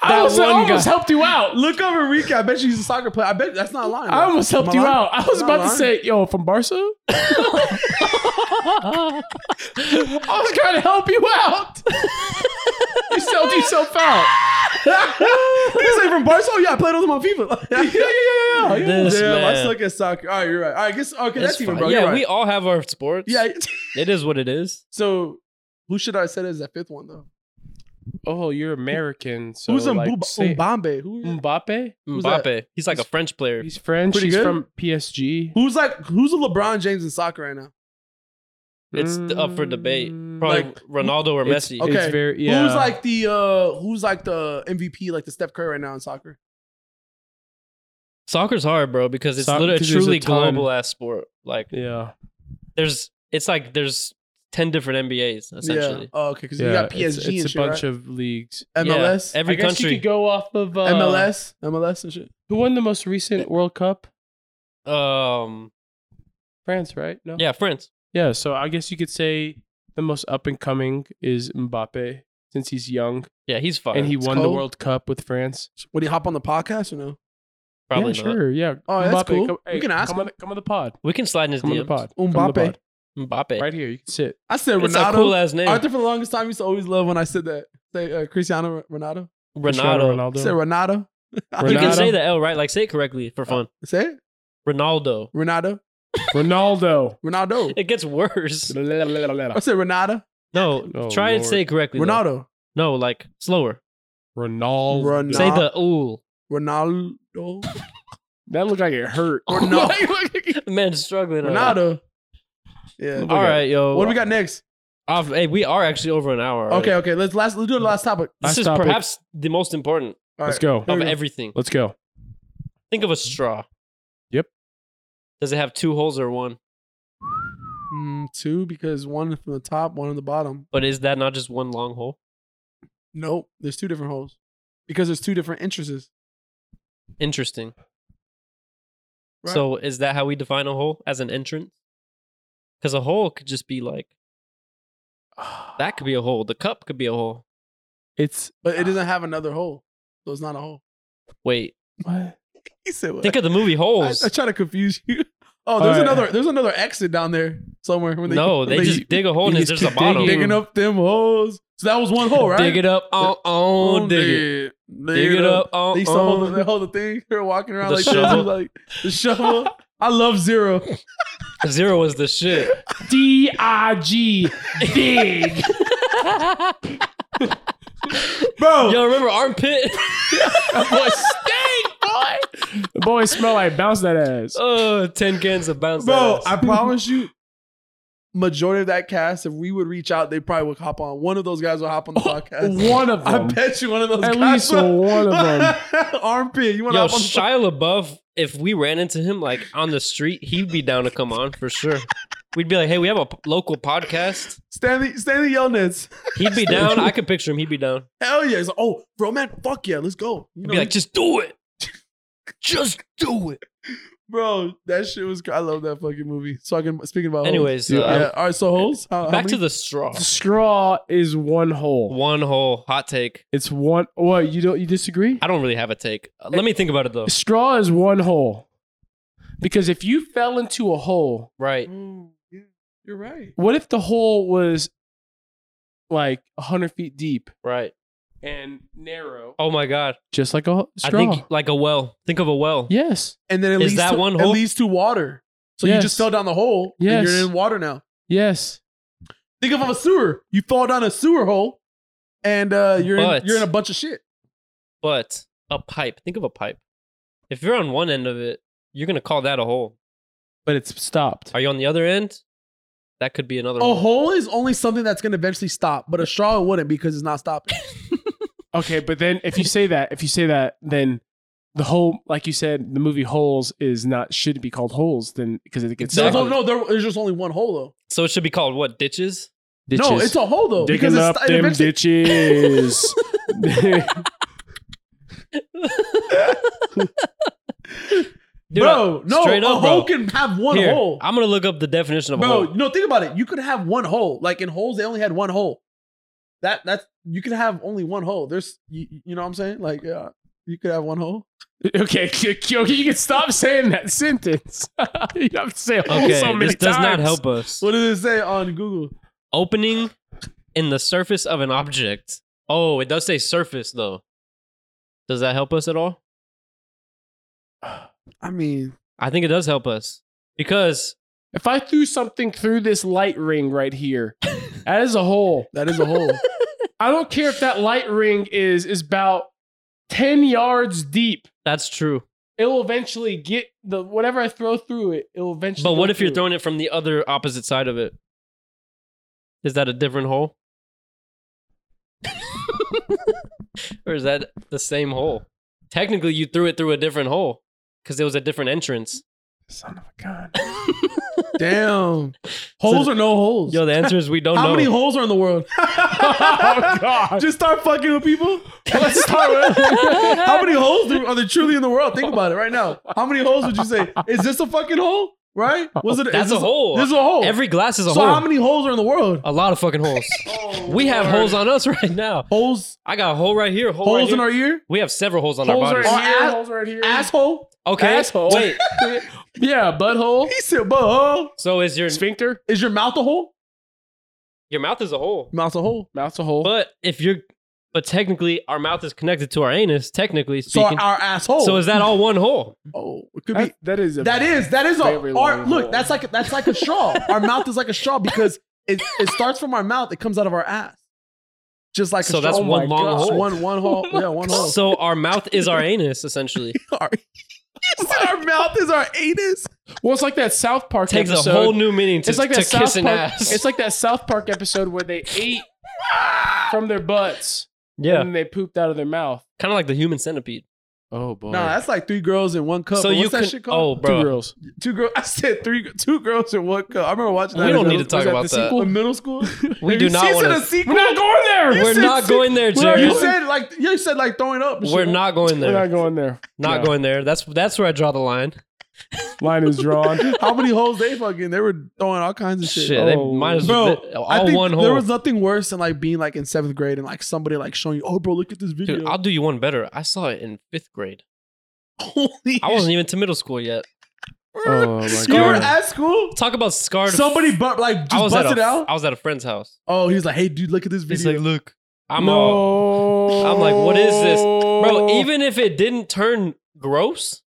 [SPEAKER 3] I
[SPEAKER 2] that
[SPEAKER 3] almost, I
[SPEAKER 2] one
[SPEAKER 3] almost
[SPEAKER 2] guy.
[SPEAKER 3] helped you out.
[SPEAKER 1] Look up Enrique. I bet you he's a soccer player. I bet that's not lying.
[SPEAKER 3] I almost helped you out. I was
[SPEAKER 1] Am I
[SPEAKER 3] about to
[SPEAKER 1] lying?
[SPEAKER 3] say, yo, from Barca. I was trying to help you out. you sold yourself out.
[SPEAKER 1] he's like from Barcelona. Yeah, I played with him on FIFA. yeah, yeah, yeah,
[SPEAKER 2] yeah. This
[SPEAKER 1] Damn, I
[SPEAKER 2] man.
[SPEAKER 1] suck at soccer. All right, you're right. All right, guess okay,
[SPEAKER 2] It's
[SPEAKER 1] that's even,
[SPEAKER 2] fine.
[SPEAKER 1] bro.
[SPEAKER 2] yeah,
[SPEAKER 1] you're right.
[SPEAKER 2] we all have our sports.
[SPEAKER 1] yeah.
[SPEAKER 2] It is what it is.
[SPEAKER 1] So who should I have said as that fifth one though?
[SPEAKER 3] Oh, you're American. So
[SPEAKER 1] Who's in
[SPEAKER 3] like,
[SPEAKER 1] Bub-
[SPEAKER 3] say- Mm.
[SPEAKER 1] Mbappe? Who,
[SPEAKER 3] Mbappe?
[SPEAKER 1] Who's that?
[SPEAKER 2] Mbappe. He's like a French player.
[SPEAKER 3] He's French.
[SPEAKER 1] Pretty
[SPEAKER 3] He's
[SPEAKER 1] good?
[SPEAKER 3] from PSG.
[SPEAKER 1] who's like who's a LeBron James in soccer right now?
[SPEAKER 2] It's th- up for debate.
[SPEAKER 3] Mm,
[SPEAKER 2] Probably
[SPEAKER 1] Like,
[SPEAKER 2] Ronaldo or
[SPEAKER 3] it's-
[SPEAKER 2] Messi.
[SPEAKER 1] okay.
[SPEAKER 3] It's very, yeah.
[SPEAKER 1] Who's like the uh who's like the MVP, like the Steph Curry right now in soccer?
[SPEAKER 2] Soccer's hard, bro, because it's
[SPEAKER 3] Soc-
[SPEAKER 2] literally
[SPEAKER 3] 'cause there's a
[SPEAKER 2] truly
[SPEAKER 3] ton.
[SPEAKER 2] global ass sport. Like
[SPEAKER 3] Yeah.
[SPEAKER 2] there's it's like there's ten different NBAs essentially.
[SPEAKER 1] Yeah. Oh, okay, because you
[SPEAKER 3] yeah,
[SPEAKER 1] got PSG
[SPEAKER 3] it's-
[SPEAKER 1] and
[SPEAKER 3] it's a
[SPEAKER 1] shit,
[SPEAKER 3] bunch
[SPEAKER 1] right?
[SPEAKER 3] of leagues.
[SPEAKER 2] Yeah,
[SPEAKER 1] MLS,
[SPEAKER 2] every
[SPEAKER 3] I guess
[SPEAKER 2] country.
[SPEAKER 3] you could go off of uh,
[SPEAKER 1] MLS, MLS and shit.
[SPEAKER 3] Who won the most recent World Cup?
[SPEAKER 2] Um,
[SPEAKER 3] France, right? No.
[SPEAKER 2] yeah, France.
[SPEAKER 3] Yeah. So I guess you could say the most up and coming is Mbappe since he's young
[SPEAKER 2] Yeah, he's fine.
[SPEAKER 3] and he
[SPEAKER 1] It's
[SPEAKER 3] won the
[SPEAKER 1] cold.
[SPEAKER 3] World Cup with France.
[SPEAKER 1] Would he hop on the podcast or no?
[SPEAKER 2] probably
[SPEAKER 3] yeah,
[SPEAKER 2] not.
[SPEAKER 3] sure. Yeah.
[SPEAKER 1] Oh, that's cool.
[SPEAKER 3] Come,
[SPEAKER 1] We can ask
[SPEAKER 3] Come on, the, come on the pod.
[SPEAKER 2] We can slide in his
[SPEAKER 3] Come on the
[SPEAKER 2] DMs.
[SPEAKER 3] pod. Come on the
[SPEAKER 1] Mbappe.
[SPEAKER 3] pod.
[SPEAKER 2] Mbappe.
[SPEAKER 3] Right here. You can sit.
[SPEAKER 1] I said
[SPEAKER 2] It's
[SPEAKER 1] Ronaldo.
[SPEAKER 2] a cool ass name.
[SPEAKER 1] Arthur for the longest time used to always love when I said that. Say uh, Cristiano Ronaldo.
[SPEAKER 2] Ronaldo.
[SPEAKER 1] I said Ronaldo.
[SPEAKER 2] You can
[SPEAKER 3] Ronaldo?
[SPEAKER 2] say the L right, like say it correctly for fun.
[SPEAKER 1] Say it.
[SPEAKER 2] Ronaldo.
[SPEAKER 1] Ronaldo.
[SPEAKER 3] Ronaldo.
[SPEAKER 1] Ronaldo.
[SPEAKER 2] It gets worse.
[SPEAKER 1] I said Renata.
[SPEAKER 2] No,
[SPEAKER 3] Oh,
[SPEAKER 2] try and
[SPEAKER 3] Lord.
[SPEAKER 2] say it correctly. though.
[SPEAKER 1] Ronaldo.
[SPEAKER 2] No, like slower.
[SPEAKER 3] Ronaldo.
[SPEAKER 1] Ronaldo.
[SPEAKER 2] Say the ooh.
[SPEAKER 1] Ronaldo.
[SPEAKER 3] That looked like it hurt.
[SPEAKER 1] Ronaldo.
[SPEAKER 2] Man, struggling. over that.
[SPEAKER 1] Ronaldo. Yeah.
[SPEAKER 2] All right, yo.
[SPEAKER 1] What do we got next?
[SPEAKER 2] Off- hey, we are actually over an hour. already.
[SPEAKER 1] Okay, okay. Let's last. Let's do the last topic.
[SPEAKER 2] This
[SPEAKER 3] Last
[SPEAKER 2] is
[SPEAKER 3] topic.
[SPEAKER 2] perhaps the most important
[SPEAKER 1] All
[SPEAKER 3] Let's
[SPEAKER 1] right.
[SPEAKER 3] go.
[SPEAKER 1] Here
[SPEAKER 2] of
[SPEAKER 1] we go.
[SPEAKER 2] everything.
[SPEAKER 3] Let's go.
[SPEAKER 2] Think of a straw.
[SPEAKER 3] Yep.
[SPEAKER 2] Does it have two holes or one?
[SPEAKER 1] Mm, two because one from the top, one on the bottom.
[SPEAKER 2] But is that not just one long hole?
[SPEAKER 1] Nope. There's two different holes because there's two different interests.
[SPEAKER 2] Interesting.
[SPEAKER 1] Right.
[SPEAKER 2] So is that how we define a hole as an entrance? Because a hole could just be like that could be a hole. The cup could be a hole.
[SPEAKER 3] It's
[SPEAKER 1] But it doesn't have another hole, so it's not a hole.
[SPEAKER 2] Wait,
[SPEAKER 3] what?
[SPEAKER 1] He said what?
[SPEAKER 2] think of the movie
[SPEAKER 1] I,
[SPEAKER 2] Holes.
[SPEAKER 1] I try to confuse you. Oh, there's
[SPEAKER 3] All right.
[SPEAKER 1] another. There's another exit down there somewhere. When they,
[SPEAKER 2] no,
[SPEAKER 1] when
[SPEAKER 2] they just dig a hole and
[SPEAKER 3] you
[SPEAKER 2] there's
[SPEAKER 3] just
[SPEAKER 2] a
[SPEAKER 3] keep digging,
[SPEAKER 2] bottom.
[SPEAKER 1] digging up them holes. So that was one hole, right?
[SPEAKER 2] Dig it up, oh, oh, dig it, dig it up, oh,
[SPEAKER 1] They used to hold the, they
[SPEAKER 2] oh.
[SPEAKER 1] hold the thing. They're walking around
[SPEAKER 2] The
[SPEAKER 1] like, this,
[SPEAKER 2] shovel.
[SPEAKER 1] like the shovel. I love zero.
[SPEAKER 2] Zero was the shit.
[SPEAKER 3] D I G. Dig.
[SPEAKER 1] Bro,
[SPEAKER 2] Yo, remember armpit?
[SPEAKER 1] that boy stank, boy.
[SPEAKER 3] The boys smell like bounce that ass.
[SPEAKER 2] oh, 10 cans of bounce.
[SPEAKER 1] Bro, I
[SPEAKER 2] that ass.
[SPEAKER 1] promise you, majority of that cast, if we would reach out, they probably would hop on. One of those guys will hop on the podcast.
[SPEAKER 3] One of
[SPEAKER 1] I
[SPEAKER 3] them.
[SPEAKER 1] bet you one of those
[SPEAKER 3] At
[SPEAKER 1] guys
[SPEAKER 3] least one of them.
[SPEAKER 1] Armpit. You want to
[SPEAKER 2] Yo,
[SPEAKER 1] hop on the
[SPEAKER 2] Shia LaBeouf, if we ran into him like on the street, he'd be down to come on for sure. We'd be like, hey, we have a p- local podcast.
[SPEAKER 1] Stanley, Stanley Yelnats.
[SPEAKER 2] He'd be down. I could picture him. He'd be down.
[SPEAKER 1] Hell yeah. He's like, oh, bro, man, fuck yeah, let's go. You
[SPEAKER 2] He'd
[SPEAKER 1] know,
[SPEAKER 2] be like, just do it. Just do it.
[SPEAKER 1] bro, that shit was. cr- I love that fucking movie. So I can speaking about. holes.
[SPEAKER 2] Anyways,
[SPEAKER 1] yeah.
[SPEAKER 2] uh,
[SPEAKER 1] all right. So holes. How, how
[SPEAKER 2] back to
[SPEAKER 1] many?
[SPEAKER 2] the straw.
[SPEAKER 3] Straw is one hole.
[SPEAKER 2] One whole hot take.
[SPEAKER 3] It's one. What you don't? You disagree?
[SPEAKER 2] I don't really have a take. Uh, Let me think about it though.
[SPEAKER 3] Straw is one hole. Because if you fell into a hole,
[SPEAKER 2] Right.
[SPEAKER 1] Oh, yeah, you're right.
[SPEAKER 3] what if the hole was like hundred feet deep
[SPEAKER 2] Right.
[SPEAKER 3] and narrow,
[SPEAKER 2] Oh my God.
[SPEAKER 3] just like a straw?
[SPEAKER 2] I think like a well. Think of a well.
[SPEAKER 3] yes,
[SPEAKER 1] And then it
[SPEAKER 2] Is
[SPEAKER 1] leads
[SPEAKER 2] that
[SPEAKER 1] to,
[SPEAKER 2] one
[SPEAKER 1] It
[SPEAKER 2] hole?
[SPEAKER 1] leads to water. So you just
[SPEAKER 3] Yes.
[SPEAKER 1] fell down the hole. Yeah,
[SPEAKER 3] Yes.
[SPEAKER 1] you're in water now.
[SPEAKER 3] yes.
[SPEAKER 1] Think of a sewer. You fall down a sewer hole, and uh, you're
[SPEAKER 2] But-
[SPEAKER 1] in, you're in a bunch of shit.
[SPEAKER 2] But a pipe. Think of a pipe. If you're on one end of it, you're gonna call that a hole.
[SPEAKER 3] But it's stopped.
[SPEAKER 2] Are you on the other end? That could be another
[SPEAKER 1] A
[SPEAKER 2] hole.
[SPEAKER 1] hole is only something that's going to eventually stop, but a straw wouldn't because it's not stopping.
[SPEAKER 3] Okay, but then if you say that, if you say that, then the whole, like you said, the movie Holes is not should be called Holes, then because it gets
[SPEAKER 1] No,
[SPEAKER 2] Exactly.
[SPEAKER 1] no, no, there- there's just only one hole though.
[SPEAKER 2] So it should be called what? Ditches?
[SPEAKER 1] No, it's a hole though
[SPEAKER 3] digging
[SPEAKER 1] because it's
[SPEAKER 3] up
[SPEAKER 1] it
[SPEAKER 3] them
[SPEAKER 1] eventually-
[SPEAKER 3] ditches.
[SPEAKER 2] Dude,
[SPEAKER 1] bro, no,
[SPEAKER 2] straight
[SPEAKER 1] a
[SPEAKER 2] up,
[SPEAKER 1] hole
[SPEAKER 2] bro.
[SPEAKER 1] can have one
[SPEAKER 2] Here,
[SPEAKER 1] hole.
[SPEAKER 2] I'm gonna look up the definition of a
[SPEAKER 1] bro,
[SPEAKER 2] hole.
[SPEAKER 1] no, think about it. You could have one hole. Like in holes, they only had one hole. That that's you could have only one hole. There's you, you know what I'm saying? Like yeah, you could have one hole.
[SPEAKER 3] okay, Kyoki, you can stop saying that sentence. you have to say Holes
[SPEAKER 2] Okay,
[SPEAKER 3] so many
[SPEAKER 2] this does not
[SPEAKER 3] times.
[SPEAKER 2] help us.
[SPEAKER 1] What does it say on Google?
[SPEAKER 2] Opening in the surface of an object. Oh, it does say surface though. Does that help us at all?
[SPEAKER 1] I mean,
[SPEAKER 2] I think it does help us because
[SPEAKER 3] If I threw something through this light ring right here, that is a hole.
[SPEAKER 1] that is a hole.
[SPEAKER 3] I don't care if that light ring is is about ten yards deep.
[SPEAKER 2] that's true.
[SPEAKER 3] it'll eventually get the whatever I throw through it, it'll eventually.
[SPEAKER 2] But
[SPEAKER 3] go
[SPEAKER 2] what if you're
[SPEAKER 3] through.
[SPEAKER 2] throwing it from the other opposite side of it? Is that a different hole? or is that the same hole? Technically, you threw it through a different hole because there was a different entrance.
[SPEAKER 3] Son of a gun.
[SPEAKER 1] Damn, holes or no holes?
[SPEAKER 2] Yo, the answer is we don't
[SPEAKER 1] How
[SPEAKER 2] know.
[SPEAKER 1] many holes are in the world?
[SPEAKER 3] oh God!
[SPEAKER 1] Just start fucking with people.
[SPEAKER 3] let's start
[SPEAKER 1] How many holes do- are there truly in the world? Think about it right now. How many holes would you say? Is this a fucking hole? Right? Was it? is
[SPEAKER 2] That's
[SPEAKER 1] this
[SPEAKER 2] a hole.
[SPEAKER 1] This is a hole.
[SPEAKER 2] Every glass is a
[SPEAKER 1] so
[SPEAKER 2] hole.
[SPEAKER 1] how many Oh, holes are in the world?
[SPEAKER 2] a lot of fucking holes. we have holes on us right now.
[SPEAKER 1] Holes,
[SPEAKER 2] I got a hole right here. a Hole
[SPEAKER 1] holes
[SPEAKER 2] right
[SPEAKER 1] in
[SPEAKER 2] here.
[SPEAKER 1] our ear,
[SPEAKER 2] we have several holes on
[SPEAKER 3] holes
[SPEAKER 2] our
[SPEAKER 3] right
[SPEAKER 2] bodies.
[SPEAKER 1] Or
[SPEAKER 3] here.
[SPEAKER 1] ass-
[SPEAKER 3] holes right here.
[SPEAKER 1] asshole.
[SPEAKER 2] okay.
[SPEAKER 3] asshole.
[SPEAKER 2] Wait.
[SPEAKER 3] yeah, butthole,
[SPEAKER 1] He said, "But hole.
[SPEAKER 2] So is your
[SPEAKER 3] sphincter,
[SPEAKER 1] is your mouth a hole?
[SPEAKER 2] your mouth is a hole?
[SPEAKER 1] Mouth's a hole.
[SPEAKER 3] mouth's a hole.
[SPEAKER 2] But if you're, but technically our mouth is connected to our anus. Technically
[SPEAKER 1] So
[SPEAKER 2] speaking,
[SPEAKER 1] our, our asshole.
[SPEAKER 2] so, is that all one hole?
[SPEAKER 1] Oh, it could be.
[SPEAKER 3] That, that is a
[SPEAKER 1] That is that is a
[SPEAKER 3] Very
[SPEAKER 1] our,
[SPEAKER 3] long
[SPEAKER 1] look.
[SPEAKER 3] hole.
[SPEAKER 1] That's like that's like a straw. our mouth is like a straw because it, it starts from our mouth. It comes out of our ass, just like
[SPEAKER 2] So
[SPEAKER 1] a straw.
[SPEAKER 2] that's
[SPEAKER 1] Oh
[SPEAKER 2] one
[SPEAKER 1] my
[SPEAKER 2] long
[SPEAKER 1] gosh.
[SPEAKER 2] hole.
[SPEAKER 1] One one hole. Yeah, one hole.
[SPEAKER 2] So our mouth is our anus essentially.
[SPEAKER 1] Sorry. You said our mouth is our anus.
[SPEAKER 3] well, it's like that South Park
[SPEAKER 2] Takes
[SPEAKER 3] episode.
[SPEAKER 2] a whole new meaning to,
[SPEAKER 3] it's like
[SPEAKER 2] to
[SPEAKER 3] that
[SPEAKER 2] kiss
[SPEAKER 3] South
[SPEAKER 2] an
[SPEAKER 3] Park.
[SPEAKER 2] ass.
[SPEAKER 3] It's like that South Park episode where they ate from their butts
[SPEAKER 2] yeah,
[SPEAKER 3] and they pooped out of their mouth.
[SPEAKER 2] kind of like the human centipede.
[SPEAKER 3] Oh boy.
[SPEAKER 1] Nah, that's like three girls in one cup.
[SPEAKER 2] so
[SPEAKER 1] What's
[SPEAKER 2] you
[SPEAKER 1] that
[SPEAKER 2] can
[SPEAKER 1] shit
[SPEAKER 2] oh
[SPEAKER 1] called?
[SPEAKER 3] two
[SPEAKER 2] bro,
[SPEAKER 3] girls.
[SPEAKER 1] Two girls. I said three. Two girls in one cup. I remember watching
[SPEAKER 2] We
[SPEAKER 1] that.
[SPEAKER 2] don't
[SPEAKER 1] in
[SPEAKER 2] need to
[SPEAKER 1] middle- was
[SPEAKER 2] talk
[SPEAKER 1] that
[SPEAKER 2] about
[SPEAKER 1] the
[SPEAKER 2] that.
[SPEAKER 1] Sequel in middle school.
[SPEAKER 2] we
[SPEAKER 1] Have
[SPEAKER 2] do
[SPEAKER 1] you
[SPEAKER 2] not
[SPEAKER 1] seen
[SPEAKER 2] want
[SPEAKER 1] a
[SPEAKER 2] to.
[SPEAKER 1] sequel.
[SPEAKER 3] going there.
[SPEAKER 2] We're
[SPEAKER 1] said
[SPEAKER 2] not
[SPEAKER 1] se-
[SPEAKER 2] going there,
[SPEAKER 1] We're not-
[SPEAKER 2] Jared.
[SPEAKER 1] You said like you said like throwing up. and
[SPEAKER 2] We're
[SPEAKER 1] shit.
[SPEAKER 2] not going
[SPEAKER 3] We're not
[SPEAKER 2] there.
[SPEAKER 3] going there.
[SPEAKER 2] Not
[SPEAKER 3] No.
[SPEAKER 2] going there. That's that's where I draw the line.
[SPEAKER 3] Line is drawn.
[SPEAKER 1] How many holes they fucking? They were throwing all kinds of
[SPEAKER 2] Shit, they
[SPEAKER 3] Oh.
[SPEAKER 2] might as
[SPEAKER 1] Bro,
[SPEAKER 2] well
[SPEAKER 1] I
[SPEAKER 2] all
[SPEAKER 1] think
[SPEAKER 2] one
[SPEAKER 1] there
[SPEAKER 2] hole.
[SPEAKER 1] was nothing worse than like being like in seventh grade and like somebody like showing you, oh bro, look at this video.
[SPEAKER 2] Dude, I'll do you one better. I saw it in fifth grade.
[SPEAKER 1] Holy
[SPEAKER 2] I wasn't even to middle school yet.
[SPEAKER 3] Oh, my
[SPEAKER 1] shit. You were
[SPEAKER 3] God.
[SPEAKER 1] at school.
[SPEAKER 2] Talk about scarred.
[SPEAKER 1] Somebody but like
[SPEAKER 2] I
[SPEAKER 1] just
[SPEAKER 2] was at
[SPEAKER 1] busted
[SPEAKER 2] a,
[SPEAKER 1] out.
[SPEAKER 2] I was at a friend's house.
[SPEAKER 1] Oh, he's like, hey dude, look at this
[SPEAKER 2] He's
[SPEAKER 1] video.
[SPEAKER 2] like, look, I'm
[SPEAKER 3] no.
[SPEAKER 2] all I'm like, what is this? bro.
[SPEAKER 3] Oh.
[SPEAKER 2] Even if it didn't turn gross,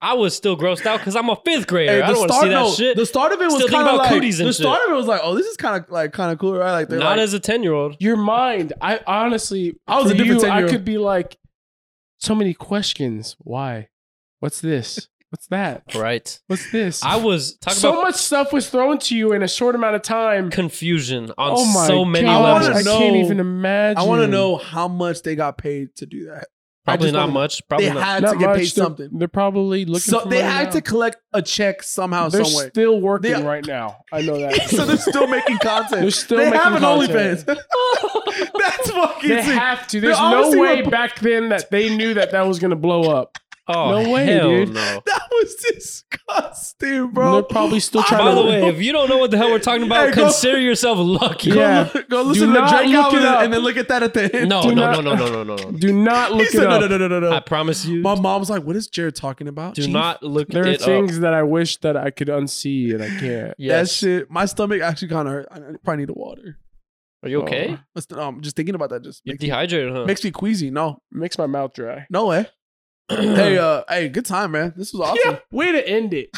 [SPEAKER 2] I was still grossed out because I'm a fifth grader.
[SPEAKER 1] Hey,
[SPEAKER 2] I don't want to see that
[SPEAKER 1] no,
[SPEAKER 2] shit.
[SPEAKER 1] The start of it was
[SPEAKER 2] Still think
[SPEAKER 1] kind of
[SPEAKER 2] about
[SPEAKER 1] like
[SPEAKER 2] cooties and
[SPEAKER 1] the
[SPEAKER 2] shit.
[SPEAKER 1] start of it was like, oh, this is kind of like kind of cool, right? Like they're
[SPEAKER 2] Not
[SPEAKER 1] like,
[SPEAKER 2] as a ten year old.
[SPEAKER 3] your mind. I honestly,
[SPEAKER 1] I was
[SPEAKER 3] for
[SPEAKER 1] a different
[SPEAKER 3] you, I
[SPEAKER 1] 10-year-old.
[SPEAKER 3] could be like, so many questions. Why? What's this? What's that?
[SPEAKER 2] Right.
[SPEAKER 3] What's this?
[SPEAKER 2] I was talking
[SPEAKER 3] so
[SPEAKER 2] about
[SPEAKER 3] much stuff was thrown to you in a short amount of time.
[SPEAKER 2] confusion on
[SPEAKER 3] oh my
[SPEAKER 2] so many
[SPEAKER 3] God.
[SPEAKER 1] wanna
[SPEAKER 2] levels.
[SPEAKER 3] I
[SPEAKER 1] know-
[SPEAKER 3] can't even imagine.
[SPEAKER 1] I want to know how much they got paid to do that. I
[SPEAKER 2] Probably
[SPEAKER 1] just
[SPEAKER 2] not
[SPEAKER 1] wanna-
[SPEAKER 2] much. Probably
[SPEAKER 1] they
[SPEAKER 2] not.
[SPEAKER 1] had
[SPEAKER 3] Not
[SPEAKER 1] to get
[SPEAKER 3] much.
[SPEAKER 1] paid
[SPEAKER 3] They're-
[SPEAKER 1] something.
[SPEAKER 3] They're probably looking.
[SPEAKER 1] So
[SPEAKER 3] for
[SPEAKER 1] they
[SPEAKER 3] money
[SPEAKER 1] had
[SPEAKER 3] now.
[SPEAKER 1] to collect a check somehow,
[SPEAKER 3] They're
[SPEAKER 1] some way.
[SPEAKER 3] still working
[SPEAKER 1] They-
[SPEAKER 3] right now. I know that.
[SPEAKER 1] so they're still making content.
[SPEAKER 3] They're still
[SPEAKER 1] they
[SPEAKER 3] making
[SPEAKER 1] have an
[SPEAKER 3] content.
[SPEAKER 1] OnlyFans. That's fucking
[SPEAKER 3] they
[SPEAKER 1] sick.
[SPEAKER 3] have to. There's
[SPEAKER 1] They
[SPEAKER 3] no
[SPEAKER 1] obviously
[SPEAKER 3] way
[SPEAKER 1] were-
[SPEAKER 3] back then that they knew that that was going to blow up.
[SPEAKER 2] Oh
[SPEAKER 3] No way,
[SPEAKER 2] hell
[SPEAKER 3] dude.
[SPEAKER 2] No.
[SPEAKER 1] that was disgusting,
[SPEAKER 3] And
[SPEAKER 1] bro.
[SPEAKER 3] They're probably still trying
[SPEAKER 2] By
[SPEAKER 3] to.
[SPEAKER 2] the way, if you don't know what the hell we're talking about,
[SPEAKER 1] Hey, go-
[SPEAKER 2] consider yourself lucky.
[SPEAKER 1] go,
[SPEAKER 3] Yeah.
[SPEAKER 1] look- go listen
[SPEAKER 3] Do
[SPEAKER 1] to
[SPEAKER 3] not
[SPEAKER 1] Drake
[SPEAKER 3] look
[SPEAKER 1] album
[SPEAKER 3] it up.
[SPEAKER 1] and then look at that at the end.
[SPEAKER 2] No,
[SPEAKER 3] Do
[SPEAKER 2] no, no,
[SPEAKER 3] not-
[SPEAKER 2] no, no, no, no, no.
[SPEAKER 3] do not
[SPEAKER 1] he
[SPEAKER 3] look
[SPEAKER 1] said
[SPEAKER 3] it
[SPEAKER 1] no,
[SPEAKER 3] up.
[SPEAKER 1] no, no, no, no, no.
[SPEAKER 2] I promise you,
[SPEAKER 1] My mom's like, "What is Jared talking about?"
[SPEAKER 2] do
[SPEAKER 1] Chief?"
[SPEAKER 2] not look
[SPEAKER 3] There are
[SPEAKER 2] it up.
[SPEAKER 3] things that I wish that I could unsee and I can't.
[SPEAKER 1] That
[SPEAKER 2] Yes.
[SPEAKER 1] shit. My stomach actually kind of hurt. I probably need a water.
[SPEAKER 2] Are you okay?
[SPEAKER 3] Oh.
[SPEAKER 1] That's- Um, just thinking about that just
[SPEAKER 2] You're
[SPEAKER 1] makes me,
[SPEAKER 2] dehydrated, huh?
[SPEAKER 1] makes me queasy. No,
[SPEAKER 3] Makes my mouth dry.
[SPEAKER 1] no way. hey, uh, hey, good time, man. This was awesome.
[SPEAKER 3] Way to end it.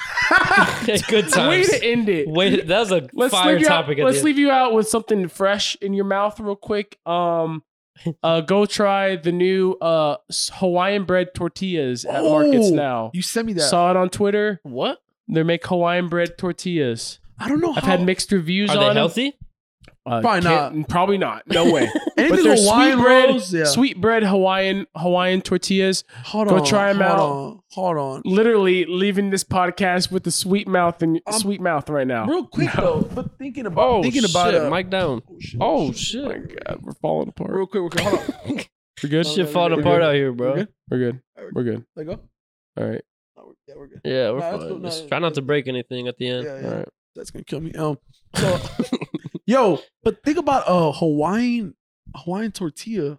[SPEAKER 2] Good
[SPEAKER 3] Way
[SPEAKER 2] times.
[SPEAKER 3] to end it.
[SPEAKER 2] Wait, that was a
[SPEAKER 3] Let's
[SPEAKER 2] fire
[SPEAKER 3] leave you
[SPEAKER 2] topic.
[SPEAKER 3] out,
[SPEAKER 2] at the
[SPEAKER 3] Let's
[SPEAKER 2] end.
[SPEAKER 3] leave you out with something fresh in your mouth real quick. Um uh go try the new uh s- Hawaiian bread tortillas at markets
[SPEAKER 1] Oh,
[SPEAKER 3] now.
[SPEAKER 1] You sent me that.
[SPEAKER 3] Saw it on Twitter.
[SPEAKER 2] What?
[SPEAKER 3] They make Hawaiian bread tortillas.
[SPEAKER 1] I don't know
[SPEAKER 3] I've
[SPEAKER 1] how.
[SPEAKER 3] had mixed reviews
[SPEAKER 2] Are
[SPEAKER 3] on
[SPEAKER 2] they
[SPEAKER 3] them.
[SPEAKER 2] healthy?
[SPEAKER 3] Uh,
[SPEAKER 1] Probably
[SPEAKER 3] can't- Probably not. No way.
[SPEAKER 1] anything
[SPEAKER 3] they're
[SPEAKER 1] Hawaiian
[SPEAKER 3] sweet bread,
[SPEAKER 1] rolls? Yeah.
[SPEAKER 3] Sweet bread Hawaiian Hawaiian tortillas.
[SPEAKER 1] Hold
[SPEAKER 3] Go
[SPEAKER 1] on.
[SPEAKER 3] try 'em
[SPEAKER 1] hold
[SPEAKER 3] out.
[SPEAKER 1] On, hold on.
[SPEAKER 3] Literally leaving this podcast with the sweet mouth and
[SPEAKER 1] Um,
[SPEAKER 3] sweet mouth right now.
[SPEAKER 1] Real quick though, but thinking about thinking about
[SPEAKER 2] shit,
[SPEAKER 1] uh,
[SPEAKER 2] Mike down.
[SPEAKER 1] oh, shit,
[SPEAKER 2] Oh
[SPEAKER 3] Oh my
[SPEAKER 2] shit.
[SPEAKER 3] god, we're falling apart.
[SPEAKER 1] Real quick, real quick. Hold on.
[SPEAKER 3] We're good.
[SPEAKER 2] shit falling
[SPEAKER 3] We're
[SPEAKER 2] apart
[SPEAKER 3] good.
[SPEAKER 2] out here, bro.
[SPEAKER 1] good?
[SPEAKER 3] We're good. We're good.
[SPEAKER 1] Let go.
[SPEAKER 3] All right.
[SPEAKER 1] No, we're- yeah, we're good.
[SPEAKER 2] Yeah, we're
[SPEAKER 1] Nah, that's
[SPEAKER 2] fine.
[SPEAKER 1] cool. Nah,
[SPEAKER 2] Just
[SPEAKER 1] yeah,
[SPEAKER 2] try not
[SPEAKER 1] yeah.
[SPEAKER 2] to break anything at the
[SPEAKER 1] Yeah,
[SPEAKER 2] end.
[SPEAKER 1] yeah.
[SPEAKER 3] All right.
[SPEAKER 1] That's gonna kill me. Um, so, yo, but think about a Hawaiian Hawaiian tortilla.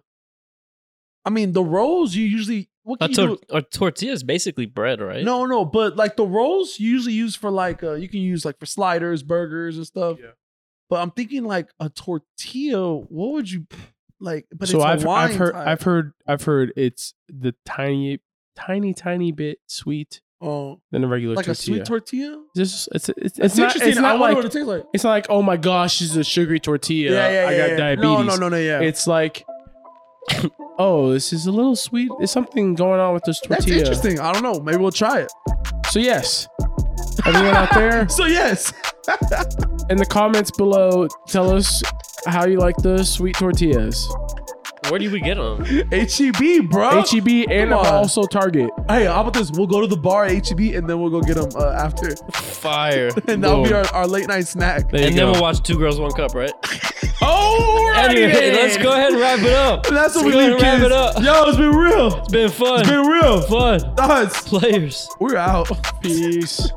[SPEAKER 1] I mean, the rolls you usually what
[SPEAKER 2] A,
[SPEAKER 1] can you
[SPEAKER 2] tor-
[SPEAKER 1] do?
[SPEAKER 2] a tortilla is basically bread, right?
[SPEAKER 1] No, no, but like the rolls you usually use for like uh, you can use like for sliders, burgers, and stuff.
[SPEAKER 3] Yeah.
[SPEAKER 1] But I'm thinking like a tortilla. What would you like? But
[SPEAKER 3] so
[SPEAKER 1] it's
[SPEAKER 3] I've
[SPEAKER 1] Hawaiian
[SPEAKER 3] I've heard
[SPEAKER 1] type.
[SPEAKER 3] I've heard I've heard it's the tiny tiny tiny bit sweet
[SPEAKER 1] Oh,
[SPEAKER 3] than a regular
[SPEAKER 1] like a
[SPEAKER 3] tortilla.
[SPEAKER 1] sweet tortilla.
[SPEAKER 3] This- it's it's, it's,
[SPEAKER 1] It's,
[SPEAKER 3] not,
[SPEAKER 1] interesting.
[SPEAKER 3] It's
[SPEAKER 1] I
[SPEAKER 3] not
[SPEAKER 1] wonder
[SPEAKER 3] like
[SPEAKER 1] what it tastes like.
[SPEAKER 3] it's not like oh my gosh, this is a sugary tortilla. I got diabetes.
[SPEAKER 1] No, no, no, no. Yeah,
[SPEAKER 3] It's like oh, this is a little sweet. There's something going on with this
[SPEAKER 1] that's
[SPEAKER 3] tortilla.
[SPEAKER 1] interesting. I don't know. Maybe we'll try it.
[SPEAKER 3] So yes, everyone out there
[SPEAKER 1] So yes,
[SPEAKER 3] in the comments below, tell us how you like the sweet tortillas.
[SPEAKER 2] Where do we get them?
[SPEAKER 1] H E B, bro.
[SPEAKER 3] HEB and
[SPEAKER 1] come on.
[SPEAKER 3] also Target.
[SPEAKER 1] Hey, how about this? We'll go to the bar at HEB and then we'll go get them uh, after,
[SPEAKER 2] Fire.
[SPEAKER 1] and that'll be
[SPEAKER 3] Whoa.
[SPEAKER 1] our, our late night snack.
[SPEAKER 3] There
[SPEAKER 2] and
[SPEAKER 3] you
[SPEAKER 2] then
[SPEAKER 3] go.
[SPEAKER 2] we'll watch Two Girls, One Cup, right?
[SPEAKER 1] Oh,
[SPEAKER 2] Anyway, let's go ahead and wrap it up.
[SPEAKER 1] That's what
[SPEAKER 2] Let's
[SPEAKER 1] we
[SPEAKER 2] go
[SPEAKER 1] leave,
[SPEAKER 2] ahead and wrap
[SPEAKER 1] kids.
[SPEAKER 2] it up.
[SPEAKER 1] Yo, it's been real.
[SPEAKER 2] It's been fun.
[SPEAKER 1] It's been real.
[SPEAKER 2] fun.
[SPEAKER 1] Us,
[SPEAKER 2] Players.
[SPEAKER 1] we're out.
[SPEAKER 3] Peace.